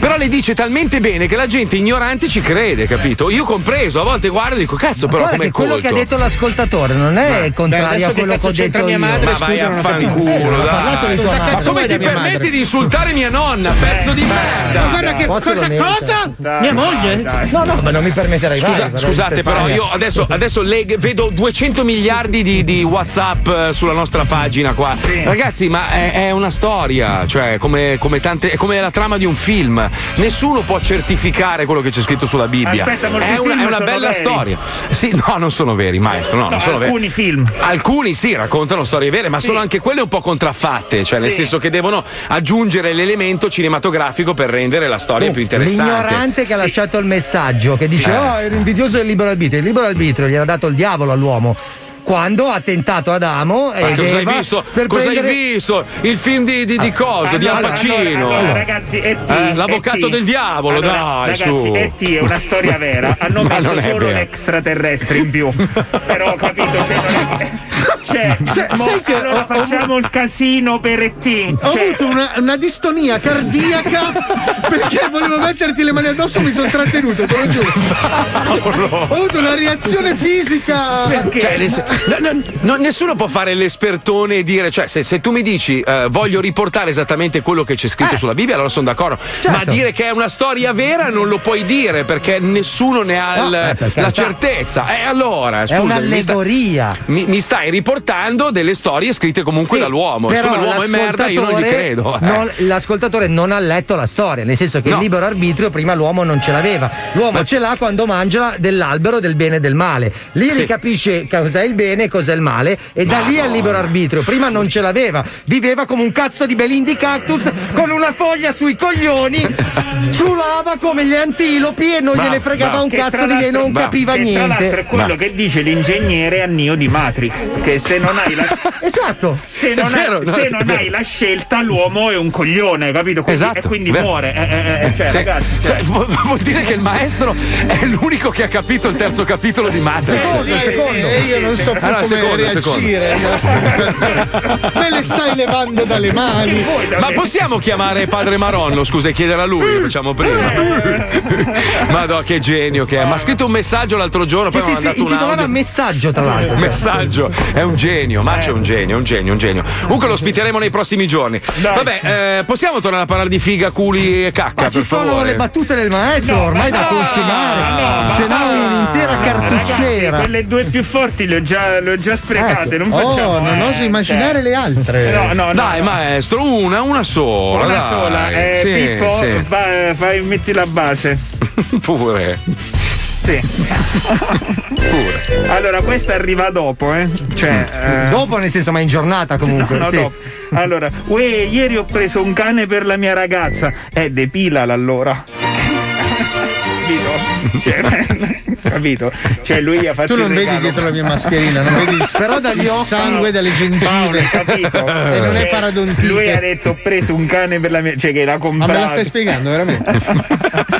Speaker 1: Però le dice talmente bene che la gente ignorante ci crede, capito? Io compreso, a volte guardo e dico, cazzo, però
Speaker 7: Guarda
Speaker 1: come
Speaker 7: che quello
Speaker 1: colto.
Speaker 7: che ha detto l'ascoltatore non è
Speaker 1: Beh,
Speaker 7: contrario
Speaker 1: adesso
Speaker 7: a
Speaker 1: che
Speaker 7: quello che
Speaker 1: cazzo
Speaker 7: ho detto
Speaker 1: c'entra
Speaker 7: io.
Speaker 1: mia madre? Ma Scusa, vai a non ho capito. fanculo, dai. Cosa
Speaker 7: Ma
Speaker 1: cazzo vuoi da mia madre? Permetti di insultare mia nonna, pezzo di merda.
Speaker 7: Ma
Speaker 1: guarda che-
Speaker 7: Forse lo
Speaker 1: cosa-
Speaker 7: merita.
Speaker 1: cosa? Dai,
Speaker 7: Mia
Speaker 1: dai,
Speaker 7: moglie?
Speaker 1: dai.
Speaker 7: No, no, ma non mi permetterei
Speaker 1: Scusa-
Speaker 7: mai.
Speaker 1: scusate, però
Speaker 7: Stefania.
Speaker 1: io adesso, adesso leg- vedo 200 miliardi di, di WhatsApp eh, sulla nostra pagina qua. Ragazzi, ma è, è una storia, cioè come, come tante, è come la trama di un film. Nessuno può certificare quello che c'è scritto sulla Bibbia.
Speaker 8: Aspetta, molti
Speaker 1: è una,
Speaker 8: film
Speaker 1: è una
Speaker 8: sono
Speaker 1: bella
Speaker 8: veri.
Speaker 1: storia. Sì, no, non sono veri, maestro. No, non
Speaker 8: No,
Speaker 1: sono veri.
Speaker 8: alcuni film.
Speaker 1: Alcuni sì, raccontano storie vere, ma sono anche quelle un po' contraffatte, cioè nel
Speaker 7: Sì.
Speaker 1: senso che devono aggiungere l'elemento cinematografico per rendere la storia più interessante.
Speaker 7: Oh, L'ignorante che ha lasciato il messaggio che
Speaker 1: Sì.
Speaker 7: dice:
Speaker 1: Eh.
Speaker 7: Oh, ero invidioso del libero arbitrio. Il libero arbitrio gliel'ha dato il diavolo all'uomo. Quando ha tentato Adamo
Speaker 8: Eh,
Speaker 1: Ma
Speaker 7: e
Speaker 1: cosa hai
Speaker 7: Eva
Speaker 1: visto?
Speaker 7: per
Speaker 1: Cosa
Speaker 7: prendere...
Speaker 1: hai visto? Il film di, di, di cosa? di Al
Speaker 8: Ah, allora,
Speaker 1: Pacino?
Speaker 8: allora, allora, ragazzi, E.T.
Speaker 1: Eh, l'avvocato
Speaker 8: E.T..
Speaker 1: del diavolo,
Speaker 8: Allora,
Speaker 1: dai,
Speaker 8: ragazzi,
Speaker 1: su.
Speaker 8: E.T. è una storia vera. Hanno
Speaker 1: Ma
Speaker 8: messo
Speaker 1: non è
Speaker 8: solo un
Speaker 1: vera.
Speaker 8: extraterrestre in più. Però ho capito, se non è... Cioè,
Speaker 9: Se-
Speaker 8: mo-
Speaker 9: sai che
Speaker 8: allora
Speaker 9: ho-
Speaker 8: facciamo il casino per E.T.
Speaker 9: Ho
Speaker 8: Cioè,
Speaker 9: avuto una, una distonia cardiaca perché volevo metterti le mani addosso e mi sono trattenuto, te lo giuro. Ho avuto una reazione fisica.
Speaker 1: Cioè, nel sen-
Speaker 8: Ah,
Speaker 1: no, no, no, nessuno può fare l'espertone e dire, cioè, se, se tu mi dici eh, voglio riportare esattamente quello che c'è
Speaker 8: Eh.
Speaker 1: scritto sulla Bibbia, allora sono d'accordo.
Speaker 8: Certo.
Speaker 1: Ma dire che è una storia vera non lo puoi dire perché nessuno ne ha
Speaker 7: No,
Speaker 1: il-
Speaker 7: eh, per
Speaker 1: la
Speaker 7: carità.
Speaker 1: certezza. E allora,
Speaker 7: è
Speaker 1: scusa, mi sta-
Speaker 7: un'allegoria.
Speaker 1: Mi, mi stai riportando delle storie scritte comunque
Speaker 7: Sì,
Speaker 1: dall'uomo.
Speaker 7: però
Speaker 1: Oh, Siccome l'uomo è merda, io non gli
Speaker 7: l'ascoltatore
Speaker 1: credo. eh.
Speaker 7: non- l'ascoltatore non ha letto la storia, nel senso che
Speaker 1: No.
Speaker 7: il libero arbitrio prima l'uomo non ce l'aveva. L'uomo ce l'ha quando mangia dell'albero del bene e del male. Lì
Speaker 10: Sì.
Speaker 7: ricapisce cos'è il bene e cos'è il male e da lì al libero arbitrio. Prima non ce l'aveva, viveva come un cazzo di Belindi cactus con una foglia sui coglioni, ciulava come gli antilopi e non gliene fregava un
Speaker 8: Che
Speaker 7: cazzo
Speaker 8: tra
Speaker 7: di e
Speaker 8: l'altro-
Speaker 7: non
Speaker 8: ma-
Speaker 7: capiva
Speaker 8: che Tra l'altro è
Speaker 7: niente.
Speaker 8: quello che dice l'ingegnere a Neo di Matrix. Che se non hai la
Speaker 7: Esatto.
Speaker 8: se non,
Speaker 7: È vero,
Speaker 8: hai,
Speaker 7: no,
Speaker 8: se
Speaker 7: è
Speaker 8: non
Speaker 7: vero.
Speaker 8: hai la scelta, l'uomo è un coglione, capito? Quindi,
Speaker 1: Esatto,
Speaker 8: e quindi
Speaker 1: vero.
Speaker 8: muore. Eh, eh, eh, cioè,
Speaker 1: Sì.
Speaker 8: ragazzi, cioè-
Speaker 1: Cioè, vu- vu- vuol dire che il maestro è l'unico che ha capito il terzo capitolo di Matrix.
Speaker 9: Secondo, eh, secondo. E io non so più
Speaker 1: Allora,
Speaker 9: come
Speaker 1: secondo,
Speaker 9: reagire.
Speaker 1: secondo.
Speaker 9: Me le stai levando dalle mani.
Speaker 1: Ma possiamo chiamare padre Maronno, scusa, e chiedere a lui, lo facciamo prima. Eh. Madò, che genio che è. Ma ha scritto un messaggio l'altro giorno,
Speaker 7: Che
Speaker 1: poi mi ha
Speaker 7: si, si
Speaker 1: mandato un
Speaker 7: intitolava
Speaker 1: audio.
Speaker 7: messaggio, tra l'altro.
Speaker 1: Messaggio, è un genio, Macio
Speaker 8: Eh.
Speaker 1: è un genio, è un genio, è un genio. Comunque lo ospiteremo nei prossimi giorni. Vabbè, eh, possiamo tornare a parlare di figa, culi e cacca,
Speaker 7: Ma ci
Speaker 1: per
Speaker 7: sono
Speaker 1: favore?
Speaker 7: le battute del maestro, ormai da
Speaker 8: Ah,
Speaker 7: consumare. Ce n'ha un'intera cartucciera.
Speaker 8: Ragazzi, quelle due più forti le ho già, le ho già sprecate. Non facciamo.
Speaker 9: Oh, non
Speaker 8: eh,
Speaker 9: oso immaginare
Speaker 8: cioè.
Speaker 9: le altre.
Speaker 8: No, no, no.
Speaker 1: Eh, dai,
Speaker 8: no.
Speaker 1: maestro, una, una sola.
Speaker 8: Una
Speaker 1: dai.
Speaker 8: sola. Eh,
Speaker 1: Sì,
Speaker 8: Pippo,
Speaker 1: sì.
Speaker 8: va- fai- eh, metti la base.
Speaker 1: Pure.
Speaker 8: Sì. Allora, questa arriva dopo, eh. Cioè, eh,
Speaker 7: Dopo, nel senso, ma in giornata comunque.
Speaker 8: No, no,
Speaker 7: sì.
Speaker 8: dopo. Allora, uè, ieri ho preso un cane per la mia ragazza. Eh, depilala allora. Capito? Cioè, capito? Cioè, lui ha fatto
Speaker 9: Tu
Speaker 8: il
Speaker 9: non vedi
Speaker 8: regalo.
Speaker 9: dietro la mia mascherina, non vedi il-
Speaker 8: Però dagli
Speaker 9: il
Speaker 8: occhi-
Speaker 9: sangue dalle
Speaker 8: Paolo,
Speaker 9: gengive.
Speaker 8: capito?
Speaker 9: E non è
Speaker 8: Cioè,
Speaker 9: paradontite.
Speaker 8: Lui ha detto ho preso un cane per la mia cioè che era
Speaker 9: Ma
Speaker 8: comprato.
Speaker 9: me la stai spiegando veramente?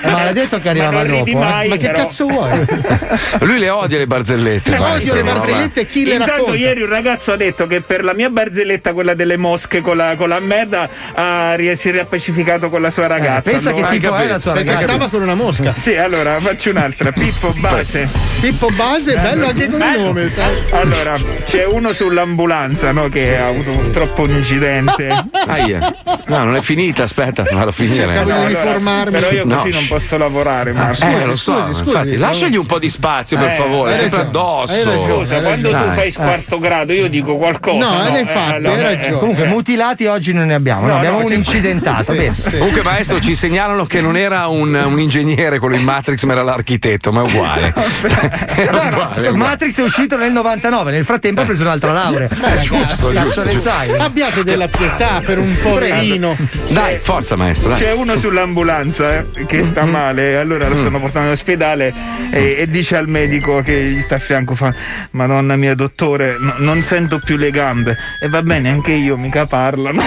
Speaker 7: ma l'ha detto che
Speaker 8: arrivava non ridi dopo, eh? mai,
Speaker 9: ma che
Speaker 8: però.
Speaker 9: cazzo vuoi?
Speaker 1: Lui le odia le barzellette. maestro, no,
Speaker 9: e chi le
Speaker 8: Intanto
Speaker 9: racconta?
Speaker 8: ieri un ragazzo ha detto che per la mia barzelletta, quella delle mosche con la, con la merda, ha, ri- si è riappacificato con la sua ragazza.
Speaker 9: Eh, pensa che
Speaker 8: Allora-
Speaker 9: tipo
Speaker 8: Hai capito?
Speaker 9: è la sua
Speaker 8: Perché
Speaker 9: ragazza.
Speaker 8: stava
Speaker 9: con una mosca.
Speaker 8: Sì, allora faccio un'altra. Pippo Base.
Speaker 9: Pippo Base è bello anche come
Speaker 8: Bello.
Speaker 9: nome, sai?
Speaker 8: Allora, c'è uno sull'ambulanza no, che ha avuto un troppo incidente.
Speaker 1: Aia. No, non è finita, aspetta, vado a finire.
Speaker 8: Cercavo di
Speaker 1: No, allora,
Speaker 8: uniformarmi. però io così
Speaker 1: No,
Speaker 8: non posso lavorare, Marco.
Speaker 1: eh, lo so, infatti, lasciagli un po' di spazio, per
Speaker 8: Eh,
Speaker 1: favore,
Speaker 8: hai
Speaker 1: sempre
Speaker 8: ragione,
Speaker 1: addosso.
Speaker 8: hai ragione, Eh. Scusa, quando tu
Speaker 1: Dai.
Speaker 8: fai quarto grado, io dico qualcosa.
Speaker 7: No,
Speaker 8: no?
Speaker 7: eh, infatti,
Speaker 8: allora,
Speaker 7: hai
Speaker 8: eh,
Speaker 7: ragione. Comunque, mutilati oggi non ne abbiamo, no,
Speaker 8: No,
Speaker 7: abbiamo
Speaker 8: no,
Speaker 7: un
Speaker 8: c'è-
Speaker 7: incidentato.
Speaker 8: Sì,
Speaker 7: bene.
Speaker 1: Comunque, maestro, ci segnalano che non era un, un ingegnere quello in Matrix, ma era l'architetto, ma è uguale. era uguale. uguale.
Speaker 7: Matrix è uscito nel 99, nel frattempo ha preso un'altra laurea.
Speaker 1: Eh, giusto, giusto,
Speaker 7: le
Speaker 1: giusto.
Speaker 7: sai.
Speaker 9: Abbiate della pietà per un poverino.
Speaker 1: Dai, forza, maestro. Dai.
Speaker 8: C'è uno sull'ambulanza eh, che sta male, allora lo stanno portando in ospedale e, e dice al medico che gli sta a fianco, fa Madonna mia dottore, no- non sento più le gambe. E va bene, anche io mica parlano.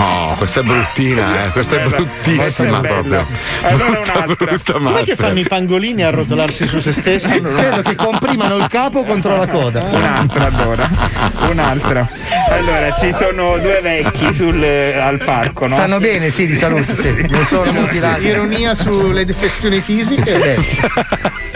Speaker 1: Oh, questa è bruttina, eh. questa è
Speaker 8: Bella,
Speaker 1: bruttissima
Speaker 8: questa è bella.
Speaker 1: proprio. Brutta, brutta
Speaker 9: Com'è che
Speaker 1: maestra.
Speaker 9: fanno i pangolini a rotolarsi su se stessi?
Speaker 7: Credo che comprimano il capo contro la coda.
Speaker 8: Un'altra allora, un'altra. Allora, ci sono due vecchi sul, eh, al parco, no?
Speaker 3: Stanno bene, sì, di salute, sì. Non sono mutilati.
Speaker 23: Ironia sulle defezioni fisiche.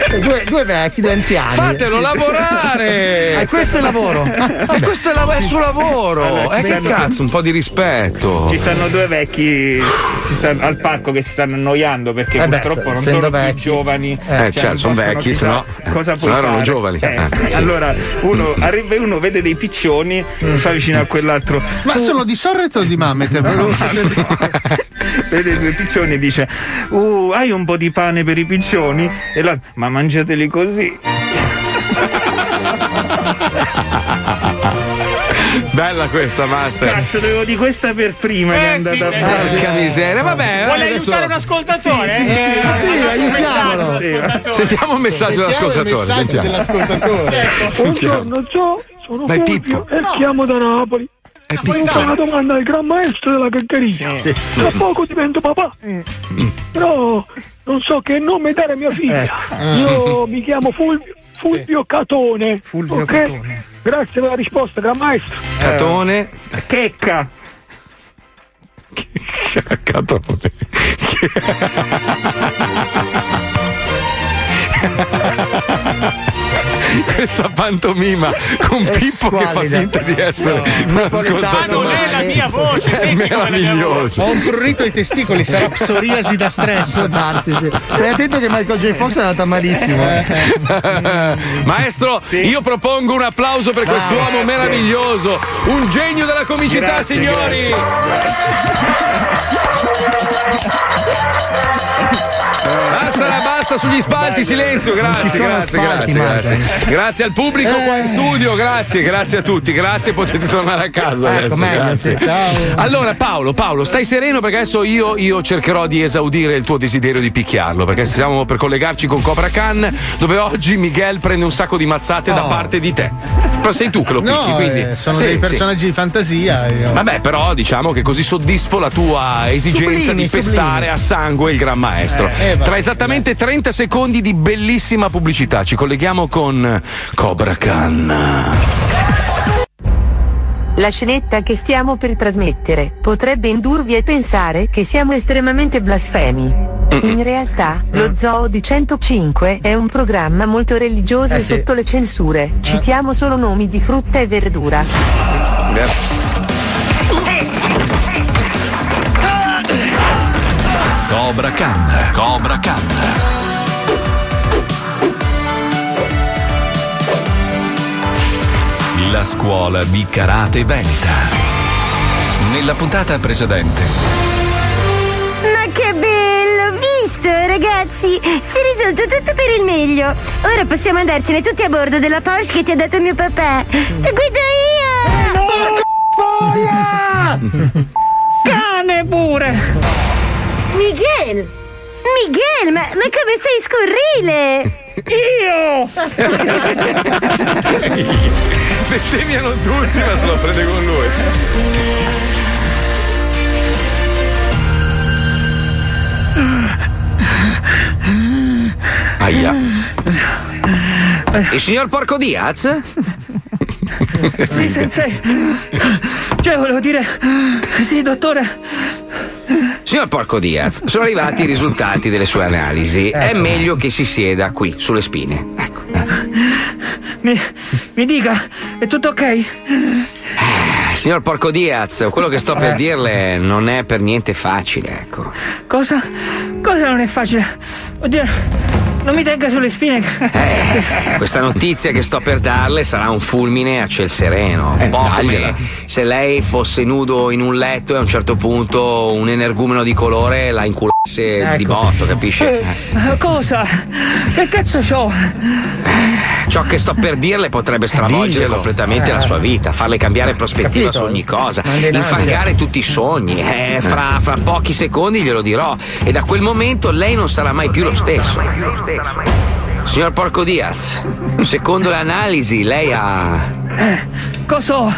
Speaker 3: Beh, due, due vecchi, due anziani.
Speaker 1: Fatelo lavorare!
Speaker 9: Ah,
Speaker 3: Eh, questo è lavoro.
Speaker 1: E questo è, la- è il suo lavoro!
Speaker 8: Allora,
Speaker 1: Eh,
Speaker 8: ci
Speaker 1: che
Speaker 8: stanno-
Speaker 1: cazzo, un po' di rispetto.
Speaker 8: Ci stanno due vecchi si stanno- al parco che si stanno annoiando perché
Speaker 1: Eh beh,
Speaker 8: purtroppo non
Speaker 1: essendo
Speaker 8: sono più giovani. Cioè,
Speaker 1: Eh, certo,
Speaker 8: non
Speaker 1: sono
Speaker 8: possono
Speaker 1: vecchi,
Speaker 8: chissà
Speaker 1: sennò-
Speaker 8: cosa
Speaker 1: eh,
Speaker 8: puoi
Speaker 1: sennò erano
Speaker 8: fare.
Speaker 1: giovani.
Speaker 8: Eh,
Speaker 1: Eh, sì.
Speaker 8: Allora, uno arriva e uno vede dei piccioni,
Speaker 1: Mm.
Speaker 8: fa vicino a quell'altro.
Speaker 23: Ma sono di Sorrento o di Mamet? Volevo sapere.
Speaker 8: vede i due piccioni e dice: Uh, hai un po' di pane per i piccioni? E l'altro, ma mangiateli così.
Speaker 1: Bella questa, Master.
Speaker 8: Cazzo, dovevo di questa per prima che è andata a
Speaker 1: eh, Porca sì. miseria, vabbè,
Speaker 15: Vuole
Speaker 1: adesso-
Speaker 15: aiutare un ascoltatore?
Speaker 8: Sì, sì,
Speaker 15: Eh,
Speaker 8: sì,
Speaker 15: ha
Speaker 8: sì,
Speaker 15: mandato un
Speaker 8: aiutiamolo.
Speaker 15: messaggio all'ascoltatore.
Speaker 1: Sentiamo un messaggio dell'ascoltatore. Sentiamo. Sentiamo.
Speaker 21: Buongiorno, ciao, sono
Speaker 1: Vai,
Speaker 21: Fulvio
Speaker 1: Pippo.
Speaker 21: e chiamo da Napoli. E
Speaker 1: Pippo.
Speaker 21: una domanda al gran maestro della caccheria.
Speaker 1: Sì. Eh.
Speaker 21: Tra poco divento papà. Però non so che nome dare a mia figlia.
Speaker 1: Ecco.
Speaker 21: Io mi chiamo Fulvio, Fulvio Catone. ok? Grazie per Eh, la risposta, gran maestro.
Speaker 1: Eh. Catone.
Speaker 8: Checca.
Speaker 1: Catone. Questa pantomima con
Speaker 11: È
Speaker 1: Pippo che fa
Speaker 11: squallida.
Speaker 1: finta di essere un ascoltatore.
Speaker 11: Ma non è la mia voce,
Speaker 1: è
Speaker 11: senti come la mia
Speaker 1: meraviglioso.
Speaker 23: Ho un prurito ai testicoli, sarà psoriasi da stress.
Speaker 3: Può darsi, sì. Stai attento che Michael J. Fox è andata malissimo. eh.
Speaker 1: Maestro, io propongo un applauso per
Speaker 3: Bravo.
Speaker 1: quest'uomo
Speaker 3: Grazie.
Speaker 1: meraviglioso, un genio della comicità,
Speaker 11: Grazie,
Speaker 1: signori. Basta la basta sugli spalti, silenzio,
Speaker 11: Non ci
Speaker 1: grazie,
Speaker 11: sono
Speaker 1: grazie,
Speaker 11: spalti, Eh.
Speaker 1: grazie,
Speaker 11: Marco.
Speaker 1: grazie. Grazie al pubblico qua in studio, grazie, grazie a tutti, grazie, potete tornare a casa
Speaker 11: Ecco,
Speaker 1: adesso.
Speaker 11: meglio,
Speaker 1: grazie.
Speaker 11: sì, ciao.
Speaker 1: Allora Paolo, Paolo, stai sereno perché adesso io, io cercherò di esaudire il tuo desiderio di picchiarlo, perché stiamo per collegarci con Cobra Khan, dove oggi Miguel prende un sacco di mazzate
Speaker 11: Oh.
Speaker 1: da parte di te. Però sei tu che lo picchi,
Speaker 23: No,
Speaker 1: quindi...
Speaker 23: eh, sono
Speaker 1: Sì,
Speaker 23: dei
Speaker 1: sì.
Speaker 23: personaggi di fantasia. io.
Speaker 1: Vabbè, però diciamo che così soddisfo la tua esigenza
Speaker 23: Sublimi,
Speaker 1: di pestare
Speaker 23: sublimi.
Speaker 1: a sangue il gran maestro.
Speaker 23: Eh, eh, vabbè,
Speaker 1: Tra esattamente 30 secondi di bellissima pubblicità ci colleghiamo con Cobra Khan.
Speaker 13: La scenetta che stiamo per trasmettere potrebbe indurvi a pensare che siamo estremamente blasfemi. In realtà,
Speaker 18: Mm.
Speaker 13: lo Zoo di 105 è un programma molto religioso
Speaker 18: Eh
Speaker 13: e
Speaker 18: sì. Eh.
Speaker 13: sotto le censure. Citiamo solo nomi di frutta e verdura.
Speaker 2: Cobra Khan, Cobra Khan. La scuola di karate veneta. Nella puntata precedente,
Speaker 10: Ma che bello, visto ragazzi, si è risolto tutto per il meglio. Ora possiamo andarcene tutti a bordo della Porsche che ti ha dato mio papà. Guido io! Cane pure! Miguel! Miguel, ma, ma come sei scurrile! Io!
Speaker 1: Bestemmiano tutti, ma se lo prende con lui. Aia. Il signor Porco Diaz?
Speaker 12: Sì, sensei. Cioè, volevo dire. Sì, dottore.
Speaker 24: Signor Porco Diaz, sono arrivati i risultati delle sue analisi. È meglio che si sieda qui, sulle spine.
Speaker 12: Mi, mi dica, è tutto ok?
Speaker 24: Eh, Signor Porco Diaz, quello che sto per dirle non è per niente facile, ecco.
Speaker 12: Cosa? Cosa non è facile? Oddio, non mi tenga sulle spine.
Speaker 5: Eh.
Speaker 24: Questa notizia che sto per darle sarà un fulmine a ciel sereno.
Speaker 12: Eh,
Speaker 24: Un po' come se lei fosse nudo in un letto e a un certo punto un energumeno di colore la inculasse di
Speaker 12: Ecco.
Speaker 24: botto, capisce? Eh.
Speaker 12: Eh, Cosa? Che cazzo c'ho?
Speaker 24: Ciò che sto per dirle potrebbe stravolgere
Speaker 12: Eh, dillo.
Speaker 24: completamente
Speaker 12: Eh.
Speaker 24: la sua vita, farle cambiare prospettiva
Speaker 12: capito?
Speaker 24: su ogni cosa,
Speaker 12: Manda in ansia.
Speaker 24: infangare tutti i sogni. Eh, fra, fra pochi secondi glielo dirò e da quel momento lei non sarà mai più lo stesso. Signor Porco Diaz, secondo le analisi lei ha.
Speaker 12: Eh, Cos'ho?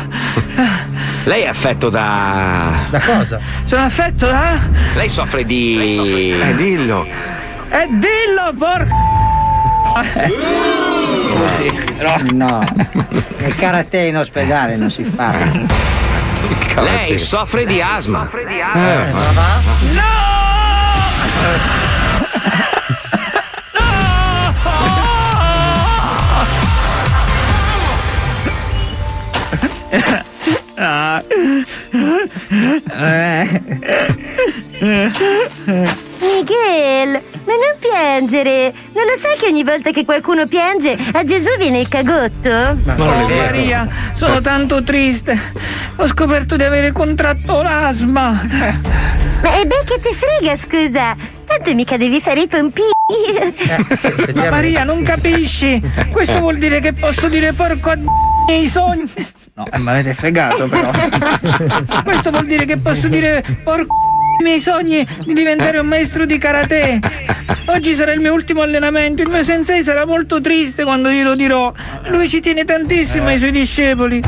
Speaker 24: Lei è affetto da.
Speaker 12: Da cosa? Sono affetto da.
Speaker 24: Lei soffre di. Eh, dillo.
Speaker 12: E dillo, porco!
Speaker 24: Così.
Speaker 4: No, il karate in ospedale non si fa.
Speaker 24: Lei soffre di asma.
Speaker 4: Eh, ma
Speaker 24: va?
Speaker 11: Ah.
Speaker 10: Miguel, ma non piangere! Non lo sai che ogni volta che qualcuno piange a Gesù viene il cagotto?
Speaker 12: oh Maria, sono tanto triste. Ho scoperto di avere contratto l'asma.
Speaker 10: Ma e beh che ti frega, scusa! Tanto mica devi fare i
Speaker 12: Eh,
Speaker 10: pompini!
Speaker 12: Ma Maria, non capisci? Questo vuol dire che posso dire porco a d- nei sogni.
Speaker 4: No, mi avete fregato però.
Speaker 12: Questo vuol dire che posso dire porco i miei sogni di diventare un maestro di karate. Oggi sarà il mio ultimo allenamento. Il mio sensei sarà molto triste quando glielo dirò. Lui ci tiene tantissimo ai suoi discepoli.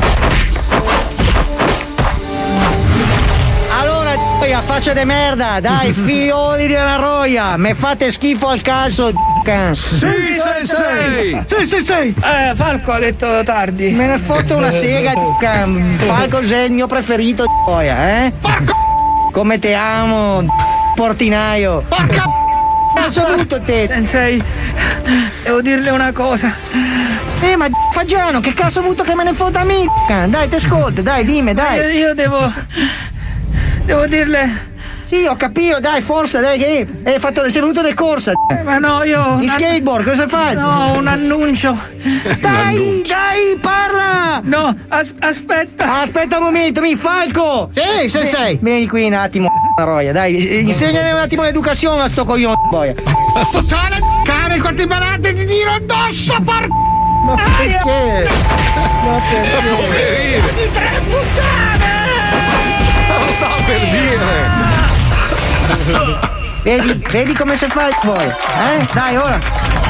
Speaker 4: Allora, a faccia de merda, dai, figlioli della roia, me fate schifo al calcio. Sì,
Speaker 12: sensei! Sì, sì, sì! Eh, Falco ha detto tardi.
Speaker 4: Me ne foto una sega, Falco sei il mio preferito, roia, eh? Come te amo, portinaio. Porca assoluto te.
Speaker 12: Sensei, devo dirle una cosa.
Speaker 4: Eh, ma Fagiano, che cazzo ho avuto che me ne fotta a me? Dai, ti ascolto, dai, dimmi, dai.
Speaker 12: Io, devo. Devo dirle.
Speaker 4: Sì, ho capito, dai, forza, dai, che hai fatto il saluto di corsa.
Speaker 12: ma no, io.
Speaker 4: In skateboard, cosa fai?
Speaker 12: No, un annuncio.
Speaker 4: Dai, dai, parla!
Speaker 12: No, aspetta!
Speaker 4: Aspetta un momento, mi Falco! Sì, sì, sei! Vieni qui un attimo, roia, dai, insegnale un attimo l'educazione a sto coglione, boia.
Speaker 11: Sto cane, cane, quante malate ti tiro addosso, porco!
Speaker 4: Ma perché? Ma
Speaker 11: perché? Di tre puttane!
Speaker 1: Lo stavo per dire!
Speaker 4: Vedi, vedi come si fa poi? Eh? Dai, ora.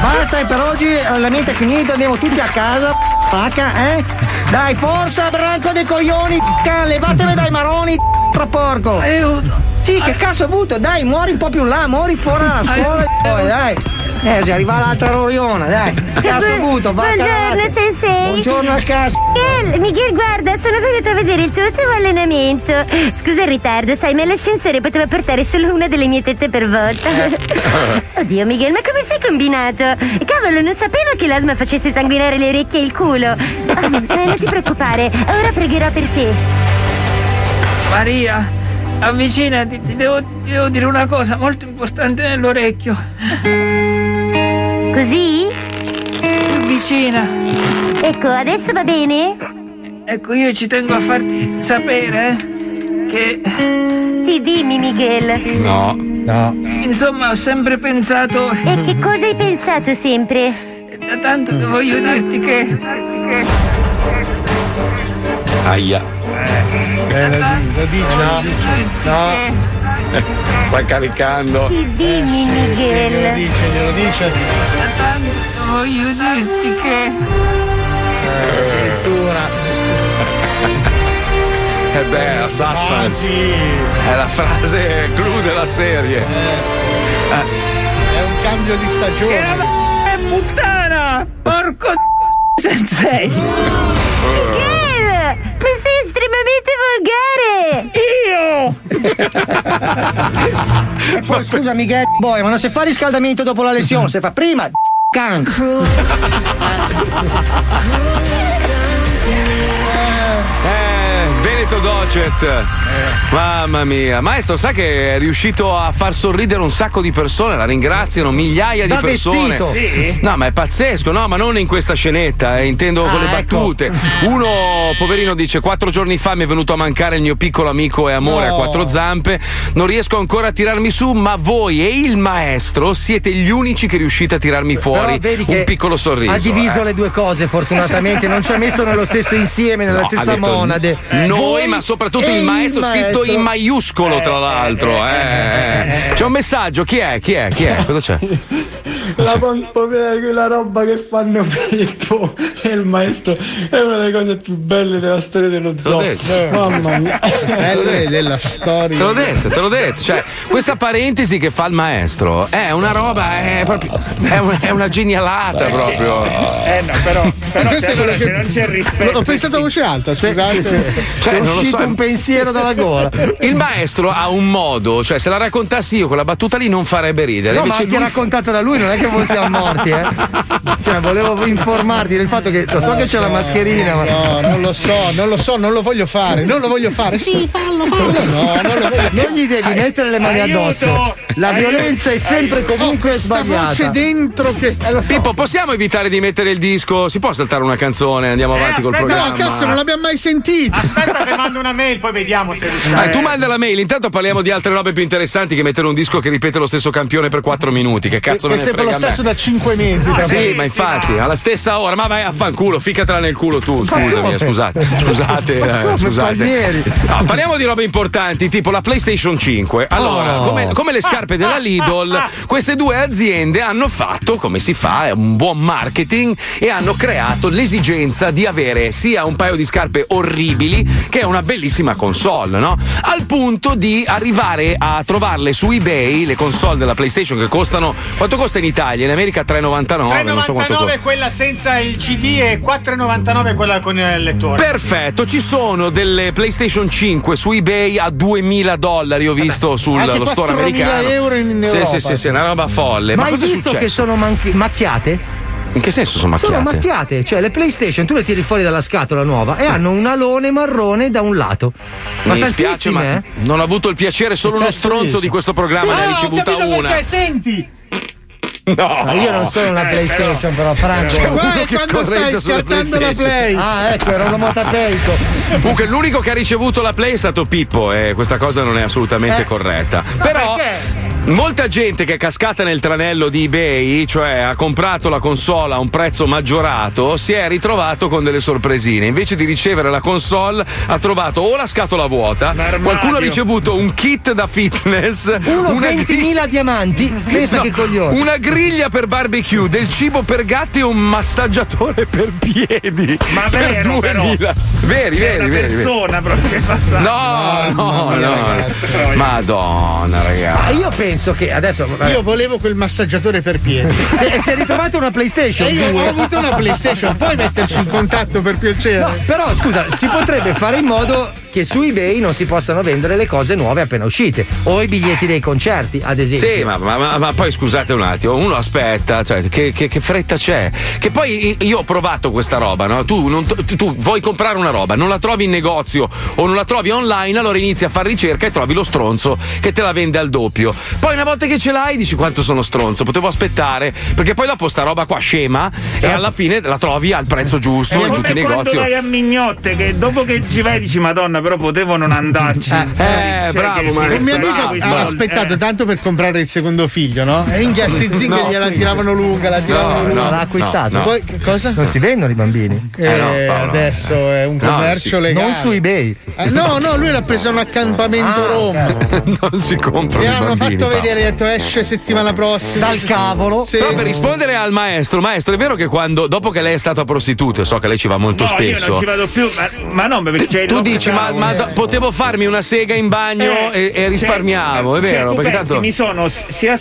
Speaker 4: Basta, per oggi eh, la mente è finita, andiamo tutti a casa. Pacca, eh? Dai, forza, branco dei coglioni, c***a, levatemi dai maroni, tra porco.
Speaker 12: Aiuto.
Speaker 4: Sì, che cazzo ho avuto? Dai, muori un po' più là, muori fuori dalla scuola, poi, dai. Eh, se arriva l'altra roriona, dai. Cazzo ho avuto, va
Speaker 10: Buongiorno, sensei!
Speaker 4: Buongiorno a casa.
Speaker 10: Miguel, Miguel, guarda, sono venuta a vedere il tuo ultimo allenamento. Scusa il ritardo, sai, ma l'ascensore poteva portare solo una delle mie tette per volta.
Speaker 11: Eh.
Speaker 10: Oddio, Miguel, ma come sei combinato? Cavolo, non sapevo che l'asma facesse sanguinare le orecchie e il culo. Ah, eh, non ti preoccupare, ora pregherò per te.
Speaker 12: Maria, avvicinati, ti devo, ti devo dire una cosa molto importante nell'orecchio.
Speaker 10: Così?
Speaker 12: Vicina.
Speaker 10: Ecco, adesso va bene?
Speaker 12: Ecco, io ci tengo a farti sapere eh, che,
Speaker 10: Sì, dimmi, Miguel.
Speaker 1: No,
Speaker 4: no.
Speaker 12: insomma, ho sempre pensato...
Speaker 10: E che cosa hai pensato sempre?
Speaker 12: Da tanto che voglio dirti che...
Speaker 1: Aia.
Speaker 3: Eh, lo dici, no? No.
Speaker 1: Eh. Sta caricando.
Speaker 10: Sì, dimmi,
Speaker 3: Glielo
Speaker 10: Miguel.
Speaker 3: dice, glielo dice.
Speaker 12: Da tanto voglio dirti che...
Speaker 1: Eh beh, la suspense. È la frase clou della serie. Eh.
Speaker 3: È un cambio di stagione.
Speaker 12: È puttana! Porco sensei!
Speaker 10: Miguel! Ma sei estremamente volgare!
Speaker 12: Io!
Speaker 4: E Eh, poi scusa Miguel, boia, ma non si fa riscaldamento dopo la lesione, si fa prima, can.
Speaker 1: Eh, Veneto Docet. Mamma mia. Maestro, sa che è riuscito a far sorridere un sacco di persone, la ringraziano migliaia di
Speaker 4: Da
Speaker 1: persone.
Speaker 4: vestito. Sì?
Speaker 1: No, ma è pazzesco, no, ma non in questa scenetta, eh, intendo con le
Speaker 7: Ah, ecco.
Speaker 1: battute. Uno, poverino, dice: Quattro giorni fa mi è venuto a mancare il mio piccolo amico e amore
Speaker 25: No.
Speaker 1: a quattro zampe. Non riesco ancora a tirarmi su, ma voi e il maestro siete gli unici che riuscite a tirarmi
Speaker 7: Però
Speaker 1: fuori
Speaker 7: vedi che
Speaker 1: un piccolo sorriso.
Speaker 7: Ha diviso
Speaker 1: eh.
Speaker 7: le due cose, fortunatamente. Non ci ha messo nello stesso insieme, nella
Speaker 1: No, ha
Speaker 7: stessa
Speaker 1: detto
Speaker 7: monade.
Speaker 1: Noi,
Speaker 7: Voi
Speaker 1: ma soprattutto
Speaker 7: e
Speaker 1: il maestro,
Speaker 7: maestro.
Speaker 1: scritto in eh. maiuscolo, tra l'altro. eh, eh. C'è un messaggio, chi è? Chi è? Chi è? Cosa c'è?
Speaker 5: la pompomera è quella roba che fanno Filippo e il maestro è una delle cose più belle della storia dello zoo Eh.
Speaker 11: Eh.
Speaker 1: detto.
Speaker 5: mamma mia
Speaker 1: Belle
Speaker 5: della
Speaker 1: Te
Speaker 5: storia
Speaker 1: l'ho detto, te l'ho detto. Cioè, questa parentesi che fa il maestro
Speaker 24: Eh,
Speaker 1: è una roba, è proprio. È una, è una genialata proprio.
Speaker 8: Eh no, però, però
Speaker 1: Questo
Speaker 8: se,
Speaker 1: è
Speaker 8: allora,
Speaker 1: quello che-
Speaker 8: se non c'è il rispetto.
Speaker 1: Ho pensato
Speaker 8: a voce alta,
Speaker 1: Sì, sì. Cioè, non lo so, è- Il maestro ha un modo, cioè se la raccontassi io quella battuta lì non farebbe ridere.
Speaker 7: No, ma
Speaker 1: invece
Speaker 7: anche
Speaker 1: lui-
Speaker 7: raccontata da lui, non è che voi siamo morti, eh. Cioè, volevo informarti del fatto che lo so che c'è la mascherina, ma.
Speaker 3: No, non lo so, non lo so, non lo voglio fare, non lo voglio fare. Sì, fallo, fallo. No, non lo voglio
Speaker 7: Non gli devi mettere le mani
Speaker 3: Aiuto!
Speaker 7: addosso. La
Speaker 3: Aiuto! Oh,
Speaker 7: violenza è sempre e comunque sbagliata.
Speaker 3: voce
Speaker 7: dentro che.
Speaker 1: Pippo, possiamo evitare di mettere il disco? Si può saltare una canzone? Andiamo avanti col programma.
Speaker 3: No, cazzo, non l'abbiamo mai sentito.
Speaker 10: Aspetta che mando una mail, poi vediamo se riusciamo.
Speaker 1: Dai, tu manda la mail, intanto parliamo di altre robe più interessanti che mettere un disco che ripete lo stesso campione per 4 minuti. Che cazzo me
Speaker 3: è
Speaker 1: ne frega
Speaker 3: sempre lo
Speaker 1: a me?
Speaker 3: stesso da 5
Speaker 10: Ah,
Speaker 3: mesi. tra
Speaker 1: Sì,
Speaker 3: l'altro.
Speaker 1: ma infatti, alla stessa ora, ma vai a fanculo, ficatela nel culo tu, scusami,
Speaker 3: come?
Speaker 1: scusate, scusate,
Speaker 3: Ma
Speaker 1: eh,
Speaker 3: come,
Speaker 1: scusate.
Speaker 3: Palmieri?
Speaker 1: No, parliamo di robe importanti, tipo la PlayStation 5. Allora,
Speaker 14: Oh.
Speaker 1: come, come le scarpe della Lidl, queste due aziende hanno fatto, come si fa, è un buon marketing e hanno creato l'esigenza di avere sia un paio di scarpe orribili che una bellissima console, no? Al punto di arrivare a trovarle su eBay, le console della PlayStation che costano, quanto costa in Italia? In America 3,99, non so quanto
Speaker 10: 3,99
Speaker 1: costa.
Speaker 10: è quella senza il CD e 4,99 è quella con il lettore.
Speaker 1: Perfetto, ci sono delle PlayStation 5 su eBay a 2000 dollari, ho visto
Speaker 7: anche
Speaker 1: sullo
Speaker 7: 4.000
Speaker 1: store americano.
Speaker 7: euro in
Speaker 1: sì,
Speaker 7: Europa.
Speaker 1: sì, sì, sì, è una roba folle.
Speaker 7: Ma,
Speaker 1: Ma,
Speaker 7: hai
Speaker 1: cosa è
Speaker 7: visto
Speaker 1: successo?
Speaker 7: che sono manchi- macchiate?
Speaker 1: In che senso sono macchiate?
Speaker 7: Sono macchiate, cioè le PlayStation tu le tiri fuori dalla scatola nuova e hanno un alone marrone da un lato. Ma
Speaker 1: Mi dispiace,
Speaker 7: tantissime,
Speaker 1: ma
Speaker 7: eh.
Speaker 1: non ho avuto il piacere, solo uno stronzo di questo programma ne ha ricevuta una.
Speaker 7: senti!
Speaker 1: No, Eh,
Speaker 7: Ma io non sono una PlayStation, però, Franco.
Speaker 1: C'è uno che scorreggia sulla PlayStation.
Speaker 7: Ah, ecco, era un motapeico.
Speaker 1: Comunque, l'unico che ha ricevuto la play è stato Pippo, e questa cosa non è assolutamente
Speaker 7: Eh.
Speaker 1: corretta. Però. Molta gente che è cascata nel tranello di eBay, cioè ha comprato la console a un prezzo maggiorato, si è ritrovato con delle sorpresine. Invece di ricevere la console ha trovato o la scatola vuota, qualcuno ha ricevuto un kit da fitness,
Speaker 7: Uno
Speaker 1: una
Speaker 7: 20.000 diamanti, pensa
Speaker 1: No,
Speaker 7: che coglione.
Speaker 1: Una griglia per barbecue, del cibo per gatti e un massaggiatore per piedi.
Speaker 8: Ma
Speaker 1: per
Speaker 8: vero,
Speaker 1: 2000.
Speaker 8: però.
Speaker 1: Veri,
Speaker 8: C'è
Speaker 1: veri,
Speaker 8: una
Speaker 1: veri.
Speaker 8: persona proprio che passa.
Speaker 1: No, no, no. Madonna,
Speaker 7: Ma
Speaker 1: ragazzi.
Speaker 7: io penso che adesso.
Speaker 3: Io volevo quel massaggiatore per piedi.
Speaker 7: Se, se ritrovate una PlayStation
Speaker 3: E io
Speaker 7: 2.
Speaker 3: ho avuto una PlayStation, puoi metterci in contatto per piacere?
Speaker 7: No, però scusa, si potrebbe fare in modo che su eBay non si possano vendere le cose nuove appena uscite. O i biglietti dei concerti, ad esempio.
Speaker 1: Sì, ma, ma- ma- ma poi scusate un attimo, uno aspetta, cioè, che, che- che fretta c'è? Che poi i- io ho provato questa roba, no? Tu, non to- tu vuoi comprare una roba, non la trovi in negozio o non la trovi online, allora inizi a fare ricerca e trovi lo stronzo che te la vende al doppio. Poi una volta che ce l'hai dici quanto sono stronzo, potevo aspettare, perché poi dopo sta roba qua scema e alla fine la trovi al prezzo
Speaker 8: È
Speaker 1: giusto in tutti
Speaker 8: Eh. come
Speaker 1: i
Speaker 8: quando
Speaker 1: negozi.
Speaker 8: vai a Mignotte che dopo che ci vai dici Madonna però potevo non andarci. Cioè,
Speaker 1: eh, bravo,
Speaker 3: Un mio amico ha aspettato tanto per comprare il secondo figlio, no? E in sti zinghe
Speaker 7: Eh. No,
Speaker 3: gliela
Speaker 7: quindi-
Speaker 3: tiravano lunga, la tiravano lunga.
Speaker 7: l'ha acquistato.
Speaker 3: Poi, che cosa?
Speaker 7: Non si vendono i bambini.
Speaker 3: Eh, adesso è un
Speaker 7: eh. No,
Speaker 3: commercio
Speaker 7: sì.
Speaker 3: legale.
Speaker 7: Non su eBay.
Speaker 3: Eh, no, no, lui l'ha preso a un accampamento Roma.
Speaker 1: Ah, non si comprano
Speaker 3: Gli
Speaker 1: i
Speaker 3: hanno
Speaker 1: bambini,
Speaker 3: fatto
Speaker 1: Paolo.
Speaker 3: vedere, ha detto esce settimana prossima. Dal
Speaker 7: cavolo.
Speaker 1: Però per rispondere al maestro, maestro, è vero che quando, dopo che lei è stata prostituta, so che lei ci va molto
Speaker 8: No,
Speaker 1: spesso.
Speaker 8: io non ci vado più, ma, ma no, perché c'è il
Speaker 1: Tu dici, ma,
Speaker 8: lockdown.
Speaker 1: ma do- potevo farmi una sega in bagno
Speaker 8: Eh,
Speaker 1: e, e risparmiavo,
Speaker 8: cioè,
Speaker 1: è vero?
Speaker 8: tu
Speaker 1: perché
Speaker 8: pensi,
Speaker 1: tanto.
Speaker 8: mi sono s- sia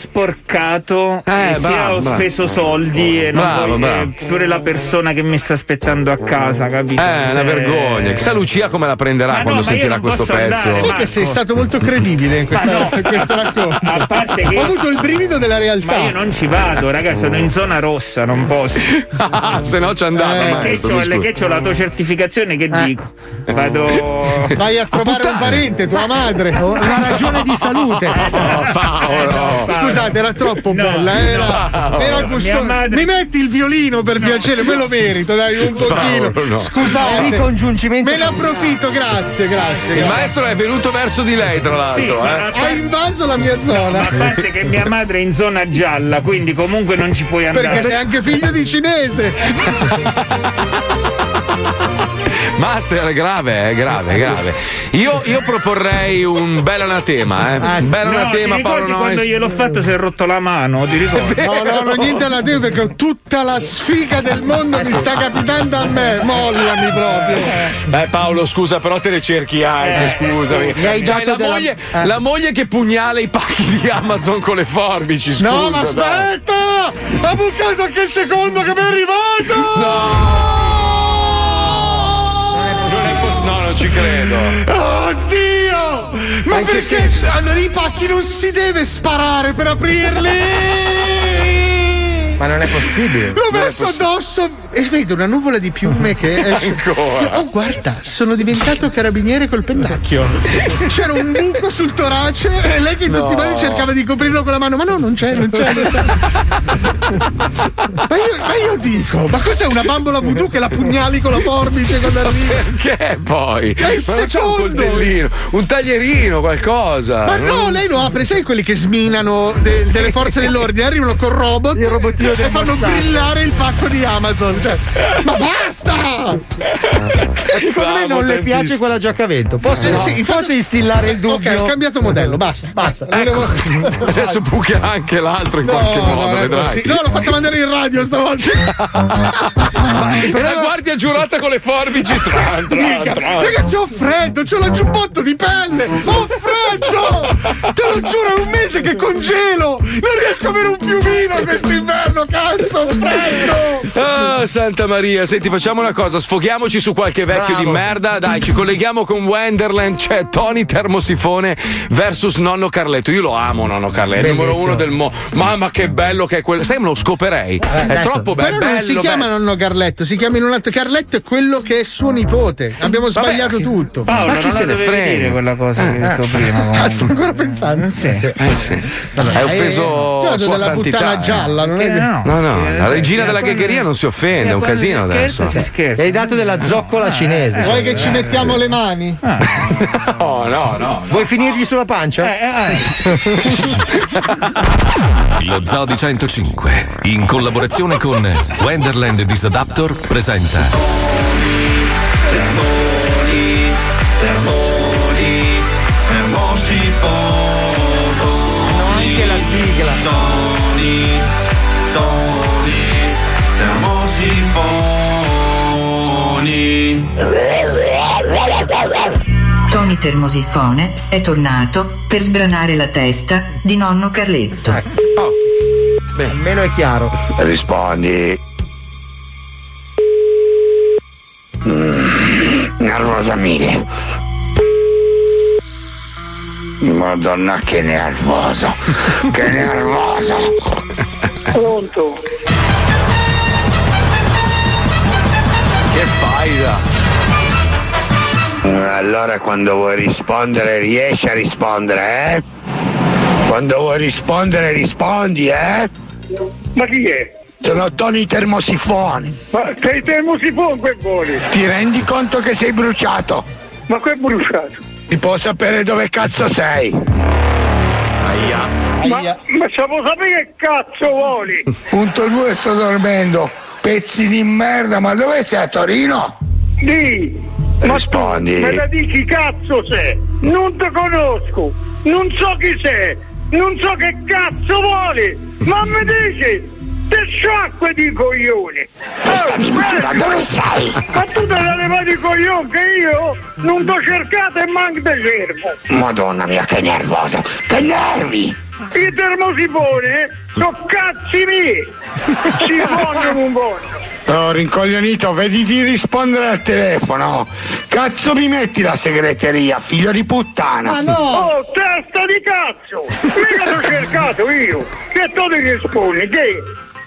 Speaker 8: sporcato
Speaker 1: Eh,
Speaker 8: e sia
Speaker 1: bravo,
Speaker 8: ho
Speaker 1: bravo.
Speaker 8: speso soldi e non
Speaker 1: Bravo,
Speaker 8: poi,
Speaker 1: bravo.
Speaker 8: eh, pure la persona che mi sta aspettando a casa, capito?
Speaker 1: Eh, è una
Speaker 8: Cioè-
Speaker 1: vergogna. Chissà Lucia come la prenderà
Speaker 8: Ma no,
Speaker 1: quando
Speaker 8: ma io
Speaker 1: sentirà
Speaker 8: non
Speaker 1: questo
Speaker 8: posso
Speaker 1: pezzo.
Speaker 8: andare,
Speaker 3: Sai che sei stato molto credibile in, questa- in questo racconto. Ho avuto il brivido della realtà.
Speaker 8: Ma io non ci vado, raga, sono in zona rossa, non posso.
Speaker 1: Se no ci andava,
Speaker 8: Eh, che
Speaker 1: maestro,
Speaker 8: c'ho,
Speaker 1: mi scusi.
Speaker 8: che c'ho l'autocertificazione, che
Speaker 3: Eh.
Speaker 8: dico? Vado.
Speaker 3: Vai a trovare un parente, tua madre.
Speaker 8: una ragione di salute.
Speaker 3: Oh,
Speaker 1: Paolo.
Speaker 3: Scusate, era troppo bella. Era,
Speaker 8: no.
Speaker 3: era
Speaker 8: Mia
Speaker 3: gustosa.
Speaker 8: madre-
Speaker 3: Mi metti il violino per piacere, me lo merito, dai, un pochino.
Speaker 1: Paolo, no.
Speaker 3: Scusate.
Speaker 1: Un
Speaker 3: Me ne approfitto, grazie, grazie.
Speaker 1: Il
Speaker 3: grazie.
Speaker 1: maestro è venuto verso di lei, tra l'altro.
Speaker 8: Sì,
Speaker 1: eh.
Speaker 8: ma-
Speaker 3: Ha invaso la mia
Speaker 8: Ma
Speaker 3: zona.
Speaker 8: a parte che mia madre è in zona gialla, quindi comunque non ci puoi andare.
Speaker 3: Perché sei anche figlio di cinese.
Speaker 1: Ma master è grave, è grave, è grave. Io, io proporrei un bel anatema, eh.
Speaker 8: Ah,
Speaker 1: Un bel anatema,
Speaker 8: ti
Speaker 1: Paolo
Speaker 8: ricordi quando
Speaker 1: Nois.
Speaker 8: gliel'ho fatto si è rotto la mano, ti ricordi?
Speaker 3: No, no, no, niente alla Deo perché tutta la sfiga del mondo mi sta capitando a me. Mollami proprio.
Speaker 1: Beh, Paolo, scusa, però te le cerchi
Speaker 3: Eh,
Speaker 1: anche, scusami.
Speaker 3: scusa. Mi hai
Speaker 1: C'hai
Speaker 3: dato
Speaker 1: Cioè, la,
Speaker 3: della-
Speaker 1: moglie,
Speaker 3: eh.
Speaker 1: la moglie che pugnala i pacchi di Amazon con le forbici, scusa.
Speaker 3: no, ma
Speaker 1: dai.
Speaker 3: aspetta! Ha bucato anche il secondo che mi è arrivato!
Speaker 1: Non è poss- No, non ci credo.
Speaker 3: Oddio! Ma
Speaker 1: Ma in che
Speaker 3: perché
Speaker 1: senso?
Speaker 3: allora i pacchi non si deve sparare per aprirli?
Speaker 13: Ma non è possibile.
Speaker 3: L'ho messo addosso e vedo una nuvola di piume che esce.
Speaker 13: Ancora.
Speaker 3: Oh, guarda, sono diventato carabiniere col pennacchio. C'era un buco sul torace e lei che in tutti i
Speaker 13: No.
Speaker 3: modi cercava di coprirlo con la mano, ma no, non c'è, non c'è. non c'è. ma, io, ma io dico, ma cos'è una bambola voodoo che la pugnali con la forbice quando arriva?
Speaker 1: Perché poi?
Speaker 3: È il
Speaker 1: Ma non c'è un
Speaker 3: secondo.
Speaker 1: coltellino, un taglierino, qualcosa.
Speaker 3: Ma no, lei lo apre, sai quelli che sminano de- delle forze dell'ordine, arrivano col robot
Speaker 1: robotino
Speaker 3: e
Speaker 1: del
Speaker 3: fanno
Speaker 1: Mossad.
Speaker 3: brillare il pacco di Amazon. Cioè, ma basta!
Speaker 1: Eh,
Speaker 7: Secondo me non le piace quella giocavento. Posso,
Speaker 3: Eh, sì,
Speaker 7: sì,
Speaker 3: infatti-
Speaker 7: posso instillare il dubbio? Ecco.
Speaker 3: Ok, ho cambiato modello, basta, basta. Volevo-
Speaker 1: Adesso buca anche l'altro in qualche modo,
Speaker 3: non è
Speaker 1: vedrai.
Speaker 3: possi- No, l'ho fatta mandare in radio stavolta.
Speaker 1: E la guardia giurata con le forbici. Tran, tran,
Speaker 3: Mica.
Speaker 1: tran.
Speaker 3: Ragazzi, ho freddo, c'ho la giubbotto di pelle. Ho freddo! Te lo giuro, è un mese che congelo.
Speaker 1: Eh,
Speaker 3: Non riesco a avere un piumino quest'inverno, cazzo, ho freddo!
Speaker 1: Ah, Santa Maria, senti, facciamo una cosa, sfoghiamoci su qualche vecchio
Speaker 3: Bravo.
Speaker 1: di merda, dai, ci colleghiamo con Wenderland, c'è Tony Termosifone versus nonno Carletto. Io lo amo nonno Carletto, è il numero
Speaker 3: Bellissimo.
Speaker 1: uno del mondo. Mamma che bello che è quello. Sai, me lo scoperei.
Speaker 3: Eh,
Speaker 1: È
Speaker 3: adesso.
Speaker 1: troppo be-
Speaker 3: Però
Speaker 1: bello.
Speaker 3: non si
Speaker 1: bello.
Speaker 3: chiama nonno Carletto, si chiama in un altro. Carletto è quello che è suo nipote. Abbiamo sbagliato tutto.
Speaker 8: Paolo, non la dovevi dire quella
Speaker 1: Eh,
Speaker 8: cosa che hai detto prima.
Speaker 3: Ah, sto ancora pensando. eh,
Speaker 1: Hai Eh, offeso
Speaker 3: Io vado
Speaker 1: sua
Speaker 3: della
Speaker 1: santità.
Speaker 3: puttana gialla, non è
Speaker 8: Eh,
Speaker 3: che-
Speaker 1: No, no, la regina della ghegheria non si offende, è un casino adesso.
Speaker 7: E hai dato della
Speaker 1: Ah,
Speaker 7: zoccola
Speaker 1: eh,
Speaker 7: cinese.
Speaker 3: Vuoi che ci mettiamo le mani?
Speaker 1: No, no, no.
Speaker 7: Vuoi finirgli sulla pancia?
Speaker 2: Lo Zoo di 105, in collaborazione con Wonderland Disadaptor, presenta.
Speaker 7: Anche la sigla.
Speaker 18: Tony, Tony, termosifoni.
Speaker 14: Tony Termosifone è tornato per sbranare la testa di nonno Carletto.
Speaker 18: Eh.
Speaker 7: Almeno è chiaro.
Speaker 15: Rispondi. Mm, Nervosa mille. Madonna che nervoso. che nervoso.
Speaker 21: Pronto?
Speaker 1: Che fai da?
Speaker 15: Eh, Allora quando vuoi rispondere riesci a rispondere, eh? Quando vuoi rispondere rispondi, eh?
Speaker 21: Ma chi è?
Speaker 15: Sono Tony Termosifone.
Speaker 21: Ma sei termosifone che vuole?
Speaker 15: Ti rendi conto che sei bruciato?
Speaker 21: Ma che bruciato?
Speaker 15: Ti può sapere dove cazzo sei?
Speaker 21: Ma, ma se vuoi sapere che cazzo vuole?
Speaker 15: Punto 2 sto dormendo. Pezzi di merda, ma dove sei a Torino?
Speaker 21: Di,
Speaker 15: Rispondi.
Speaker 21: me la dici cazzo sei? Non ti conosco, non so chi sei, non so che cazzo vuole, ma mi dici, te sciacque di coglione! Ma
Speaker 15: dove sei?
Speaker 21: Ma tu te la levato i coglioni che io non t'ho cercato e manco te cerco!
Speaker 15: Madonna mia, che nervoso! Che nervi!
Speaker 21: I termosifoni sono cazzi miei! Ci vogliono un po'!
Speaker 15: Oh, rincoglionito, vedi di rispondere al telefono! Cazzo mi metti la segreteria, figlio di puttana!
Speaker 21: Oh, testa di cazzo! Mica l'ho cercato io! Che tu mi rispondi? Che?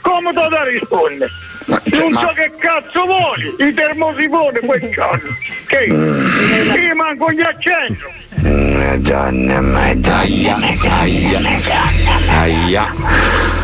Speaker 21: Come te da risponde? Non so che cazzo vuoi! I termosifoni quel giorno! Che?
Speaker 15: Mm,
Speaker 21: Io manco gli accento!
Speaker 15: Madonna, madonna, madonna, madonna! Aia!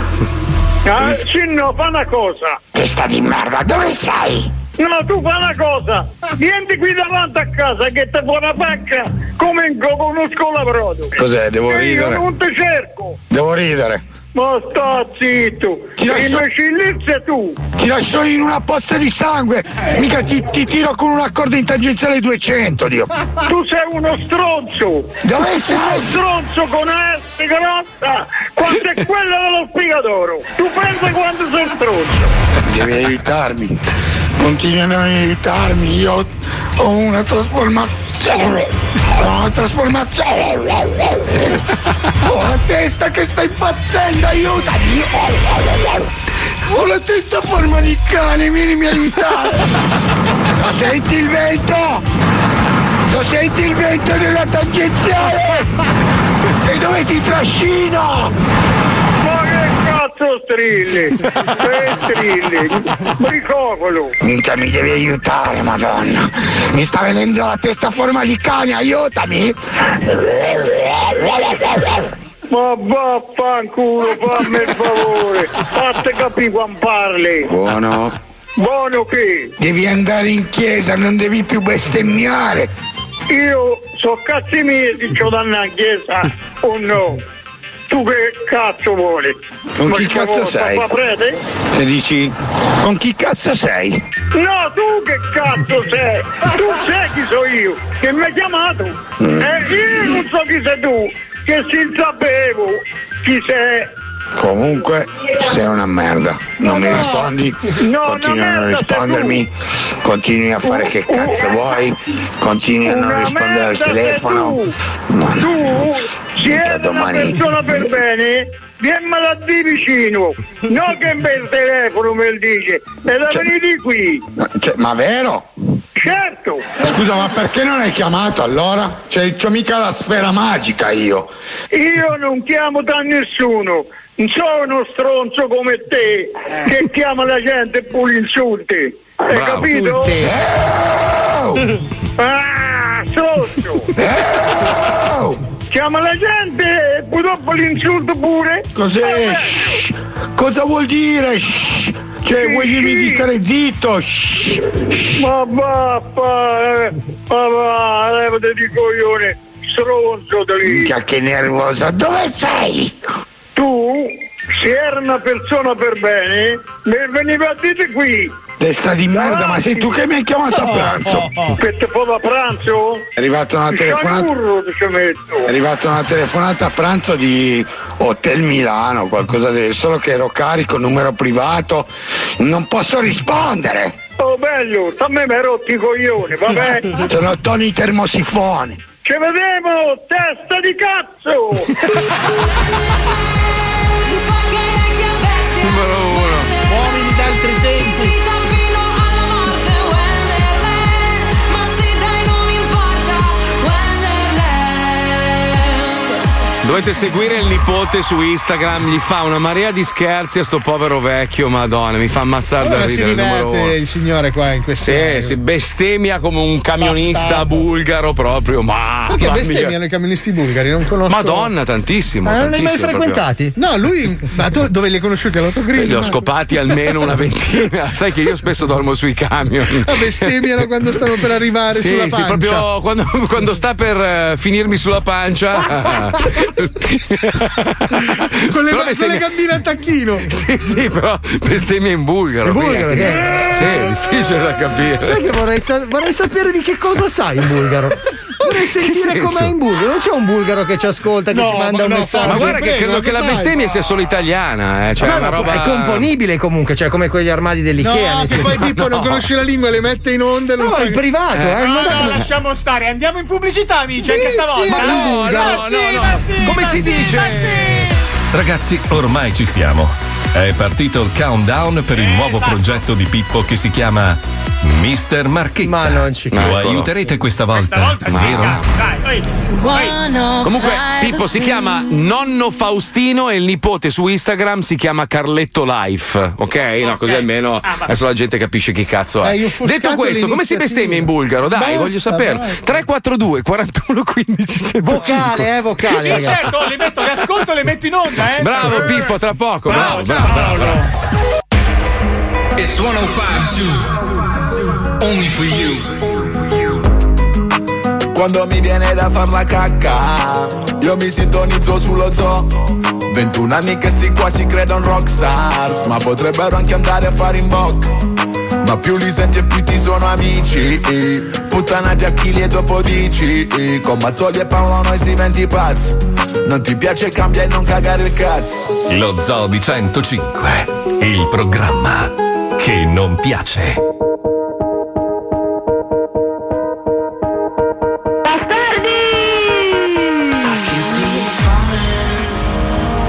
Speaker 21: Ah, sì, no, fa una cosa!
Speaker 15: Testa di merda, dove sei?
Speaker 21: No, tu fai una cosa, vieni qui davanti a casa che ti fa una pacca come in conosco la prodo.
Speaker 15: Cos'è, devo
Speaker 21: Che
Speaker 15: ridere?
Speaker 21: Io non ti cerco,
Speaker 15: Devo ridere.
Speaker 21: ma sta zitto,
Speaker 15: Ti lascio-
Speaker 21: l'imbecillezza tu.
Speaker 15: Ti lascio in una pozza di sangue, mica ti, ti tiro con un accordo in tangenziale 200, Dio.
Speaker 21: Tu sei uno stronzo!
Speaker 15: Dove sei?
Speaker 21: Uno stronzo con la S grossa! Quanto è quella dello spigatoro! Tu pensa quanto sei stronzo!
Speaker 15: Devi evitarmi. Continuano a evitarmi. Io ho una trasformazione. Ho una trasformazione. Ho la testa che sta impazzendo. Aiutami. Ho la testa a forma di cane. Vienimi a aiutare. Senti il vento. Lo senti il vento della tangenziale. E dove ti trascino?
Speaker 21: Ma che cazzo strilli? Che strilli? Bricocolo!
Speaker 15: Minchia, mi devi aiutare, madonna. Mi sta venendo la testa a forma di cane, aiutami.
Speaker 21: Ma vaffanculo, fammi il favore! Fatti capire quando parli!
Speaker 15: Buono.
Speaker 21: Buono che?
Speaker 15: Devi andare in chiesa, non devi più bestemmiare.
Speaker 21: Io so cazzi miei se ci danno a chiesa o no? Tu che cazzo vuoi?
Speaker 15: Con chi
Speaker 21: che
Speaker 15: cazzo
Speaker 21: vuoi,
Speaker 15: sei?
Speaker 21: papà prete?
Speaker 15: E dici, con chi cazzo sei?
Speaker 21: No, tu che cazzo sei? Tu sai chi sono io, che mi hai chiamato.
Speaker 15: Mm.
Speaker 21: E io non so chi sei tu, che si sapevo chi sei.
Speaker 15: Comunque, sei una merda. Non mi rispondi, continui a non rispondermi, continui a fare che cazzo vuoi, continui a non rispondere al telefono.
Speaker 21: Tu
Speaker 15: Mica
Speaker 21: siete una
Speaker 15: domani.
Speaker 21: persona per bene, viemmela a di vicino. Non che per il telefono me lo dice, e
Speaker 15: Cioè
Speaker 21: da venire qui.
Speaker 15: Ma- cioè, ma vero?
Speaker 21: Certo!
Speaker 15: Scusa, ma perché non hai chiamato allora? Cioè, c'ho mica la sfera magica io.
Speaker 21: Io non chiamo da nessuno, non sono uno stronzo come te che chiama la gente e pure insulti. Hai
Speaker 15: Bravo.
Speaker 21: capito?
Speaker 15: Insulti.
Speaker 21: Ah, stronzo! Chiama la gente e poi dopo l'insulto pure. Ah,
Speaker 15: Cos'è? Shh. Cosa vuol dire? Shh. Cioè, vuoi dirmi di stare zitto?
Speaker 21: Ma vaffa, eh, papà, levate di coglione, stronzo da lì.
Speaker 15: Minchia, che nervosa. Dove sei?
Speaker 21: Tu, se eri una persona per bene, mi venivi a dire qui.
Speaker 15: Testa di merda, ma sei tu che mi hai chiamato a pranzo.
Speaker 21: Che te fa da pranzo?
Speaker 15: È arrivata una telefonata.
Speaker 21: Sciagurro ti ci metto.
Speaker 15: È arrivata una telefonata a pranzo di Hotel Milano, qualcosa del solo che ero carico, numero privato, non posso rispondere.
Speaker 21: Oh bello, a me mi hai rotto i coglioni, vabbè.
Speaker 15: Sono Tony Termosifone.
Speaker 21: Ci vediamo, testa di cazzo!
Speaker 11: Numero uno. Uomini d'altri tempi.
Speaker 1: Dovete seguire il nipote su Instagram, gli fa una marea di scherzi a sto povero vecchio, madonna, mi fa ammazzare da
Speaker 3: Allora si
Speaker 1: ridere il numero
Speaker 3: diverte
Speaker 1: uno.
Speaker 3: il signore qua in questo.
Speaker 1: Sì, si bestemmia come un camionista bulgaro proprio, ma
Speaker 3: Perché
Speaker 1: Ah, mamma mia.
Speaker 3: bestemmiano i camionisti bulgari, non conosco.
Speaker 1: Madonna, tantissimo. tantissimo proprio.
Speaker 3: No, lui. Ma tu dove li hai conosciuti all'autogrill?
Speaker 1: Li ho
Speaker 3: No.
Speaker 1: scopati almeno una ventina. Sai che io spesso dormo sui camion.
Speaker 3: Ah, bestemmiano quando stanno per arrivare
Speaker 1: Sì,
Speaker 3: sulla
Speaker 1: sì,
Speaker 3: pancia.
Speaker 1: proprio quando, quando sta per eh, finirmi sulla pancia.
Speaker 3: Con le,
Speaker 1: Però
Speaker 3: ma- con le
Speaker 1: bestemmia-
Speaker 3: gambine a tacchino.
Speaker 1: Sì, sì, però bestemmia in bulgaro.
Speaker 3: In
Speaker 1: quindi
Speaker 3: bulgaro,
Speaker 1: anche- Sì, è difficile da capire.
Speaker 7: Sai che vorrei, sa- vorrei sapere di che cosa sai in bulgaro. Vorrei sentire
Speaker 1: senso?
Speaker 7: com'è in bulgaro. Non c'è un bulgaro che ci ascolta, che
Speaker 1: No,
Speaker 7: ci manda
Speaker 1: ma
Speaker 7: un
Speaker 1: no,
Speaker 7: messaggio.
Speaker 1: Ma guarda che
Speaker 7: Prego,
Speaker 1: credo che la
Speaker 7: sai?
Speaker 1: bestemmia sia solo italiana. Eh. Cioè,
Speaker 7: Vabbè,
Speaker 1: una
Speaker 7: ma
Speaker 1: roba...
Speaker 7: È componibile comunque, cioè come quegli armadi dell'Ikea.
Speaker 3: No,
Speaker 7: nel
Speaker 3: che
Speaker 7: senso-
Speaker 3: poi Pippo non
Speaker 7: No.
Speaker 3: conosce la lingua, le mette in onda. Non
Speaker 7: No,
Speaker 3: sa
Speaker 7: in privato, eh, in
Speaker 10: No,
Speaker 7: modo-
Speaker 10: no, lasciamo stare, andiamo in pubblicità, amici,
Speaker 3: Sì,
Speaker 10: anche
Speaker 3: sì,
Speaker 10: stavolta.
Speaker 3: ma no,
Speaker 10: Ma
Speaker 3: no,
Speaker 10: sì,
Speaker 3: no, no.
Speaker 10: ma sì,
Speaker 3: Come
Speaker 10: ma
Speaker 3: si
Speaker 10: sì,
Speaker 3: dice?
Speaker 10: ma sì.
Speaker 2: Ragazzi, ormai ci siamo. È partito il countdown per il nuovo progetto di Pippo che si chiama Mister Marchetta. Ma non ci Lo
Speaker 1: credo.
Speaker 2: aiuterete questa volta?
Speaker 10: Stavolta sì,
Speaker 2: vero?
Speaker 10: cazzo, dai, vai. vai.
Speaker 1: Comunque, Pippo si chiama Nonno Faustino e il nipote su Instagram si chiama Carletto Life. Ok? No, così almeno adesso la gente capisce chi cazzo
Speaker 3: Hai
Speaker 1: è.
Speaker 3: offuscato
Speaker 1: Detto questo, come si
Speaker 3: l'iniziativa.
Speaker 1: bestemmia in bulgaro? Dai,
Speaker 3: Basta,
Speaker 1: voglio saperlo.
Speaker 3: dai.
Speaker 1: 342 41 15 105.
Speaker 7: Vocale, eh, vocale,
Speaker 10: Sì,
Speaker 1: ragazzi.
Speaker 10: certo, le metto, le ascolto e le metto in onda, eh.
Speaker 1: Bravo Pippo, tra poco. Bravo, bravo, bravo, bravo.
Speaker 13: It's 105 Zoo. Only for you. Quando mi viene da far la cacca, io mi sintonizzo sullo zoo. 21 anni che sti qua si credono rockstars, ma potrebbero anche andare a fare in bocca. Ma più li senti e più ti sono amici Puttana di Achille e dopo dici Con Mazzoli e Paolo noi si diventi pazzi Non ti piace cambia e non cagare il cazzo
Speaker 2: Lo Zoo di 105, il programma che non piace.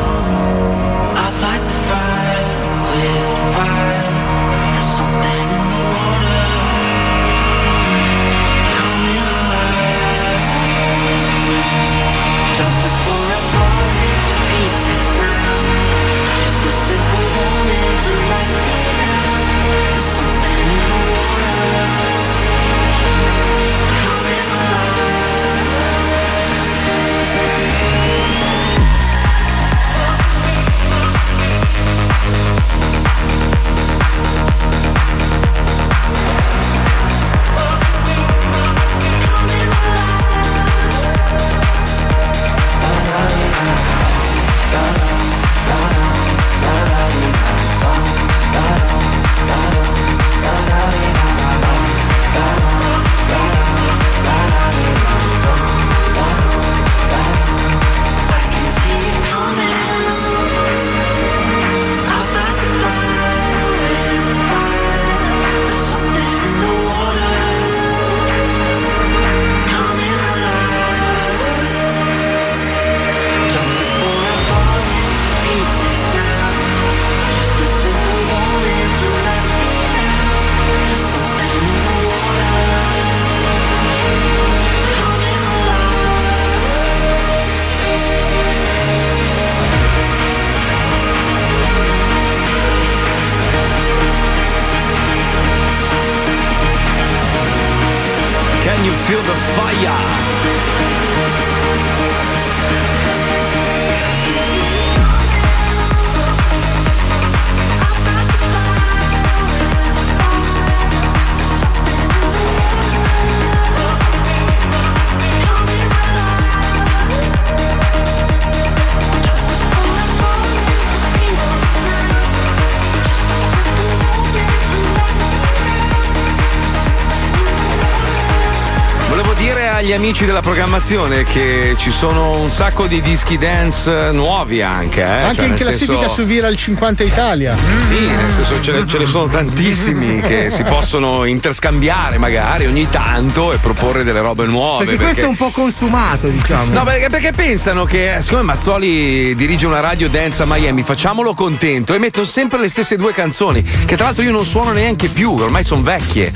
Speaker 6: I fight the fire with fire. There's something in the water. Coming alive. Jump before I fall into pieces now. Just a simple warning to let me down. There's something in the water. Coming alive.
Speaker 1: Can you feel the fire? Volevo dire agli amici della programmazione che ci sono un sacco di dischi dance eh, nuovi anche. eh.
Speaker 3: Anche
Speaker 1: Cioè,
Speaker 3: in
Speaker 1: nel
Speaker 3: classifica
Speaker 1: senso-
Speaker 3: su Viral 50 Italia.
Speaker 1: Sì, nel senso ce ne, ce ne sono tantissimi che si possono interscambiare magari ogni tanto e proporre delle robe nuove.
Speaker 7: Perché questo è un po' consumato, diciamo.
Speaker 1: No, perché, perché pensano che eh, siccome Mazzoli dirige una radio dance a Miami, facciamolo contento e metto sempre le stesse due canzoni, che tra l'altro io non suono neanche più, ormai sono vecchie.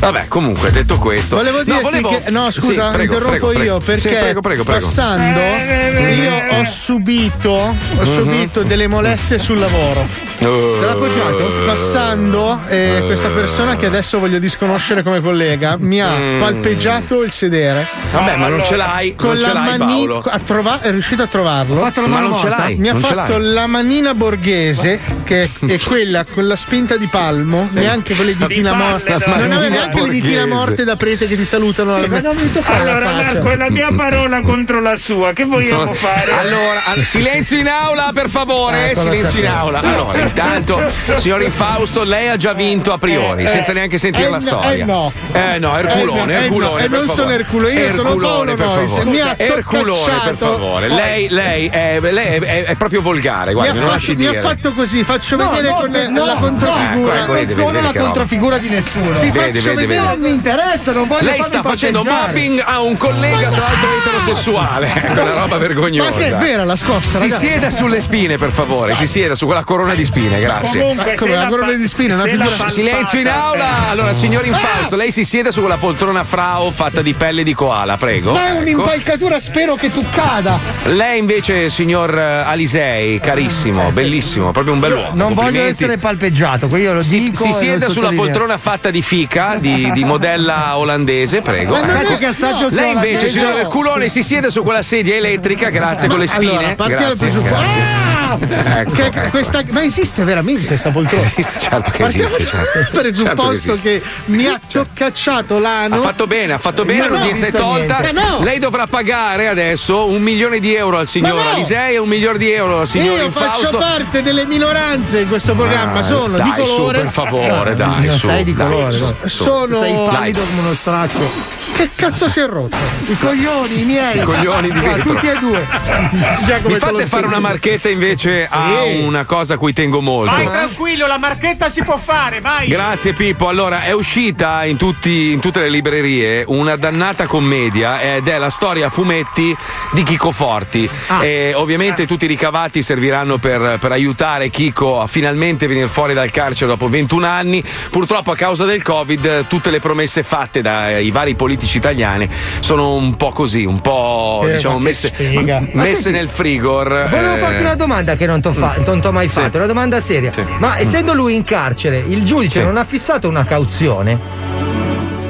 Speaker 1: Vabbè, comunque, detto questo.
Speaker 3: Volevo dirti che. No,
Speaker 1: Sì,
Speaker 3: scusa,
Speaker 1: prego,
Speaker 3: interrompo
Speaker 1: prego, prego.
Speaker 3: io perché
Speaker 1: Sì, prego, prego, prego.
Speaker 3: passando io ho subito,
Speaker 1: Mhm.
Speaker 3: ho subito delle molestie sul lavoro. Te l'ha
Speaker 1: Eh.
Speaker 3: appoggiato? Passando, eh, questa persona che adesso voglio disconoscere come collega mi ha
Speaker 1: Mm.
Speaker 3: palpeggiato il sedere.
Speaker 1: Vabbè, ma non ce l'hai,
Speaker 3: Con
Speaker 1: non
Speaker 3: la
Speaker 1: ce l'hai
Speaker 3: mani-
Speaker 1: Paolo.
Speaker 3: a trova- è riuscito a trovarlo.
Speaker 1: Ho fatto la Ma mano non ce morta. l'hai,
Speaker 3: Mi ha
Speaker 1: non ce
Speaker 3: fatto
Speaker 1: l'hai.
Speaker 3: la manina borghese, che è quella con la spinta di palmo,
Speaker 1: Sì.
Speaker 3: neanche con le
Speaker 1: Di
Speaker 3: ditina
Speaker 1: palle,
Speaker 3: morte.
Speaker 1: no.
Speaker 3: Non aveva neanche le ditina
Speaker 1: Borghese.
Speaker 3: morte da prete che ti salutano.
Speaker 8: Sì, ma non mi toccare la Allora, faccia. Marco, è la mia parola contro la sua, che vogliamo
Speaker 1: Sono-
Speaker 8: fare?
Speaker 1: Allora, all- silenzio in aula, per favore. eh,
Speaker 8: Ah, cosa
Speaker 1: silenzio in
Speaker 8: sapeva?
Speaker 1: aula. Allora, intanto, signor Infausto, lei ha già vinto a priori,
Speaker 3: Eh,
Speaker 1: senza neanche sentire
Speaker 3: eh,
Speaker 1: la
Speaker 3: no, eh,
Speaker 1: storia.
Speaker 3: no.
Speaker 1: Eh
Speaker 3: Eh,
Speaker 1: no, Erculone,
Speaker 3: no, eh,
Speaker 1: Erculone.
Speaker 3: no, e
Speaker 1: per
Speaker 3: non
Speaker 1: favore.
Speaker 3: sono Erculone, io sono
Speaker 1: Erculone,
Speaker 3: Paolo
Speaker 1: per
Speaker 3: Nois,
Speaker 1: favore.
Speaker 3: mi ha
Speaker 1: Erculone, per
Speaker 3: toccacciato.
Speaker 1: favore. Lei, lei, è, lei è, è- è proprio volgare, guarda,
Speaker 3: mi,
Speaker 1: Eh, non
Speaker 3: ha fatto,
Speaker 1: lasci
Speaker 3: mi ha
Speaker 1: dire.
Speaker 3: fatto così, faccio
Speaker 7: No,
Speaker 3: vedere
Speaker 7: no,
Speaker 3: con
Speaker 7: no,
Speaker 3: la
Speaker 7: no,
Speaker 3: controfigura.
Speaker 1: ecco, ecco, vedi,
Speaker 3: non sono
Speaker 1: vedi
Speaker 3: la
Speaker 1: che roba.
Speaker 3: controfigura di nessuno. Ti
Speaker 1: Vedi,
Speaker 3: faccio
Speaker 1: vedi,
Speaker 3: vedere.
Speaker 1: vedi.
Speaker 7: Non mi interessa, non voglio
Speaker 1: Lei
Speaker 7: farmi
Speaker 1: sta facendo
Speaker 7: parteggiare.
Speaker 1: mobbing a un collega, tra l'altro eterosessuale. Ecco, una roba vergognosa.
Speaker 3: Ma che è vera la scossa,
Speaker 1: Si
Speaker 3: ragazzi.
Speaker 1: sieda sulle spine, per favore. Si sieda su quella corona di spine, grazie.
Speaker 3: Comunque, Come se la la corona pa- di spine, una se figura- la palpata-
Speaker 1: Silenzio in aula. Allora, signor
Speaker 3: Ah!
Speaker 1: Infausto, lei si sieda su quella poltrona frao fatta di pelle di koala, prego.
Speaker 3: Ma è
Speaker 1: Ecco.
Speaker 3: un'impalcatura, spero che tu cada.
Speaker 1: Lei invece, signor eh, Alisei,
Speaker 3: Eh,
Speaker 1: carissimo, bellissimo, proprio un bell'uomo.
Speaker 7: Non voglio
Speaker 1: complimenti.
Speaker 7: essere palpeggiato, quello lo dico.
Speaker 1: Si
Speaker 7: e lo
Speaker 1: sieda sulla
Speaker 7: sottolineo.
Speaker 1: poltrona fatta di fica di, di modella olandese, prego.
Speaker 3: Ma
Speaker 1: Ecco.
Speaker 7: Aspetta che assaggio
Speaker 1: No,
Speaker 7: solo
Speaker 1: Lei
Speaker 7: la
Speaker 1: invece,
Speaker 7: testa.
Speaker 1: signora del culone, si siede su quella sedia elettrica, grazie, con le spine.
Speaker 3: Allora, partiamo dal
Speaker 1: grazie,
Speaker 3: presupposto.
Speaker 1: grazie.
Speaker 3: Ah!
Speaker 1: Ecco,
Speaker 3: Che-
Speaker 1: ecco.
Speaker 3: questa- ma esiste veramente questa poltrona?
Speaker 1: certo che
Speaker 3: Partiamo
Speaker 1: esiste, certo.
Speaker 3: dal presupposto
Speaker 1: Certo che
Speaker 3: che, mi ha toccacciato l'ano.
Speaker 1: Ha fatto bene, ha fatto bene,
Speaker 3: Ma no,
Speaker 1: l'udienza è
Speaker 3: non ho visto
Speaker 1: tolta.
Speaker 3: niente. Ma no.
Speaker 1: Lei dovrà pagare adesso un milione di euro al signor
Speaker 3: Ma no.
Speaker 1: Alisei e un milione di euro al signor
Speaker 3: Io faccio
Speaker 1: Infausto.
Speaker 3: parte delle minoranze in questo programma,
Speaker 1: Ah,
Speaker 3: sono
Speaker 1: dai,
Speaker 3: di
Speaker 1: su,
Speaker 3: colore.
Speaker 1: per favore, dai,
Speaker 3: Non
Speaker 1: su,
Speaker 3: Eh, sei di
Speaker 1: dai,
Speaker 3: colore.
Speaker 1: su,
Speaker 3: no.
Speaker 1: su.
Speaker 3: sono
Speaker 1: Sei pallido
Speaker 3: come uno straccio. Che cazzo si è rotto? I coglioni, i miei.
Speaker 1: I coglioni di
Speaker 3: Guarda,
Speaker 1: vetro.
Speaker 3: Tutti e due. Giacomo
Speaker 1: Mi
Speaker 3: te lo
Speaker 1: fate fare
Speaker 3: spiego.
Speaker 1: una marchetta invece a una cosa a cui tengo molto.
Speaker 11: Vai tranquillo, la marchetta si può
Speaker 7: Eh,
Speaker 11: fare, vai.
Speaker 1: Grazie Pippo. Allora, è uscita in, tutti- in tutte le librerie una dannata commedia ed è la storia a fumetti di Chico Forti.
Speaker 7: Ah.
Speaker 1: E
Speaker 7: Eh.
Speaker 1: ovviamente tutti i ricavati serviranno per, per aiutare Chico a finalmente venire fuori dal carcere dopo 21 anni. Purtroppo a causa del Covid eh, tutte le promesse fatte dai vari politici italiani sono un po' così, un po'
Speaker 7: Eh,
Speaker 1: diciamo
Speaker 7: ma che
Speaker 1: messe,
Speaker 7: sfiga.
Speaker 1: m-
Speaker 7: Ma
Speaker 1: messe
Speaker 7: senti,
Speaker 1: nel frigor.
Speaker 7: Volevo
Speaker 1: eh,
Speaker 7: farti una domanda che non t'ho,
Speaker 1: Mm.
Speaker 7: fa- non t'ho mai fatto, una domanda seria. Ma essendo lui in carcere, il giudice non ha fissato una cauzione?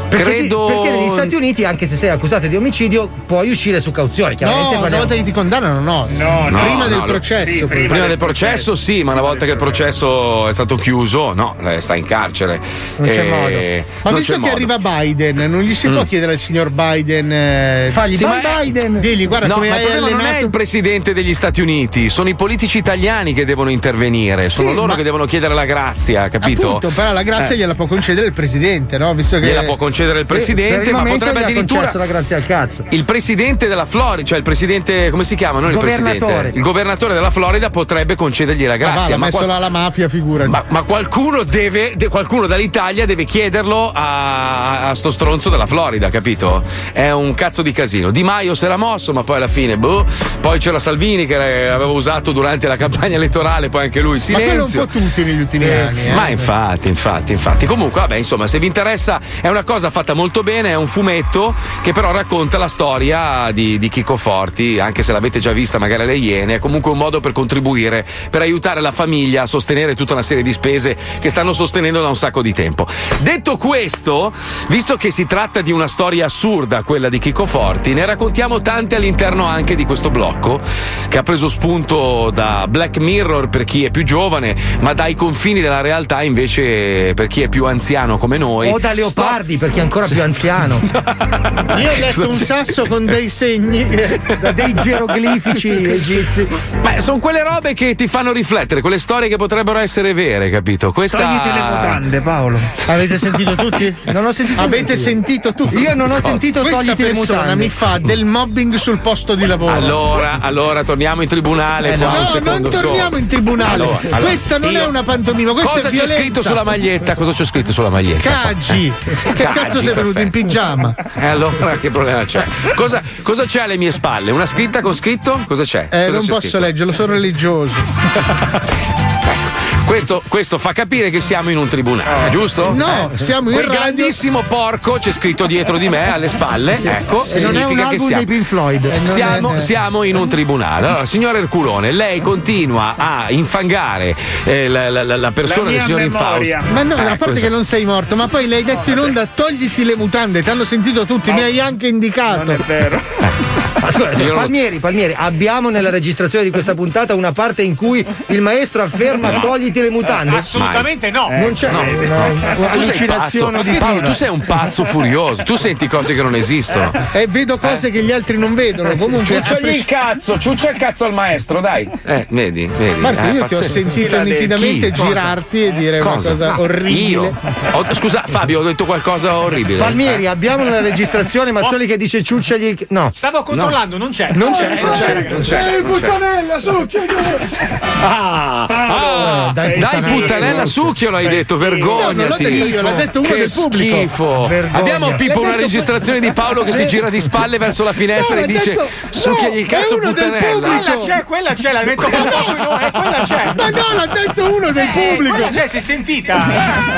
Speaker 7: Perché,
Speaker 1: Credo-
Speaker 7: perché negli Stati Uniti, anche se sei accusato di omicidio, puoi uscire su cauzione. Chiaramente
Speaker 3: No, una
Speaker 7: parliamo-
Speaker 3: volta che ti condannano, no.
Speaker 1: No,
Speaker 3: prima
Speaker 1: no,
Speaker 3: del
Speaker 1: lo-
Speaker 3: processo.
Speaker 1: sì, prima, del processo, sì, ma una volta che il processo è stato chiuso, no, eh, sta in carcere.
Speaker 3: Non c'è
Speaker 1: Eh,
Speaker 3: modo. Ma
Speaker 1: non
Speaker 3: visto che
Speaker 1: c'è modo.
Speaker 3: arriva Biden, non gli si può
Speaker 1: Mm.
Speaker 3: chiedere al signor Biden. eh,
Speaker 1: Sì,
Speaker 3: "Bye
Speaker 1: ma è-
Speaker 3: Biden. Digli, guarda
Speaker 1: No,
Speaker 3: come
Speaker 1: ma il
Speaker 3: hai
Speaker 1: problema
Speaker 3: allenato.
Speaker 1: non è il presidente degli Stati Uniti, sono i politici italiani che devono intervenire, sono
Speaker 3: Sì,
Speaker 1: loro
Speaker 3: ma-
Speaker 1: che devono chiedere la grazia, capito?
Speaker 3: Appunto, però la grazia
Speaker 1: Eh,
Speaker 3: gliela può concedere il presidente, no? Visto che
Speaker 1: gliela può concedere il
Speaker 3: Sì,
Speaker 1: presidente,
Speaker 3: per il
Speaker 1: ma
Speaker 3: momento
Speaker 1: potrebbe
Speaker 3: gli ha
Speaker 1: addirittura Eh,
Speaker 3: concesso la grazia al cazzo.
Speaker 1: il presidente della Florida, cioè il presidente, come si chiama? Non il
Speaker 3: Governatore.
Speaker 1: presidente. Il governatore della Florida potrebbe concedergli
Speaker 3: Ma Ah,
Speaker 1: la
Speaker 3: va,
Speaker 1: grazia,
Speaker 3: l'ha messo
Speaker 1: qual-
Speaker 3: là la mafia, figurati.
Speaker 1: Ma, ma qualcuno deve, de- qualcuno dall'Italia deve chiederlo a, a sto stronzo della Florida, capito? È un cazzo di casino. Di Maio si era mosso, ma poi alla fine, boh. Poi c'era Salvini che era- aveva usato durante la campagna elettorale, poi anche lui.
Speaker 3: Ma quello un po'
Speaker 1: Silenzio.
Speaker 3: tutti negli ultimi
Speaker 1: Sì.
Speaker 3: anni. eh.
Speaker 1: Ma infatti, infatti, infatti. Comunque, vabbè, insomma, se vi interessa, è una cosa fatta molto bene. È un fumetto che però racconta la storia di, di Chico Forti, anche se l'avete già vista, magari alle Iene. È comunque un modo per contribuire, per aiutare la famiglia a sostenere tutta una serie di spese che stanno sostenendo da un sacco di tempo. Detto questo, visto che si tratta di una storia assurda, quella di Chico Forti, ne raccontiamo tante all'interno anche di questo blocco che ha preso spunto da Black Mirror per chi è più giovane, ma dai confini della realtà invece per chi è più anziano come noi.
Speaker 7: O da Leopardi, perché è ancora più anziano.
Speaker 3: Io ho letto un sasso con dei segni, da dei geroglifici egizi.
Speaker 1: Ma sono quelle robe che ti fanno riflettere, quelle storie che potrebbero essere vere, capito? Questa
Speaker 26: Togliti le mutande, Paolo.
Speaker 3: Avete sentito tutti? Non ho sentito. Avete
Speaker 26: niente.
Speaker 3: sentito tutti?
Speaker 26: Io non ho
Speaker 3: No.
Speaker 26: sentito
Speaker 3: Questa
Speaker 26: togliti le
Speaker 3: persona
Speaker 26: mutande.
Speaker 3: mi fa del mobbing sul posto di lavoro.
Speaker 1: Allora, allora torniamo in tribunale.
Speaker 3: Eh,
Speaker 1: qua
Speaker 3: no,
Speaker 1: un
Speaker 3: no,
Speaker 1: secondo
Speaker 3: non
Speaker 1: solo.
Speaker 3: torniamo in tribunale.
Speaker 1: Allora, allora,
Speaker 3: questa non è
Speaker 1: io-
Speaker 3: una pantomima, questa
Speaker 1: Cosa
Speaker 3: è
Speaker 1: c'è
Speaker 3: violenza.
Speaker 1: scritto sulla maglietta? Cosa c'è scritto sulla maglietta? Eh?
Speaker 3: Caggi! Che
Speaker 1: Caggi,
Speaker 3: cazzo sei venuto in
Speaker 1: perfetto.
Speaker 3: pigiama? Eh,
Speaker 1: E allora che problema c'è? Cosa, cosa c'è alle mie spalle? Una scritta con scritto? Cosa c'è?
Speaker 3: Eh,
Speaker 1: Cosa
Speaker 3: non
Speaker 1: c'è
Speaker 3: posso
Speaker 1: scritto?
Speaker 3: leggerlo, sono religioso.
Speaker 1: Questo, questo fa capire che siamo in un tribunale, giusto?
Speaker 3: Eh.
Speaker 1: Eh?
Speaker 3: No, siamo in
Speaker 1: Quel
Speaker 3: radio.
Speaker 1: grandissimo porco c'è scritto dietro di me, alle spalle.
Speaker 3: Sì.
Speaker 1: Ecco,
Speaker 3: E non è
Speaker 1: significa
Speaker 3: un
Speaker 1: che
Speaker 3: album
Speaker 1: siamo.
Speaker 3: dei Pink Floyd. Eh, non
Speaker 1: Siamo,
Speaker 3: è-
Speaker 1: siamo in un tribunale. Allora, signora Erculone, lei continua a infangare eh, la, la- la- la persona del signor Infausto.
Speaker 3: Ma no, a
Speaker 1: Ecco,
Speaker 3: parte che non sei morto, ma poi l'hai detto
Speaker 11: Ah,
Speaker 3: in onda, togliti le mutande, ti hanno sentito tutti, mi hai anche indicato. Non è
Speaker 26: vero.
Speaker 7: Ma scusa,
Speaker 3: Io non-
Speaker 7: Palmieri, Palmieri, abbiamo nella registrazione di questa puntata una parte in cui il maestro afferma
Speaker 11: No.
Speaker 7: togliti le mutande.
Speaker 11: Assolutamente no.
Speaker 7: Non c'è
Speaker 1: Eh,
Speaker 7: Eh, una-
Speaker 1: No, no. Tu sei pazzo.
Speaker 7: allucinazione di
Speaker 1: Paolo,
Speaker 7: Pino.
Speaker 1: tu sei un pazzo furioso. Tu senti cose che non esistono.
Speaker 3: E vedo
Speaker 11: Eh.
Speaker 3: cose che gli altri non vedono. Comunque, a pres-
Speaker 1: cazzo, ciuccia il cazzo al maestro, dai. Eh, vedi, vedi.
Speaker 3: Marco,
Speaker 1: eh,
Speaker 3: io ti ho
Speaker 1: pazzesco.
Speaker 3: sentito nitidamente
Speaker 1: Chi?
Speaker 3: girarti e dire
Speaker 1: Cosa?
Speaker 3: una cosa
Speaker 1: Ma
Speaker 3: orribile.
Speaker 1: Io? Ho- scusa, Fabio, ho detto qualcosa orribile.
Speaker 7: Palmieri, abbiamo nella registrazione Mazzoli che dice ciucciagli il... No.
Speaker 11: Stavo controllando, non c'è.
Speaker 7: Non c'è, Eh, non c'è,
Speaker 1: non c'è,
Speaker 11: Ehi,
Speaker 1: non c'è.
Speaker 11: puttanella, succhia!
Speaker 1: Ah, ah, dai, puttanella succhio l'hai detto, vergognati.
Speaker 3: No, non l'ho detto io, l'ha detto uno
Speaker 1: Che
Speaker 3: del pubblico.
Speaker 1: Schifo.
Speaker 3: Vergogna.
Speaker 1: Abbiamo
Speaker 3: L'ha
Speaker 1: Pippo una
Speaker 3: detto-
Speaker 1: registrazione di Paolo che
Speaker 3: Sì.
Speaker 1: si gira di spalle verso la finestra
Speaker 11: No, l'ha
Speaker 1: e dice
Speaker 11: detto-
Speaker 1: succhiagli il
Speaker 11: no, è
Speaker 1: cazzo
Speaker 11: uno del
Speaker 1: puttanella.
Speaker 11: Quella c'è, quella c'è, la metto fra poco in onda, quella c'è.
Speaker 3: Ma no, l'ha detto uno del
Speaker 11: Eh,
Speaker 3: pubblico.
Speaker 11: quella c'è, si è sentita.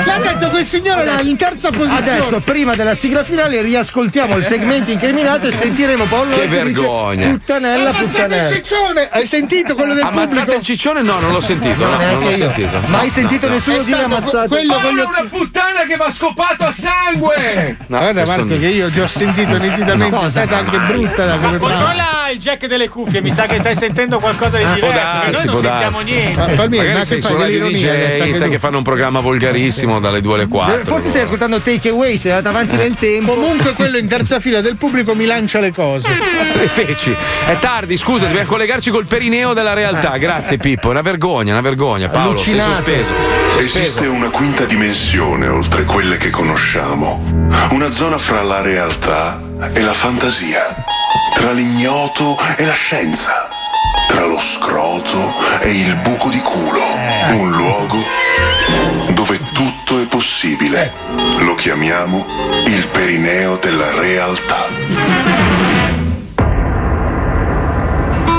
Speaker 3: L'ha detto quel signore là, in terza posizione.
Speaker 7: Adesso, prima della sigla finale, riascoltiamo il segmento incriminato e sentiremo Paolo
Speaker 1: Che vergogna.
Speaker 7: Dice, puttanella,
Speaker 3: Ammazzate il
Speaker 7: puttanella.
Speaker 3: ciccione! Hai sentito quello del
Speaker 1: Ammazzate
Speaker 3: pubblico?
Speaker 1: il ciccione? No, non l'ho sentito.
Speaker 3: No,
Speaker 1: No,
Speaker 3: neanche
Speaker 1: non l'ho
Speaker 3: io.
Speaker 1: sentito.
Speaker 7: Mai
Speaker 1: No,
Speaker 7: sentito
Speaker 1: no, no.
Speaker 7: nessuno dire ammazzato.
Speaker 1: Quello con gli occhi- puttana che mi ha scopato a sangue!
Speaker 3: No, Eh, guarda
Speaker 1: questo
Speaker 3: Marco
Speaker 1: no.
Speaker 3: che io ti ho sentito nitidamente, è stata anche brutta da come
Speaker 10: Controlla il jack delle cuffie, mi sa che stai sentendo qualcosa
Speaker 1: Eh,
Speaker 10: di diverso. perché noi non sentiamo niente.
Speaker 1: Magari sei su Radio DJ, sai che fanno un programma volgarissimo dalle 2 alle 4.
Speaker 7: Eh, Forse stai ascoltando Take Away, sei andato
Speaker 1: Eh.
Speaker 7: avanti nel tempo.
Speaker 3: Comunque quello in terza fila del pubblico mi lancia le cose.
Speaker 1: Le feci. È tardi, scusa, dobbiamo collegarci col perineo della realtà. Grazie Pippo, una vergogna, una vergogna. Paolo, sei sospeso.
Speaker 16: Esiste una quinta dimensione oltre quelle che conosciamo, una zona fra la realtà e la fantasia, tra l'ignoto e la scienza, tra lo scroto e il buco di culo,
Speaker 1: Eh.
Speaker 16: un luogo dove tutto è possibile.
Speaker 1: Eh.
Speaker 16: Lo chiamiamo il perineo della realtà.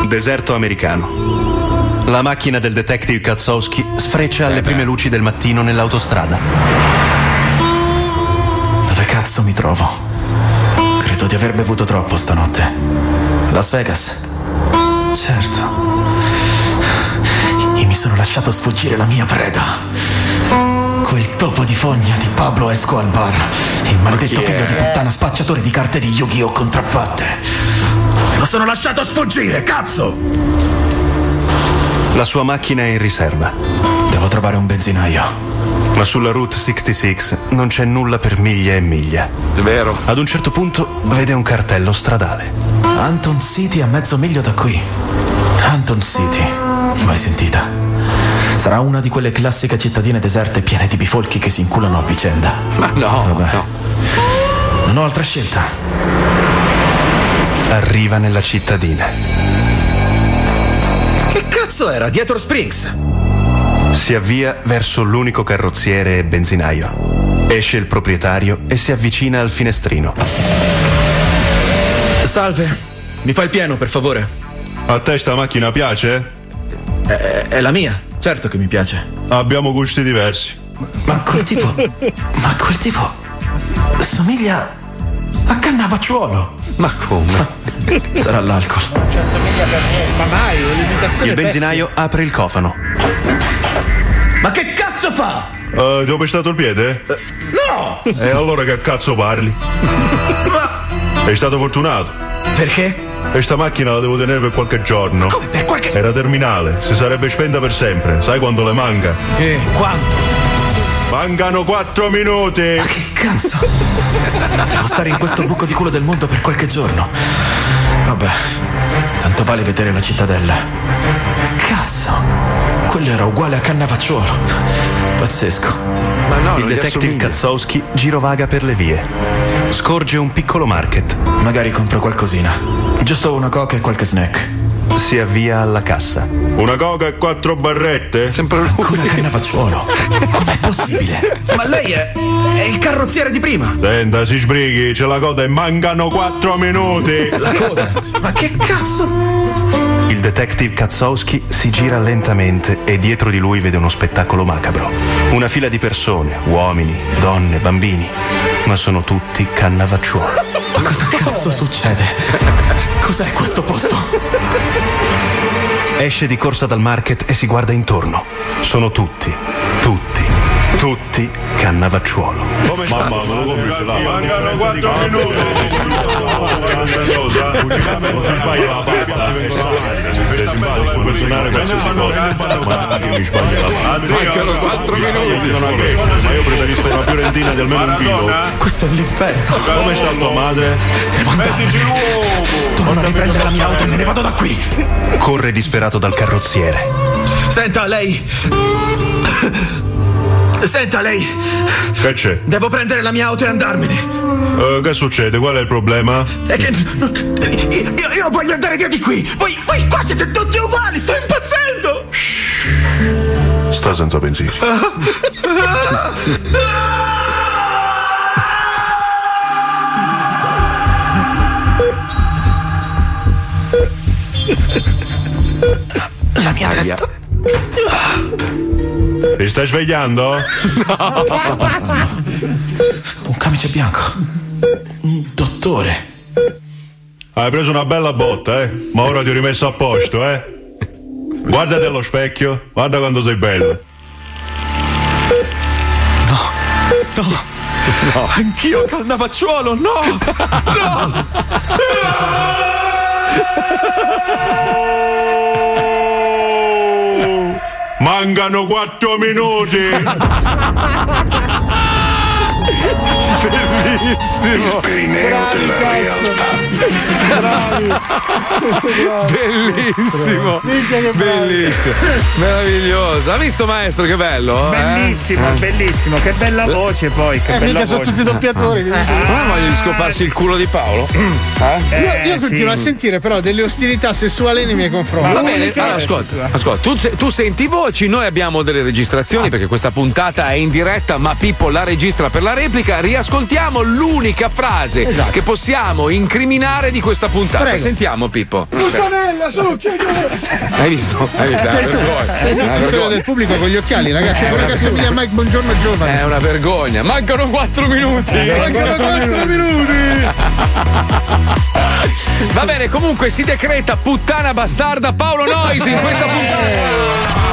Speaker 17: Deserto americano. La macchina del detective Katsowski sfreccia alle prime luci del mattino nell'autostrada.
Speaker 19: Dove cazzo mi trovo? Credo di aver bevuto troppo stanotte. Las Vegas? Certo. Io mi sono lasciato sfuggire la mia preda. Quel topo di fogna di Pablo Escobar, il maledetto
Speaker 20: chi è?
Speaker 19: figlio di puttana spacciatore di carte di Yu-Gi-Oh contraffatte. Lo sono lasciato sfuggire, cazzo!
Speaker 17: La sua macchina è in riserva.
Speaker 19: Devo trovare un benzinaio.
Speaker 17: Ma sulla Route 66 non c'è nulla per miglia e miglia.
Speaker 1: È vero.
Speaker 17: Ad un certo punto vede un cartello stradale.
Speaker 19: Anton City a mezzo miglio da qui. Anton City, mai sentita. Sarà una di quelle classiche cittadine deserte piene di bifolchi che si inculano a vicenda.
Speaker 1: Ma no,
Speaker 19: Non ho altra scelta.
Speaker 17: Arriva nella cittadina.
Speaker 19: Che cazzo era dietro Springs?
Speaker 17: Si avvia verso l'unico carrozziere e benzinaio. Esce il proprietario e si avvicina al finestrino.
Speaker 19: Salve, mi fai il pieno per favore?
Speaker 17: A te sta macchina piace?
Speaker 19: È, è la mia, certo che mi piace.
Speaker 17: Abbiamo gusti diversi.
Speaker 19: Ma quel tipo. ma quel tipo. somiglia a Cannavacciuolo.
Speaker 1: Ma come?
Speaker 19: Sarà l'alcol.
Speaker 5: Non ci assomiglia Cioè, per niente. Ma mai, l'imitazione
Speaker 17: Il benzinaio apre il cofano.
Speaker 19: Ma che cazzo fa?
Speaker 17: Eh, ti ho pestato il piede?
Speaker 19: Eh, No!
Speaker 17: E allora che cazzo parli? È stato fortunato.
Speaker 19: Perché?
Speaker 17: E sta macchina la devo tenere per qualche giorno. Era terminale, si sarebbe spenta per sempre. Sai quanto le manca?
Speaker 19: Eh, quanto?
Speaker 17: Mancano quattro minuti! Ma che
Speaker 19: cazzo? Devo stare in questo buco di culo del mondo per qualche giorno. Vabbè, tanto vale vedere la cittadella. Cazzo, quello era uguale a Cannavacciuolo. Pazzesco.
Speaker 1: Ma no,
Speaker 17: Il detective Katsowski girovaga per le vie. Scorge un piccolo market.
Speaker 19: Magari compro qualcosina. Giusto una coca e qualche snack.
Speaker 17: Si avvia alla cassa. Una coca e quattro barrette?
Speaker 1: Sempre lui.
Speaker 19: Ancora Cannavacciuolo. Com'è possibile? Ma lei è, è il carrozziere di prima.
Speaker 17: Senta, si sbrighi, c'è la coda e mancano quattro minuti!
Speaker 19: La coda? Ma che cazzo?
Speaker 17: Il detective Katsowski si gira lentamente e dietro di lui vede uno spettacolo macabro. Una fila di persone, uomini, donne, bambini, ma sono tutti cannavacciuoli.
Speaker 19: Ma cosa cazzo succede? Cos'è questo posto?
Speaker 17: Esce di corsa dal market e si guarda intorno. Sono tutti, tutti, tutti cannavacciuolo.
Speaker 16: Mamma, me lo compri ce l'ha. Mancano 4
Speaker 17: Mancano 4 minuti.
Speaker 16: Ma io preferisco una fiorentina di almeno un chilo.
Speaker 19: Questo è l'inferno.
Speaker 16: Come sta tua madre?
Speaker 19: Devo Torno a riprendere la mia auto e me ne vado da qui.
Speaker 17: Corre disperato dal carrozziere.
Speaker 19: Senta, lei. Senta, lei.
Speaker 17: Che c'è?
Speaker 19: Devo prendere la mia auto e andarmene.
Speaker 17: Eh, che succede? Qual è il problema?
Speaker 19: È che. Io, io voglio andare via di qui. Voi, voi qua siete tutti uguali. Sto impazzendo.
Speaker 16: Sta senza pensieri.
Speaker 19: La mia testa.
Speaker 17: Ti stai svegliando? No.
Speaker 19: Un camice bianco. Un dottore.
Speaker 27: Hai preso una bella botta, eh? Ma ora ti ho rimesso a posto, eh? Guardati allo specchio, guarda quanto sei bella.
Speaker 11: No, no. Anch'io calnavacciuolo, no! No!
Speaker 27: Mancano quattro minuti!
Speaker 16: Bellissimo!
Speaker 1: Boh.
Speaker 16: Il perineo della realtà.
Speaker 1: Bellissimo, bellissimo, meraviglioso. Ha visto maestro che bello?
Speaker 8: Bellissimo,
Speaker 1: eh?
Speaker 8: bellissimo, che bella voce poi. Che
Speaker 1: Eh,
Speaker 8: bella
Speaker 1: mica sono
Speaker 8: voce.
Speaker 1: tutti doppiatori,
Speaker 8: Ah,
Speaker 1: Non voglio scoparsi il culo di Paolo. Eh?
Speaker 3: io io
Speaker 1: Eh,
Speaker 3: continuo
Speaker 1: sì.
Speaker 3: a sentire però delle ostilità sessuali nei miei confronti.
Speaker 1: Va bene,
Speaker 3: L'unica-
Speaker 1: allora, ascolta, ascolta, tu, se- tu senti voci, noi abbiamo delle registrazioni perché questa puntata è in diretta, ma Pippo la registra per la replica. Riascoltiamo l'unica frase
Speaker 28: Esatto.
Speaker 1: che possiamo incriminare di questa puntata.
Speaker 28: Prego.
Speaker 1: Sentiamo Pippo.
Speaker 3: Puttanella, su,
Speaker 1: Hai visto?
Speaker 3: Eh,
Speaker 1: Hai visto? È una vergogna. È una
Speaker 3: quello
Speaker 1: vergogna.
Speaker 3: del pubblico con gli occhiali, ragazzi.
Speaker 1: Eh,
Speaker 3: Quello che
Speaker 1: ragazzi.
Speaker 3: assomiglia a Mike Buongiorno Giovane. Eh,
Speaker 1: È una vergogna. Mancano 4 minuti.
Speaker 3: Mancano 4 minuti.
Speaker 1: Va bene, comunque si decreta puttana bastarda Paolo Noisi in questa Eh.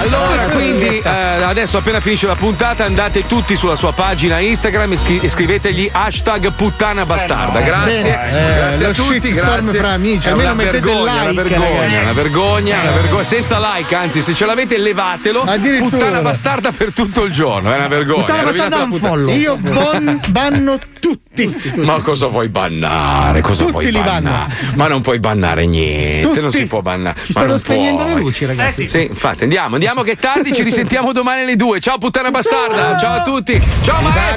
Speaker 1: Allora, quindi eh, adesso appena finisce la puntata andate tutti sulla sua pagina Instagram e, scri- e scrivetegli hashtag puttana bastarda. grazie.
Speaker 3: Bene. Eh,
Speaker 1: grazie a
Speaker 3: lo
Speaker 1: tutti,
Speaker 3: shitstorm
Speaker 1: grazie.
Speaker 3: fra amici,
Speaker 1: È
Speaker 3: almeno
Speaker 1: una
Speaker 3: mettete il
Speaker 1: vergogna, una
Speaker 3: like, Eh.
Speaker 1: vergogna,
Speaker 3: ragazzi.
Speaker 1: una vergogna, una vergogna. Senza like, anzi, se ce l'avete levatelo. Puttana bastarda per tutto il giorno, è una vergogna.
Speaker 3: Puttana
Speaker 1: Hai rovinato
Speaker 3: bastarda un
Speaker 1: la puntata.
Speaker 3: follo. Io bon- banno tutti.
Speaker 1: Ma cosa vuoi bannare? Cosa
Speaker 3: Tutti
Speaker 1: vuoi
Speaker 3: li
Speaker 1: bannare? Ma non puoi bannare niente, non
Speaker 3: Tutti.
Speaker 1: si può bannare.
Speaker 3: Ci
Speaker 1: Ma
Speaker 3: stanno
Speaker 1: non
Speaker 3: spegnendo
Speaker 1: puoi.
Speaker 3: le luci, ragazzi.
Speaker 1: Eh sì. Sì,
Speaker 3: Ah!
Speaker 1: infatti, andiamo, andiamo che è tardi, ci risentiamo domani alle due. Ciao puttana bastarda, ciao a tutti. Ciao maestro.